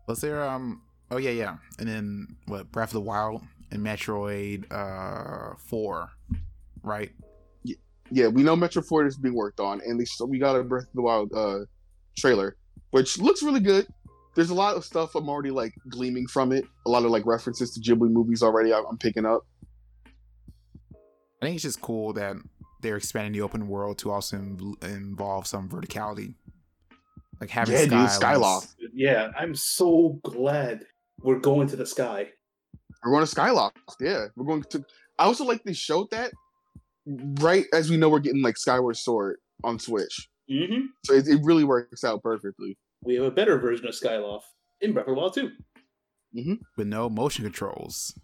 [SPEAKER 3] Was there um oh yeah, yeah. And then what Breath of the Wild and Metroid uh four, right?
[SPEAKER 4] Yeah, we know Metro Ford is being worked on, and they so we got a Breath of the Wild uh, trailer, which looks really good. There's a lot of stuff I'm already like gleaming from it. A lot of like references to Ghibli movies already. I- I'm picking up.
[SPEAKER 3] I think it's just cool that they're expanding the open world to also in- involve some verticality. Like having
[SPEAKER 4] Yeah, dude,
[SPEAKER 3] skylights.
[SPEAKER 4] Skyloft.
[SPEAKER 2] Yeah, I'm so glad we're going to the sky.
[SPEAKER 4] We're going to Skyloft. Yeah, we're going to. I also like they showed that right as we know we're getting like Skyward Sword on Switch,
[SPEAKER 2] Mm-hmm.
[SPEAKER 4] so it, it really works out perfectly.
[SPEAKER 2] We have a better version of Skyloft in Breath of the Wild too.
[SPEAKER 3] with no motion controls.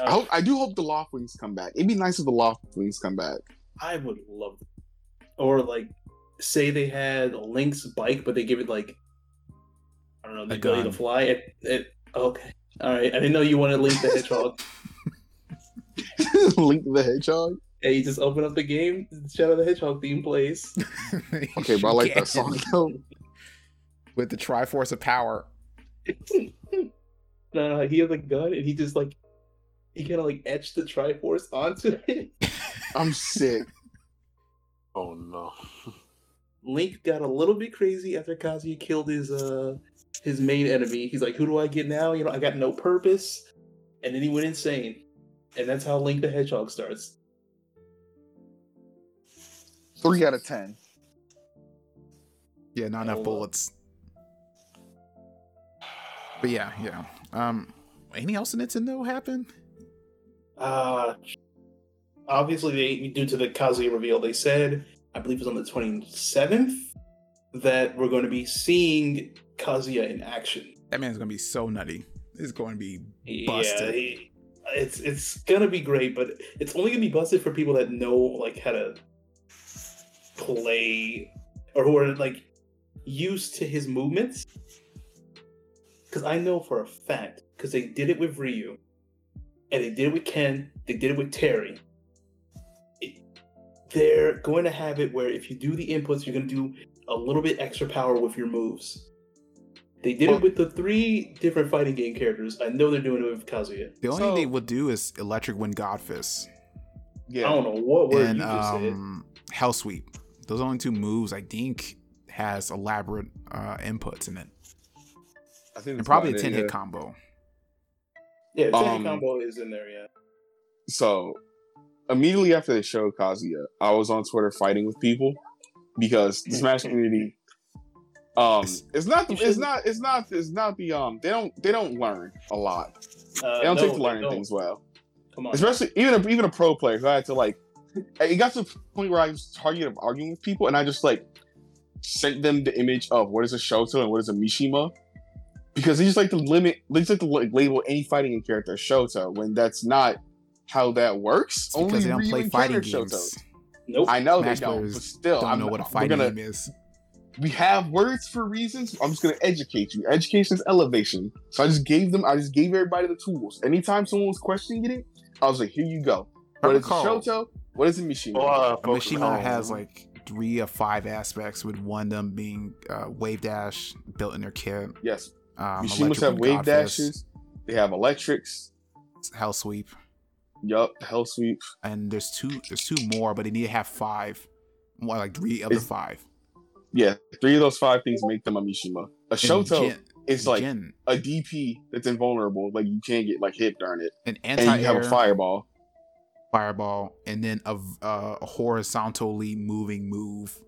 [SPEAKER 4] I hope I do hope the Loft Wings come back. It'd be nice if the Loft Wings come back.
[SPEAKER 2] I would love that. Or like say they had Link's bike, but they give it like I don't know, the
[SPEAKER 3] A
[SPEAKER 2] ability to
[SPEAKER 3] gun.
[SPEAKER 2] fly. It it okay. Alright. I didn't know you wanted Link the Hedgehog.
[SPEAKER 4] Link the Hedgehog.
[SPEAKER 2] and you just open up the game, Shadow the Hedgehog theme plays.
[SPEAKER 4] Okay, but I like that song though.
[SPEAKER 3] With the Triforce of Power.
[SPEAKER 2] no, no, he has a gun and he just like he kinda like etched the Triforce onto it.
[SPEAKER 4] I'm sick.
[SPEAKER 1] Oh no.
[SPEAKER 2] Link got a little bit crazy after Kazuya killed his uh his main enemy. He's like, "Who do I get now? You know, I got no purpose." And then he went insane, and that's how Link the Hedgehog starts.
[SPEAKER 4] Three out of ten.
[SPEAKER 3] Yeah, not enough
[SPEAKER 2] Oh.
[SPEAKER 3] bullets. But yeah, yeah. Um anything else in Nintendo happen?
[SPEAKER 2] Uh obviously they due to the Kazuya reveal, they said I believe it was on the twenty seventh that we're going to be seeing Kazuya in action.
[SPEAKER 3] That man's gonna be so nutty. It's going to be
[SPEAKER 2] Yeah,
[SPEAKER 3] Busted.
[SPEAKER 2] he- it's it's gonna be great, but it's only gonna be busted for people that know like how to play or who are like used to his movements. Because I know for a fact, because they did it with Ryu, and they did it with Ken, they did it with Terry. It- They're going to have it where if you do the inputs, you're going to do a little bit extra power with your moves. They did
[SPEAKER 4] Well-
[SPEAKER 2] it with the three different fighting game characters. I know they're doing it with Kazuya.
[SPEAKER 3] the only
[SPEAKER 4] So-
[SPEAKER 3] thing they would do is electric wind godfist
[SPEAKER 4] Yeah.
[SPEAKER 2] I don't know what word
[SPEAKER 3] and
[SPEAKER 2] you just
[SPEAKER 3] um hell sweep. Those are only two moves I think has elaborate uh inputs in it.
[SPEAKER 4] I
[SPEAKER 3] And
[SPEAKER 4] think that's
[SPEAKER 3] probably a
[SPEAKER 4] about it,
[SPEAKER 3] ten hit
[SPEAKER 4] yeah.
[SPEAKER 3] combo.
[SPEAKER 2] said. Yeah, Tenchi
[SPEAKER 4] um,
[SPEAKER 2] combo is in there. Yeah.
[SPEAKER 4] So immediately after they showed Kazuya, I was on Twitter fighting with people because the Smash community, um, it's not, the, it's not, it's not, it's not the um, they don't, they don't learn a lot.
[SPEAKER 2] Uh,
[SPEAKER 4] They don't
[SPEAKER 2] no,
[SPEAKER 4] take to learning
[SPEAKER 2] don't.
[SPEAKER 4] things well,
[SPEAKER 2] Come on.
[SPEAKER 4] especially even a, even a pro player who I had to like. It got to the point where I was targeted of arguing with people, and I just like sent them the image of what is a Shoto and what is a Mishima. Because they just like to limit, they just like to like label any fighting game character as Shoto when that's not how that works.
[SPEAKER 3] It's because they don't
[SPEAKER 4] Ryu
[SPEAKER 3] play
[SPEAKER 4] and Ken
[SPEAKER 3] fighting
[SPEAKER 4] are
[SPEAKER 3] games.
[SPEAKER 4] Shotos.
[SPEAKER 2] nope.
[SPEAKER 4] I know
[SPEAKER 3] Smash
[SPEAKER 4] they don't,
[SPEAKER 3] players
[SPEAKER 4] but still,
[SPEAKER 3] Don't
[SPEAKER 4] I'm,
[SPEAKER 3] know what a
[SPEAKER 4] we're
[SPEAKER 3] fighting
[SPEAKER 4] gonna.
[SPEAKER 3] game is.
[SPEAKER 4] We have words for reasons. I'm just gonna educate you. Education is elevation. So I just gave them. I just gave everybody the tools. Anytime someone was questioning it, I was like, here you go. What is a
[SPEAKER 3] Protocol.
[SPEAKER 4] Shoto? What is a Mishima?
[SPEAKER 1] Well, uh,
[SPEAKER 3] A
[SPEAKER 1] focus-
[SPEAKER 3] Mishima
[SPEAKER 1] oh.
[SPEAKER 3] has like three or five aspects, with one of them being uh, wave dash built in their kit.
[SPEAKER 4] yes,
[SPEAKER 3] Um,
[SPEAKER 4] Mishimas
[SPEAKER 3] electric
[SPEAKER 4] have wave
[SPEAKER 3] godfist,
[SPEAKER 4] dashes. They have electrics.
[SPEAKER 3] hell sweep,
[SPEAKER 4] Yup, hell sweep.
[SPEAKER 3] and there's two. There's two more, but they need to have five, more like three of the
[SPEAKER 4] Is-
[SPEAKER 3] five.
[SPEAKER 4] Yeah, three of those five things make them a Mishima. A
[SPEAKER 3] And
[SPEAKER 4] Shoto
[SPEAKER 3] Jin-
[SPEAKER 4] is like
[SPEAKER 3] Jin,
[SPEAKER 4] a DP that's invulnerable. Like you can't get like hit during it,
[SPEAKER 3] an
[SPEAKER 4] and you have
[SPEAKER 3] anti-air
[SPEAKER 4] a fireball.
[SPEAKER 3] fireball, and then a, v- uh, a horizontally moving move.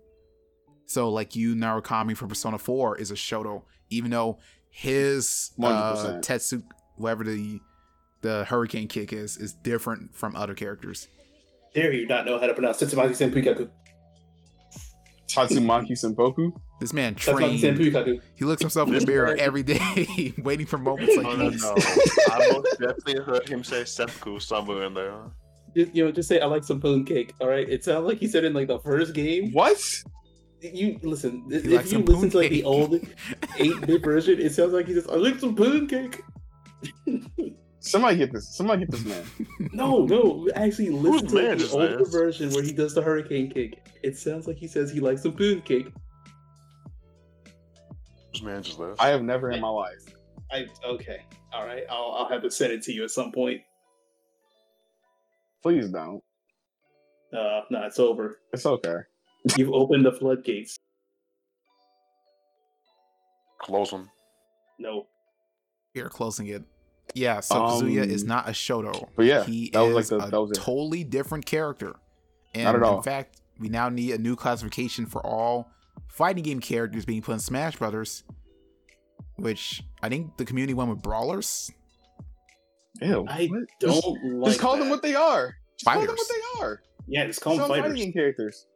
[SPEAKER 3] So like you Narukami from Persona Four is a Shoto, even though his uh,
[SPEAKER 4] 100%.
[SPEAKER 3] Tetsu, whatever the the Hurricane Kick is, is different from other characters.
[SPEAKER 2] Dare you not know how to pronounce Tetsumaki Senpukaku?
[SPEAKER 4] Tatsumaki Senpoku.
[SPEAKER 3] This man
[SPEAKER 2] Tetsumaki
[SPEAKER 3] trained.
[SPEAKER 2] Senpukaku.
[SPEAKER 3] He looks himself in the
[SPEAKER 1] This
[SPEAKER 3] mirror
[SPEAKER 1] man-
[SPEAKER 3] every day, waiting for moments like
[SPEAKER 1] Oh, No, no,
[SPEAKER 3] these.
[SPEAKER 1] no. I most definitely heard him say seppuku somewhere in there.
[SPEAKER 2] Just, you know, just say I like some mooncake. All right. It sounds like he said in like the first game.
[SPEAKER 4] What?
[SPEAKER 2] You listen. if
[SPEAKER 3] likes
[SPEAKER 2] you
[SPEAKER 3] some
[SPEAKER 2] listen to like the
[SPEAKER 3] mooncake.
[SPEAKER 2] old eight-bit version, it sounds like he just I like some mooncake.
[SPEAKER 4] Somebody get this. Somebody get this man.
[SPEAKER 2] No, no. Actually, listen
[SPEAKER 1] Whose
[SPEAKER 2] to
[SPEAKER 1] man
[SPEAKER 2] the
[SPEAKER 1] is
[SPEAKER 2] older
[SPEAKER 1] this?
[SPEAKER 2] version where he does the hurricane kick. It sounds like he says he likes some mooncake.
[SPEAKER 1] This man just left.
[SPEAKER 4] I have never in my life.
[SPEAKER 2] I okay. All right. I'll I'll have to send it to you at some point.
[SPEAKER 4] Please don't.
[SPEAKER 2] Uh, no, it's over.
[SPEAKER 4] It's okay.
[SPEAKER 2] You've opened the floodgates.
[SPEAKER 1] Close him.
[SPEAKER 2] No.
[SPEAKER 3] We are closing it. Yeah, so Kazuya is
[SPEAKER 4] Um,
[SPEAKER 3] not a Shoto.
[SPEAKER 4] But yeah,
[SPEAKER 3] he
[SPEAKER 4] that was
[SPEAKER 3] is
[SPEAKER 4] like the-
[SPEAKER 3] a
[SPEAKER 4] that was it.
[SPEAKER 3] totally different character. And
[SPEAKER 4] Not at all.
[SPEAKER 3] in fact, we now need a new classification for all fighting game characters being put in Smash Brothers, which I think the community went with brawlers.
[SPEAKER 4] Ew.
[SPEAKER 2] I
[SPEAKER 4] What?
[SPEAKER 2] don't
[SPEAKER 4] Just,
[SPEAKER 2] like.
[SPEAKER 4] just call them
[SPEAKER 2] that.
[SPEAKER 4] what they are. Just call them
[SPEAKER 3] Fighters.
[SPEAKER 4] what they are.
[SPEAKER 2] Yeah, just call
[SPEAKER 4] Call
[SPEAKER 2] them fighters.
[SPEAKER 4] fighting characters.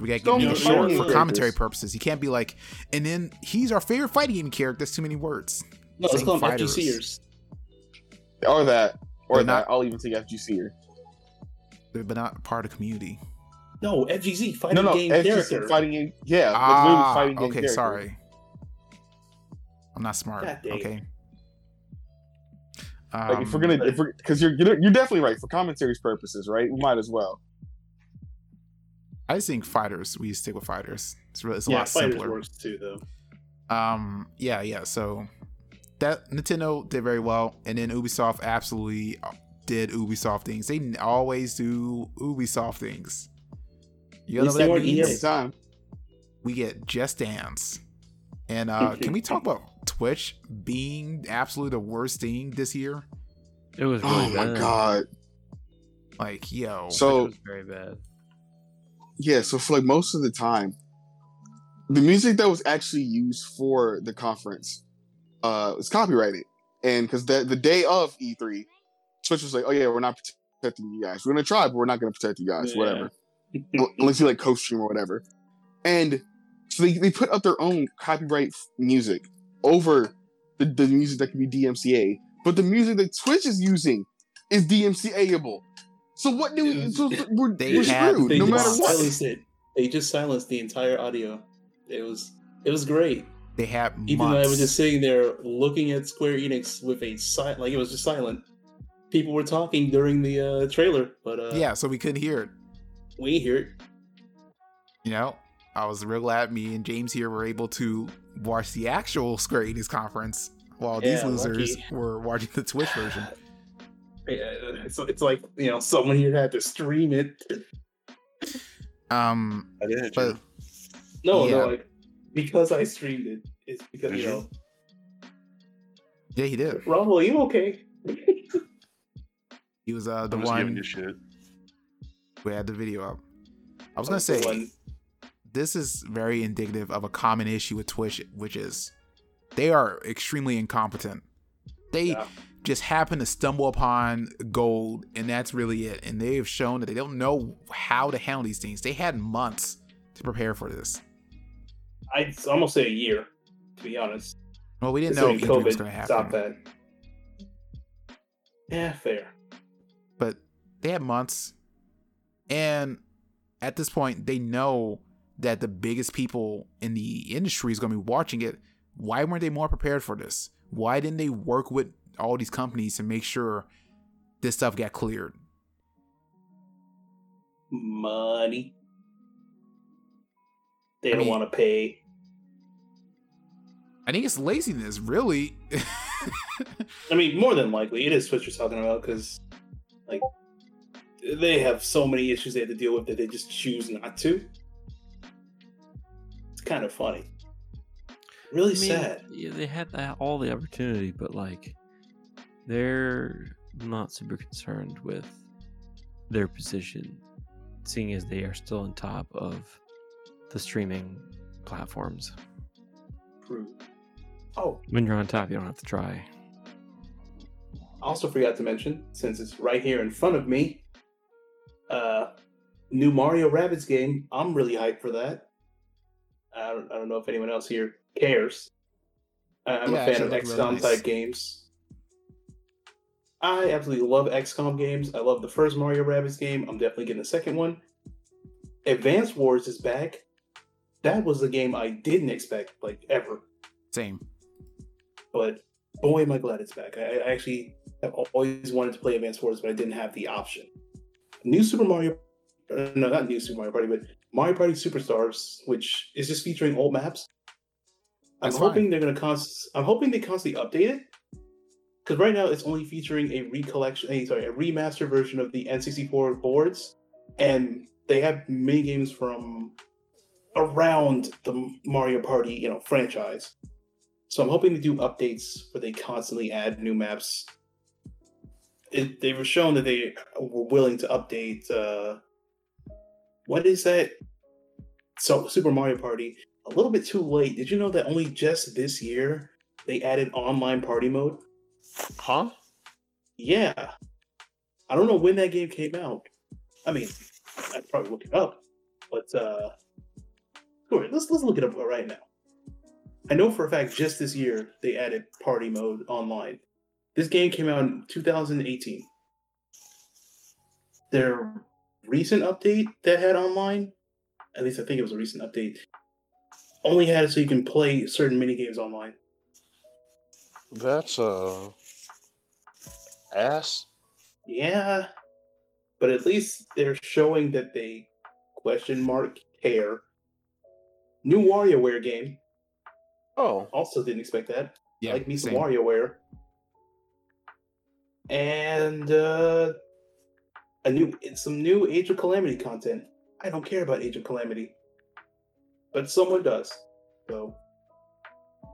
[SPEAKER 3] We gotta
[SPEAKER 4] Don't
[SPEAKER 3] give him
[SPEAKER 2] be
[SPEAKER 3] short
[SPEAKER 2] fighting
[SPEAKER 3] for
[SPEAKER 2] game
[SPEAKER 3] commentary
[SPEAKER 4] characters.
[SPEAKER 3] purposes. He can't be like, and then he's our favorite fighting game character. That's too many words.
[SPEAKER 2] No, let's
[SPEAKER 3] Saying
[SPEAKER 2] call them
[SPEAKER 3] fighters.
[SPEAKER 2] FGCers.
[SPEAKER 4] Or that. Or
[SPEAKER 3] They're
[SPEAKER 4] that.
[SPEAKER 3] not-
[SPEAKER 4] I'll even take FGC here.
[SPEAKER 3] But not part of the community.
[SPEAKER 2] No, FGC fighting
[SPEAKER 4] No, no.
[SPEAKER 2] game
[SPEAKER 4] FGC
[SPEAKER 2] character.
[SPEAKER 4] fighting game. Yeah. but literally
[SPEAKER 3] Ah,
[SPEAKER 4] fighting game
[SPEAKER 3] okay,
[SPEAKER 4] characters.
[SPEAKER 3] sorry. I'm not smart.
[SPEAKER 2] God dang it.
[SPEAKER 3] Okay. Um,
[SPEAKER 4] Like if we're gonna,
[SPEAKER 2] but-
[SPEAKER 4] if we're, because you're, you're you're definitely right for commentaries purposes, right? We might as well.
[SPEAKER 3] I just think fighters. We stick with fighters. It's really, it's a
[SPEAKER 2] yeah,
[SPEAKER 3] lot
[SPEAKER 2] fighters
[SPEAKER 3] simpler.
[SPEAKER 2] works too, though.
[SPEAKER 3] Um, yeah, yeah. So that Nintendo did very well, and then Ubisoft absolutely uh, did Ubisoft things. They n- always do Ubisoft things. You
[SPEAKER 2] At
[SPEAKER 3] know
[SPEAKER 2] least
[SPEAKER 3] what
[SPEAKER 2] they
[SPEAKER 3] that
[SPEAKER 2] weren't
[SPEAKER 3] means?
[SPEAKER 4] Every time.
[SPEAKER 3] we get Just Dance. And uh, can we talk about Twitch being absolutely the worst thing this year?
[SPEAKER 5] It was really
[SPEAKER 4] Oh my
[SPEAKER 5] bad.
[SPEAKER 4] god. Oh
[SPEAKER 3] Like, yo,
[SPEAKER 5] It
[SPEAKER 4] So
[SPEAKER 5] was very bad.
[SPEAKER 4] yeah, so for like most of the time, the music that was actually used for the conference uh was copyrighted, and because the the day of E3, Twitch was like, "Oh yeah, we're not protecting you guys. We're gonna try, but we're not gonna protect you guys.
[SPEAKER 2] Yeah.
[SPEAKER 4] Whatever, unless you like co-stream or whatever." And so they they put up their own copyright f- music over the, the music that could be DMCA, but the music that Twitch is using is DMCA-able. So what do we?
[SPEAKER 2] Dude.
[SPEAKER 4] So we're,
[SPEAKER 3] They
[SPEAKER 4] we're
[SPEAKER 3] had
[SPEAKER 4] screwed,
[SPEAKER 2] they
[SPEAKER 4] no
[SPEAKER 2] just
[SPEAKER 4] matter
[SPEAKER 3] response.
[SPEAKER 4] what.
[SPEAKER 2] silenced it. They just silenced the entire audio. It was it was great.
[SPEAKER 3] they had months.
[SPEAKER 2] Even though I was just sitting there looking at Square Enix with a silent, like it was just silent. People were talking during the uh, trailer, but uh,
[SPEAKER 3] yeah, so we couldn't hear it.
[SPEAKER 2] we ain't hear it.
[SPEAKER 3] You know, I was real glad me and James here were able to watch the actual Square Enix conference while these
[SPEAKER 2] Yeah,
[SPEAKER 3] losers
[SPEAKER 2] lucky.
[SPEAKER 3] were watching the Twitch version.
[SPEAKER 2] Yeah, it's, it's like you know someone here had to stream it.
[SPEAKER 3] Um,
[SPEAKER 1] I didn't.
[SPEAKER 3] but
[SPEAKER 1] you.
[SPEAKER 2] No,
[SPEAKER 3] Yeah. Mm-hmm.
[SPEAKER 2] no, like because I streamed it, it's because
[SPEAKER 1] Did
[SPEAKER 2] you
[SPEAKER 1] you?
[SPEAKER 2] know.
[SPEAKER 3] yeah, he did.
[SPEAKER 2] Rumble, you okay?
[SPEAKER 3] He was uh, the
[SPEAKER 1] I'm just giving
[SPEAKER 3] one
[SPEAKER 1] you shit.
[SPEAKER 3] who had the video up. I was gonna say, this is very indicative of a common issue with Twitch, which is they are extremely incompetent. They
[SPEAKER 2] Yeah.
[SPEAKER 3] just happen to stumble upon gold, and that's really it. And they have shown that they don't know how to handle these things. They had months to prepare for this.
[SPEAKER 2] I'd almost say a year, to be honest.
[SPEAKER 3] Well, we didn't know
[SPEAKER 2] Considering
[SPEAKER 3] E3 was going
[SPEAKER 2] COVID
[SPEAKER 3] to happen,
[SPEAKER 2] stopped that. Yeah, fair.
[SPEAKER 3] but they had months, and at this point, they know that the biggest people in the industry is going to be watching it. Why weren't they more prepared for this? Why didn't they work with all these companies to make sure this stuff got cleared?
[SPEAKER 2] Money. They
[SPEAKER 3] I
[SPEAKER 2] don't
[SPEAKER 3] mean-
[SPEAKER 2] want to pay.
[SPEAKER 3] I think it's laziness, really.
[SPEAKER 2] I mean, more than likely, it is what you're talking about because, like, they have so many issues they have to deal with that they just choose not to. It's kind of funny. Really
[SPEAKER 5] I mean,
[SPEAKER 2] sad.
[SPEAKER 5] Yeah, they had that, all the opportunity, but like they're not super concerned with their position, seeing as they are still on top of the streaming platforms.
[SPEAKER 2] True. Oh,
[SPEAKER 5] When you're on top, you don't have to try.
[SPEAKER 2] also forgot to mention, since it's right here in front of me, uh, new Mario Rabbids game. I'm really hyped for that. I don't, I don't know if anyone else here cares. I- I'm
[SPEAKER 3] Yeah,
[SPEAKER 2] a fan
[SPEAKER 3] actually
[SPEAKER 2] of
[SPEAKER 3] looked really
[SPEAKER 2] XCOM
[SPEAKER 3] nice.
[SPEAKER 2] type games. I absolutely love XCOM games. I love the first Mario Rabbits game. I'm definitely getting the second one. Advanced Wars is back. That was the game I didn't expect, like ever.
[SPEAKER 3] Same.
[SPEAKER 2] But boy, am I glad it's back. I, I actually have always wanted to play Advanced Wars, but I didn't have the option. New Super Mario, uh, no, not New Super Mario Party, but Mario Party Superstars, which is just featuring old maps. I'm
[SPEAKER 3] That's
[SPEAKER 2] hoping
[SPEAKER 3] fine.
[SPEAKER 2] they're gonna const- I'm hoping they constantly update it. Because right now it's only featuring a recollection, a, sorry, a remaster version of the N64 boards, and they have mini games from around the Mario Party, you know, franchise. So I'm hoping to do updates where they constantly add new maps. It, they were shown that they were willing to update. Uh, what is that? So Super Mario Party. A little bit too late. Did you know that only just this year they added online party mode?
[SPEAKER 1] Huh?
[SPEAKER 2] Yeah. I don't know when that game came out. I mean, I'd probably look it up, but uh, sure, let's let's look it up right now. I know for a fact just this year they added party mode online. This game came out in 2018. Their recent update that had online, at least I think it was a recent update, only had it so you can play certain mini games online.
[SPEAKER 1] That's uh ass.
[SPEAKER 2] Yeah, but at least they're showing that they question mark care. New WarioWare game.
[SPEAKER 1] Oh,
[SPEAKER 2] Also didn't expect that.
[SPEAKER 3] Yeah.
[SPEAKER 2] like me some
[SPEAKER 3] same.
[SPEAKER 2] WarioWare. And uh, a new some new Age of Calamity content. I don't care about Age of Calamity, but someone does. So,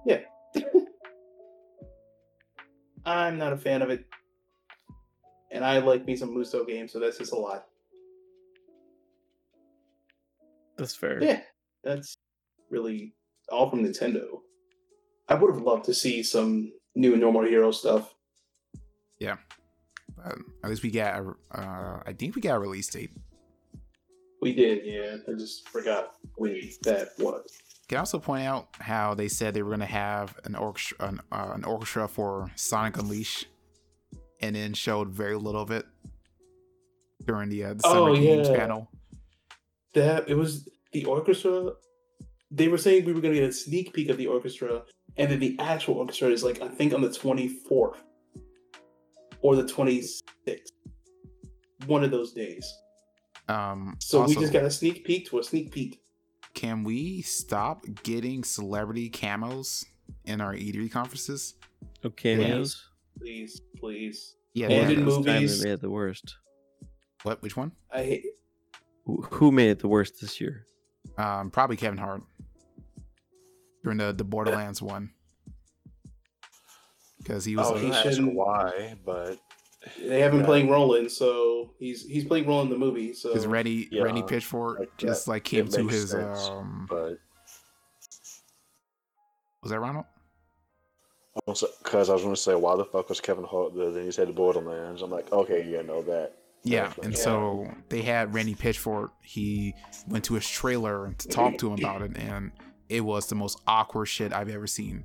[SPEAKER 2] yeah. I'm not a fan of it, and I like me some Muso games, so that's just a lot.
[SPEAKER 6] That's fair.
[SPEAKER 2] Yeah, that's really all from Nintendo. I would have loved to see some new No More Hero stuff.
[SPEAKER 3] But at least we got. A, uh, I think we got a release date.
[SPEAKER 2] We did, yeah. I just forgot when that was.
[SPEAKER 3] Can also point out how they said they were going to have an orchestra, an, uh, an orchestra for Sonic Unleashed, and then showed very little of it during the, uh, the Summer
[SPEAKER 2] Oh,
[SPEAKER 3] Games
[SPEAKER 2] yeah.
[SPEAKER 3] panel.
[SPEAKER 2] That it was the orchestra. They were saying we were gonna get a sneak peek of the orchestra, and then the actual orchestra is like I think on the twenty fourth or the twenty sixth, one of those days.
[SPEAKER 3] Um,
[SPEAKER 2] So
[SPEAKER 3] also,
[SPEAKER 2] we just got a sneak peek to a sneak peek.
[SPEAKER 3] can we stop getting celebrity camos in our E3 conferences?
[SPEAKER 2] Yeah.
[SPEAKER 5] Okay, Oh, cameos.
[SPEAKER 2] Please, please.
[SPEAKER 3] Yeah,
[SPEAKER 2] And
[SPEAKER 3] they-
[SPEAKER 2] in
[SPEAKER 5] this time
[SPEAKER 2] movies.
[SPEAKER 5] they made it the worst.
[SPEAKER 3] what? Which one?
[SPEAKER 2] I hate.
[SPEAKER 5] Who- Who made it the worst this year?
[SPEAKER 3] Um, probably Kevin Hart during the the Borderlands one because he was
[SPEAKER 1] I
[SPEAKER 2] Oh,
[SPEAKER 3] uh,
[SPEAKER 1] was
[SPEAKER 3] like,
[SPEAKER 2] he
[SPEAKER 1] gonna ask
[SPEAKER 2] shouldn't-
[SPEAKER 1] why, but
[SPEAKER 2] They have been
[SPEAKER 1] Yeah.
[SPEAKER 2] playing Roland, so he's he's playing Roland in the movie. So
[SPEAKER 3] because Randy
[SPEAKER 2] uh,
[SPEAKER 1] Yeah,
[SPEAKER 3] Randy Pitchfork
[SPEAKER 1] like
[SPEAKER 3] just like
[SPEAKER 1] it
[SPEAKER 3] came to
[SPEAKER 1] makes
[SPEAKER 3] his
[SPEAKER 1] sense.
[SPEAKER 3] um
[SPEAKER 1] but
[SPEAKER 3] was that Ronald?
[SPEAKER 1] because I was gonna say why the fuck was Kevin Hart there? Then he said Borderlands. I'm like, okay, yeah, no that.
[SPEAKER 3] Yeah,
[SPEAKER 1] Yeah.
[SPEAKER 3] and so they had Randy Pitchfork. He went to his trailer to talk to him about it, and it was the most awkward shit I've ever seen.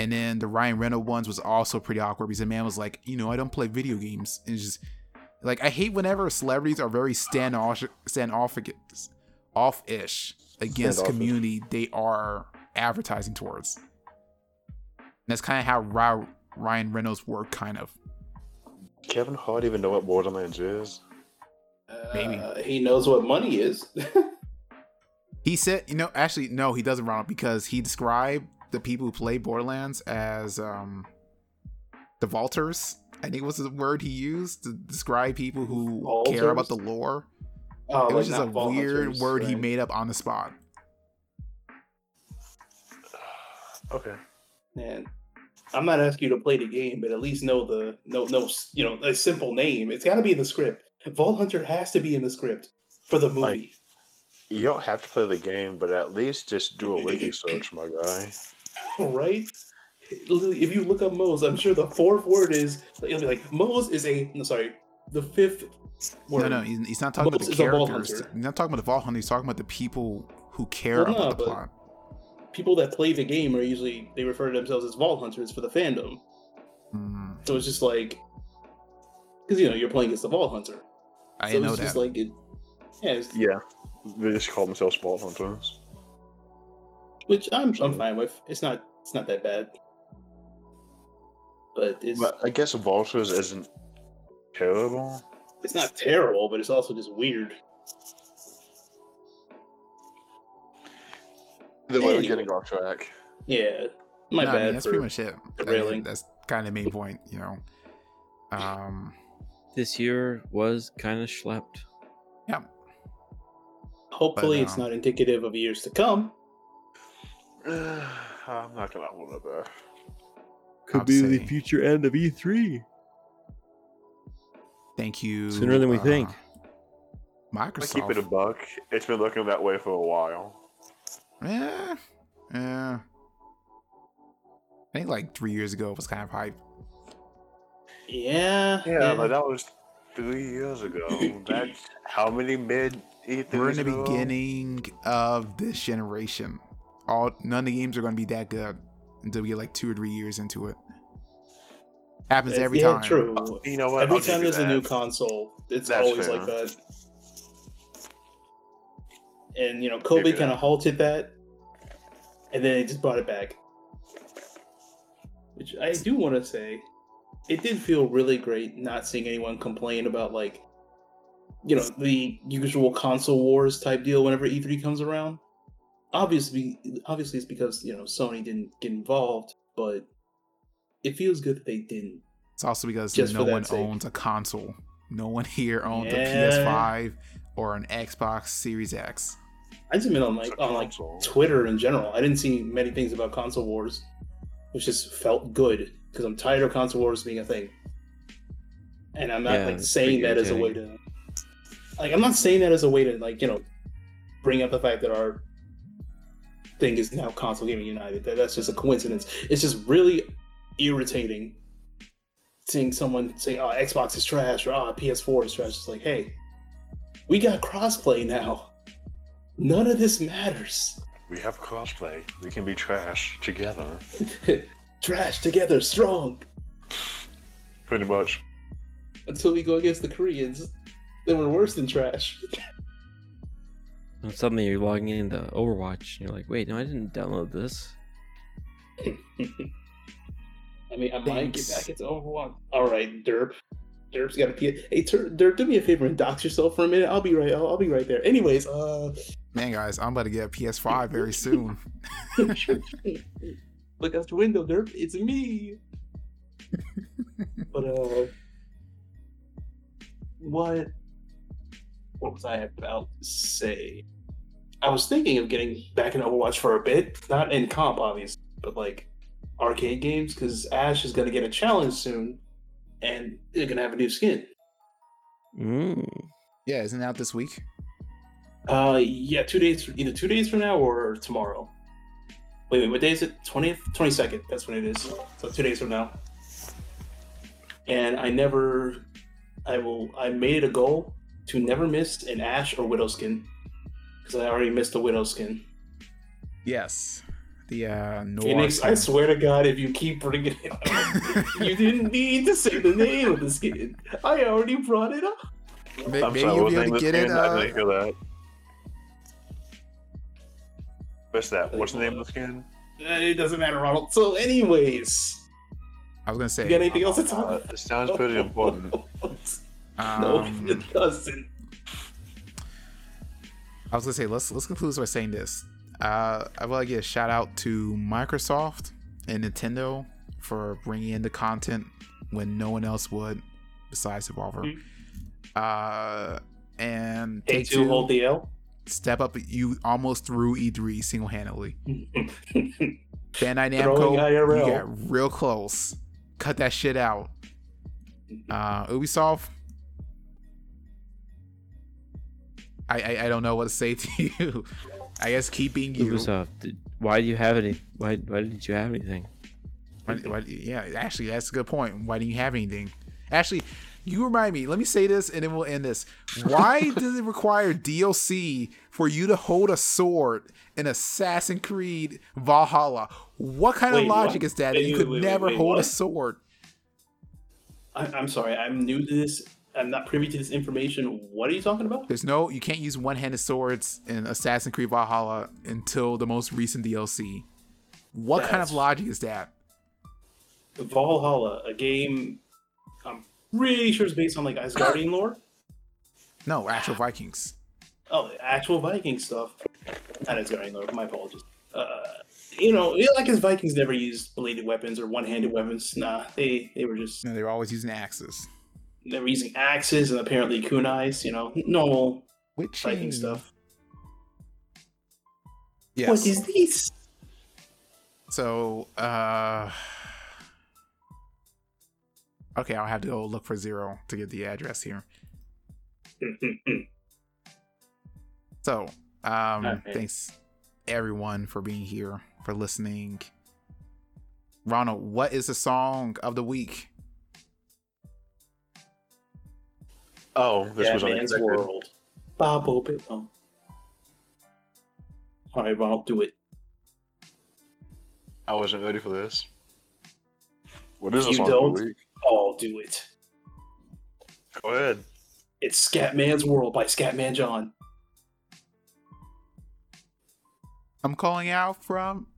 [SPEAKER 3] And then the Ryan Reynolds ones was also pretty awkward because the man was like, you know, I don't play video games. And it's just like I hate whenever celebrities are very standoff standoff off ish against
[SPEAKER 1] Standoffish.
[SPEAKER 3] community they are advertising towards. And that's kind of how Ra- Ryan Reynolds worked, kind of.
[SPEAKER 1] Kevin Hart even know what Borderlands is?
[SPEAKER 3] maybe.
[SPEAKER 2] uh, he knows what money is.
[SPEAKER 3] He said, you know, actually, no, he doesn't run up because he described the people who play Borderlands as um the vaulters. I think was the word he used to describe people who care about
[SPEAKER 2] Vaulters?
[SPEAKER 3] the lore.
[SPEAKER 2] Oh,
[SPEAKER 3] it was
[SPEAKER 2] like
[SPEAKER 3] just a
[SPEAKER 2] not Vault
[SPEAKER 3] weird
[SPEAKER 2] Hunters,
[SPEAKER 3] word he
[SPEAKER 2] right?
[SPEAKER 3] made up on the spot.
[SPEAKER 1] Okay.
[SPEAKER 2] Man, I'm not asking you to play the game, but at least know the no no you know a simple name. It's got to be in the script. Vault Hunter has to be in the script for the movie.
[SPEAKER 1] Like- You don't have to play the game, but at least just do a wiki search, my guy.
[SPEAKER 2] right? Literally, If you look up Moe's, I'm sure the fourth word is it'll be like Moe's is a no, sorry, the fifth word.
[SPEAKER 3] No, no, he's, he's not talking
[SPEAKER 2] Vault
[SPEAKER 3] about the
[SPEAKER 2] is a Vault
[SPEAKER 3] characters. He's
[SPEAKER 2] Hunter.
[SPEAKER 3] not talking about the vault hunter. He's talking about the people who care
[SPEAKER 2] Well, no,
[SPEAKER 3] about
[SPEAKER 2] but-
[SPEAKER 3] the plot.
[SPEAKER 2] People that play the game are usually they refer to themselves as Vault Hunters for the fandom.
[SPEAKER 3] Mm.
[SPEAKER 2] So it's just like, because you know you're playing against the Vault Hunter.
[SPEAKER 3] I
[SPEAKER 2] so
[SPEAKER 3] didn't know
[SPEAKER 2] it's
[SPEAKER 3] that.
[SPEAKER 2] just like it. Yeah, it's,
[SPEAKER 1] Yeah. They just call themselves Vault Hunters.
[SPEAKER 2] which I'm I'm fine with. It's not it's not that bad. But it's
[SPEAKER 1] But I guess Vultures isn't terrible.
[SPEAKER 2] it's not terrible, but it's also just weird.
[SPEAKER 1] The way we're
[SPEAKER 2] Anyway.
[SPEAKER 1] getting off track.
[SPEAKER 2] Yeah, my
[SPEAKER 3] No, I mean,
[SPEAKER 2] bad.
[SPEAKER 3] that's
[SPEAKER 2] for-
[SPEAKER 3] pretty much it. I mean,
[SPEAKER 2] derailing.
[SPEAKER 3] that's kind of the main point, you know. Um,
[SPEAKER 5] This year was kind of schlepped.
[SPEAKER 2] hopefully,
[SPEAKER 3] but,
[SPEAKER 2] it's
[SPEAKER 3] um,
[SPEAKER 2] not indicative of years to come.
[SPEAKER 1] I'm not gonna hold it there.
[SPEAKER 3] Could be the
[SPEAKER 5] future end of E E3.
[SPEAKER 3] thank you.
[SPEAKER 5] Sooner than we
[SPEAKER 3] uh,
[SPEAKER 5] think.
[SPEAKER 1] I keep it a
[SPEAKER 3] Microsoft.
[SPEAKER 1] buck. It's been looking that way for a while.
[SPEAKER 3] Yeah, yeah. I think like three years ago it was kind of hype.
[SPEAKER 2] Yeah,
[SPEAKER 1] Yeah, but
[SPEAKER 3] uh,
[SPEAKER 1] that was three years ago. That's how many mid E3s
[SPEAKER 3] We're in the
[SPEAKER 1] ago?
[SPEAKER 3] beginning of this generation. All none of the games are going to be that good until we get like two or three years into it. Happens every
[SPEAKER 2] yeah,
[SPEAKER 3] time.
[SPEAKER 2] true.
[SPEAKER 1] You know what?
[SPEAKER 2] Every
[SPEAKER 1] I'll give
[SPEAKER 2] time
[SPEAKER 1] you
[SPEAKER 2] there's a new
[SPEAKER 1] that.
[SPEAKER 2] console, it's
[SPEAKER 1] That's
[SPEAKER 2] always
[SPEAKER 1] fair.
[SPEAKER 2] like that. And you know,
[SPEAKER 1] Give
[SPEAKER 2] Kobe
[SPEAKER 1] you
[SPEAKER 2] kind
[SPEAKER 1] that.
[SPEAKER 2] of halted that, and then they just brought it back. Which I do want to say, it did feel really great not seeing anyone complain about like, you know, the usual console wars type deal whenever E3 comes around. Obviously, obviously, it's because you know Sony didn't get involved, but it feels good that they didn't.
[SPEAKER 3] It's also because
[SPEAKER 2] Just for
[SPEAKER 3] no
[SPEAKER 2] that
[SPEAKER 3] one
[SPEAKER 2] sake.
[SPEAKER 3] owns a console. No one here owns
[SPEAKER 2] Yeah.
[SPEAKER 3] a PS5 or an Xbox Series X.
[SPEAKER 2] I just mean on like
[SPEAKER 1] It's a
[SPEAKER 2] on like
[SPEAKER 1] console.
[SPEAKER 2] Twitter in general. I didn't see many things about console wars, which just felt good because I'm tired of console wars being a thing. And I'm not
[SPEAKER 5] Yeah,
[SPEAKER 2] like
[SPEAKER 5] it's
[SPEAKER 2] saying
[SPEAKER 5] pretty
[SPEAKER 2] that as a way to, like, I'm not saying that as a way to like you know, bring up the fact that our thing is now console gaming united. That that's just a coincidence. It's just really irritating seeing someone say, "Oh, Xbox is trash," or "Oh, PS4 is trash." It's like, hey, we got crossplay now. None of this matters.
[SPEAKER 1] We have crossplay. We can be trash together.
[SPEAKER 2] Trash together, strong.
[SPEAKER 1] Pretty much.
[SPEAKER 2] Until we go against the Koreans, then we're worse than trash.
[SPEAKER 5] And suddenly you're logging into Overwatch and you're like, wait, no, I didn't download this.
[SPEAKER 2] I mean, I might get
[SPEAKER 3] Thanks.
[SPEAKER 2] back into Overwatch. All right, Derp. Derp's got to pee. Hey, Ter- Derp, do me a favor and dox yourself for a minute. I'll be right. I'll, I'll be right there. Anyways, uh,
[SPEAKER 3] Man, guys, I'm about to get a PS5 very soon.
[SPEAKER 2] look out the window, Derp. It's me. but uh, what? What was I about to say? I was thinking of getting back in Overwatch for a bit, not in comp, obviously, but like arcade games, because Ash is gonna get a challenge soon, and they're gonna have a new skin.
[SPEAKER 5] Mm.
[SPEAKER 3] yeah, isn't it out this week?
[SPEAKER 2] Uh, yeah, two days, either two days from now or tomorrow. Wait, wait, what day is it? Twentieth, twenty second. That's when it is. So two days from now. And I never, I will. I made it a goal to never miss an ash or widow skin because I already missed the widow skin.
[SPEAKER 3] Yes. The uh noir
[SPEAKER 2] Phoenix, I
[SPEAKER 3] skin.
[SPEAKER 2] swear to God, if you keep bringing it up, you didn't need to say the name of the skin. I already brought it up.
[SPEAKER 3] May-
[SPEAKER 1] I'm
[SPEAKER 3] Maybe
[SPEAKER 1] sorry,
[SPEAKER 3] you'll
[SPEAKER 1] what
[SPEAKER 3] be
[SPEAKER 1] name
[SPEAKER 3] able to
[SPEAKER 1] was
[SPEAKER 3] get
[SPEAKER 1] the
[SPEAKER 3] it
[SPEAKER 1] skin? I didn't
[SPEAKER 3] uh,
[SPEAKER 1] hear that. What's that? What's the name of the skin?
[SPEAKER 2] Eh, It doesn't matter, Ronald. So, anyways,
[SPEAKER 3] I was gonna
[SPEAKER 2] you got
[SPEAKER 3] say
[SPEAKER 2] anything else to talk
[SPEAKER 1] Uh,
[SPEAKER 2] about?
[SPEAKER 1] it sounds pretty important.
[SPEAKER 2] No,
[SPEAKER 3] um,
[SPEAKER 2] it doesn't.
[SPEAKER 3] I was gonna say let's let's conclude this by saying this. Uh, I would like to give a shout out to Microsoft and Nintendo for bringing in the content when no one else would, besides Evolver.
[SPEAKER 1] Mm-hmm.
[SPEAKER 2] Mhm.
[SPEAKER 3] Uh, and
[SPEAKER 2] Take two, hold the L.
[SPEAKER 3] step up. You almost threw E3 single handedly.
[SPEAKER 2] Throwing
[SPEAKER 3] Bandai Namco, you
[SPEAKER 2] IRL.
[SPEAKER 3] got real close. Cut that shit out. Uh, Ubisoft. I, I I don't know what to say to you. I guess keep being you.
[SPEAKER 5] Ubisoft, did, why do you have any? Why, why didn't you have anything?
[SPEAKER 3] Why- why- yeah, actually, that's a good point. Why do you have anything? Actually, you remind me. Let me say this, and then we'll end this. Why does it require DLC for you to hold a sword in Assassin's Creed Valhalla? What kind
[SPEAKER 2] Wait,
[SPEAKER 3] of logic
[SPEAKER 2] what?
[SPEAKER 3] is that? that
[SPEAKER 2] Wait,
[SPEAKER 3] you
[SPEAKER 2] wait,
[SPEAKER 3] could
[SPEAKER 2] wait, wait,
[SPEAKER 3] never
[SPEAKER 2] wait,
[SPEAKER 3] hold a
[SPEAKER 2] what?
[SPEAKER 3] sword.
[SPEAKER 2] I, I'm sorry, I'm new to this. I'm not privy to this information. What are you talking about?
[SPEAKER 3] There's no, you can't use one-handed swords in Assassin's Creed Valhalla until the most recent DLC. What kind of
[SPEAKER 2] That's-
[SPEAKER 3] logic is that?
[SPEAKER 2] Valhalla, a game I'm pretty sure is based on like Asgardian lore.
[SPEAKER 3] No, actual Vikings.
[SPEAKER 2] Oh, actual Viking stuff. Not Asgardian lore. My apologies. Uh, you know, yeah, like his Vikings never used bladed weapons or one-handed weapons. Nah, they they were just
[SPEAKER 3] No, they were always using axes.
[SPEAKER 2] they were using axes and apparently kunais. You know, normal
[SPEAKER 3] Which
[SPEAKER 2] Viking stuff.
[SPEAKER 3] Hmm. Yes.
[SPEAKER 2] What is this?
[SPEAKER 3] So, uh, okay, I'll have to go look for zero to get the address here. So, um,
[SPEAKER 2] Okay.
[SPEAKER 3] thanks everyone for being here, for listening. Ronald, what is the song of the week?
[SPEAKER 1] Oh, this was
[SPEAKER 2] Batman's
[SPEAKER 1] unexpected.
[SPEAKER 2] world. Bob Opit. Oh. All right, Ronald, do it.
[SPEAKER 1] I wasn't ready for this. What is this song
[SPEAKER 2] You
[SPEAKER 1] of the
[SPEAKER 2] don't?
[SPEAKER 1] week?
[SPEAKER 2] Oh, I'll do it.
[SPEAKER 1] Go ahead.
[SPEAKER 2] It's Scatman's World by Scatman John.
[SPEAKER 3] I'm calling out from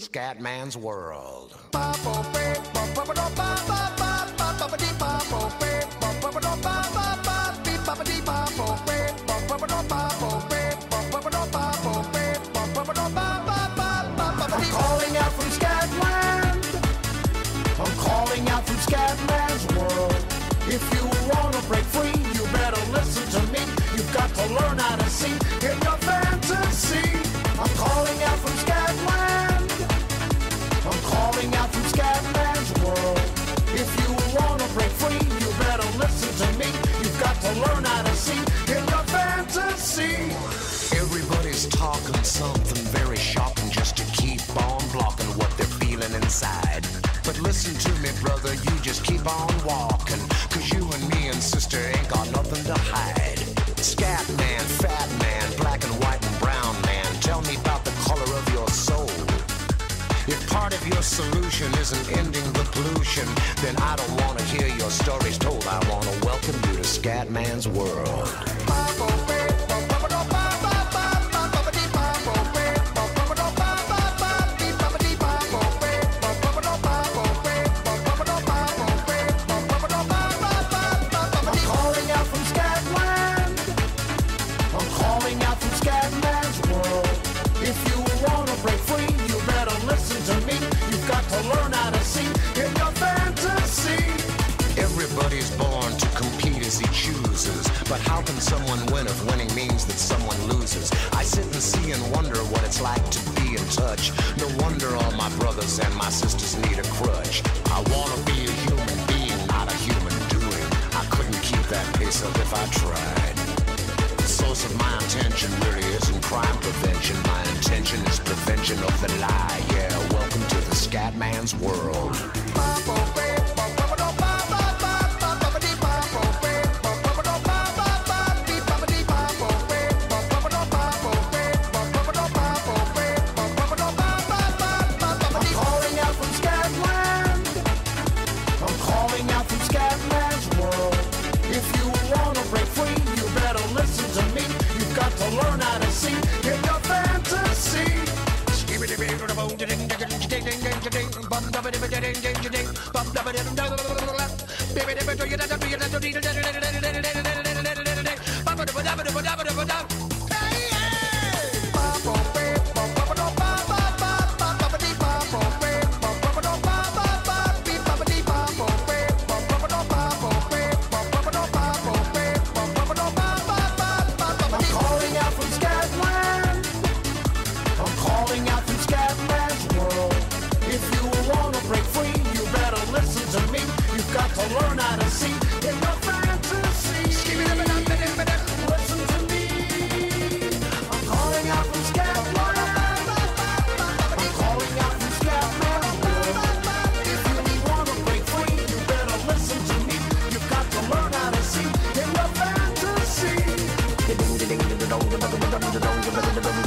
[SPEAKER 7] Scatman's World. I'm calling out from Scatland. I'm calling out from Scatman's world. If you wanna break free, you better listen to me. You've got to learn how to see in your fantasy. I'm calling out from Scatland. I'm calling out from Scatman's world. If you wanna break free, you better listen to me. You've got to learn how to see in your fantasy. Everybody's talking something very shocking just to keep on blocking what they're feeling inside. But listen to me, brother, you just keep on walking. Cause you and me and sister ain't got nothing to hide. Scat man, fat man, black and white and brown man, tell me about the color of your soul. If part of your solution isn't ending the pollution, then I don't want to hear your stories told. I want to welcome you to Scatman's world. I'm calling out from Scatland. I'm calling out from Scatman's world. If you wanna break free, you better listen to me. You've got to learn how to see in your fantasy. Everybody's born to compete as he chooses. But how can someone win if winning means that someone loses? I sit and see and wonder what it's like to be in touch. No wonder all my brothers and my sisters need a crutch. I wanna be a human being, not a human doing. I couldn't keep that pace up if I tried. The source of my intention really isn't crime prevention. My intention is prevention of the lie. Yeah, welcome to the Scatman's world. I'm calling out from Scatland. I'm calling out from Scatman's world. If you wanna break free, you better listen to me. You've got to learn how to see in your fantasy. I'm calling out from Scatland. I'm calling out from Scatman's world. If you wanna break free, you better listen to me. You've got to learn how to see in your fantasy. Listen to me. I'm calling out from Scatland. I'm calling out from Scatman's world. If you wanna break free, you better listen to me. You've got to learn how to see in your fantasy.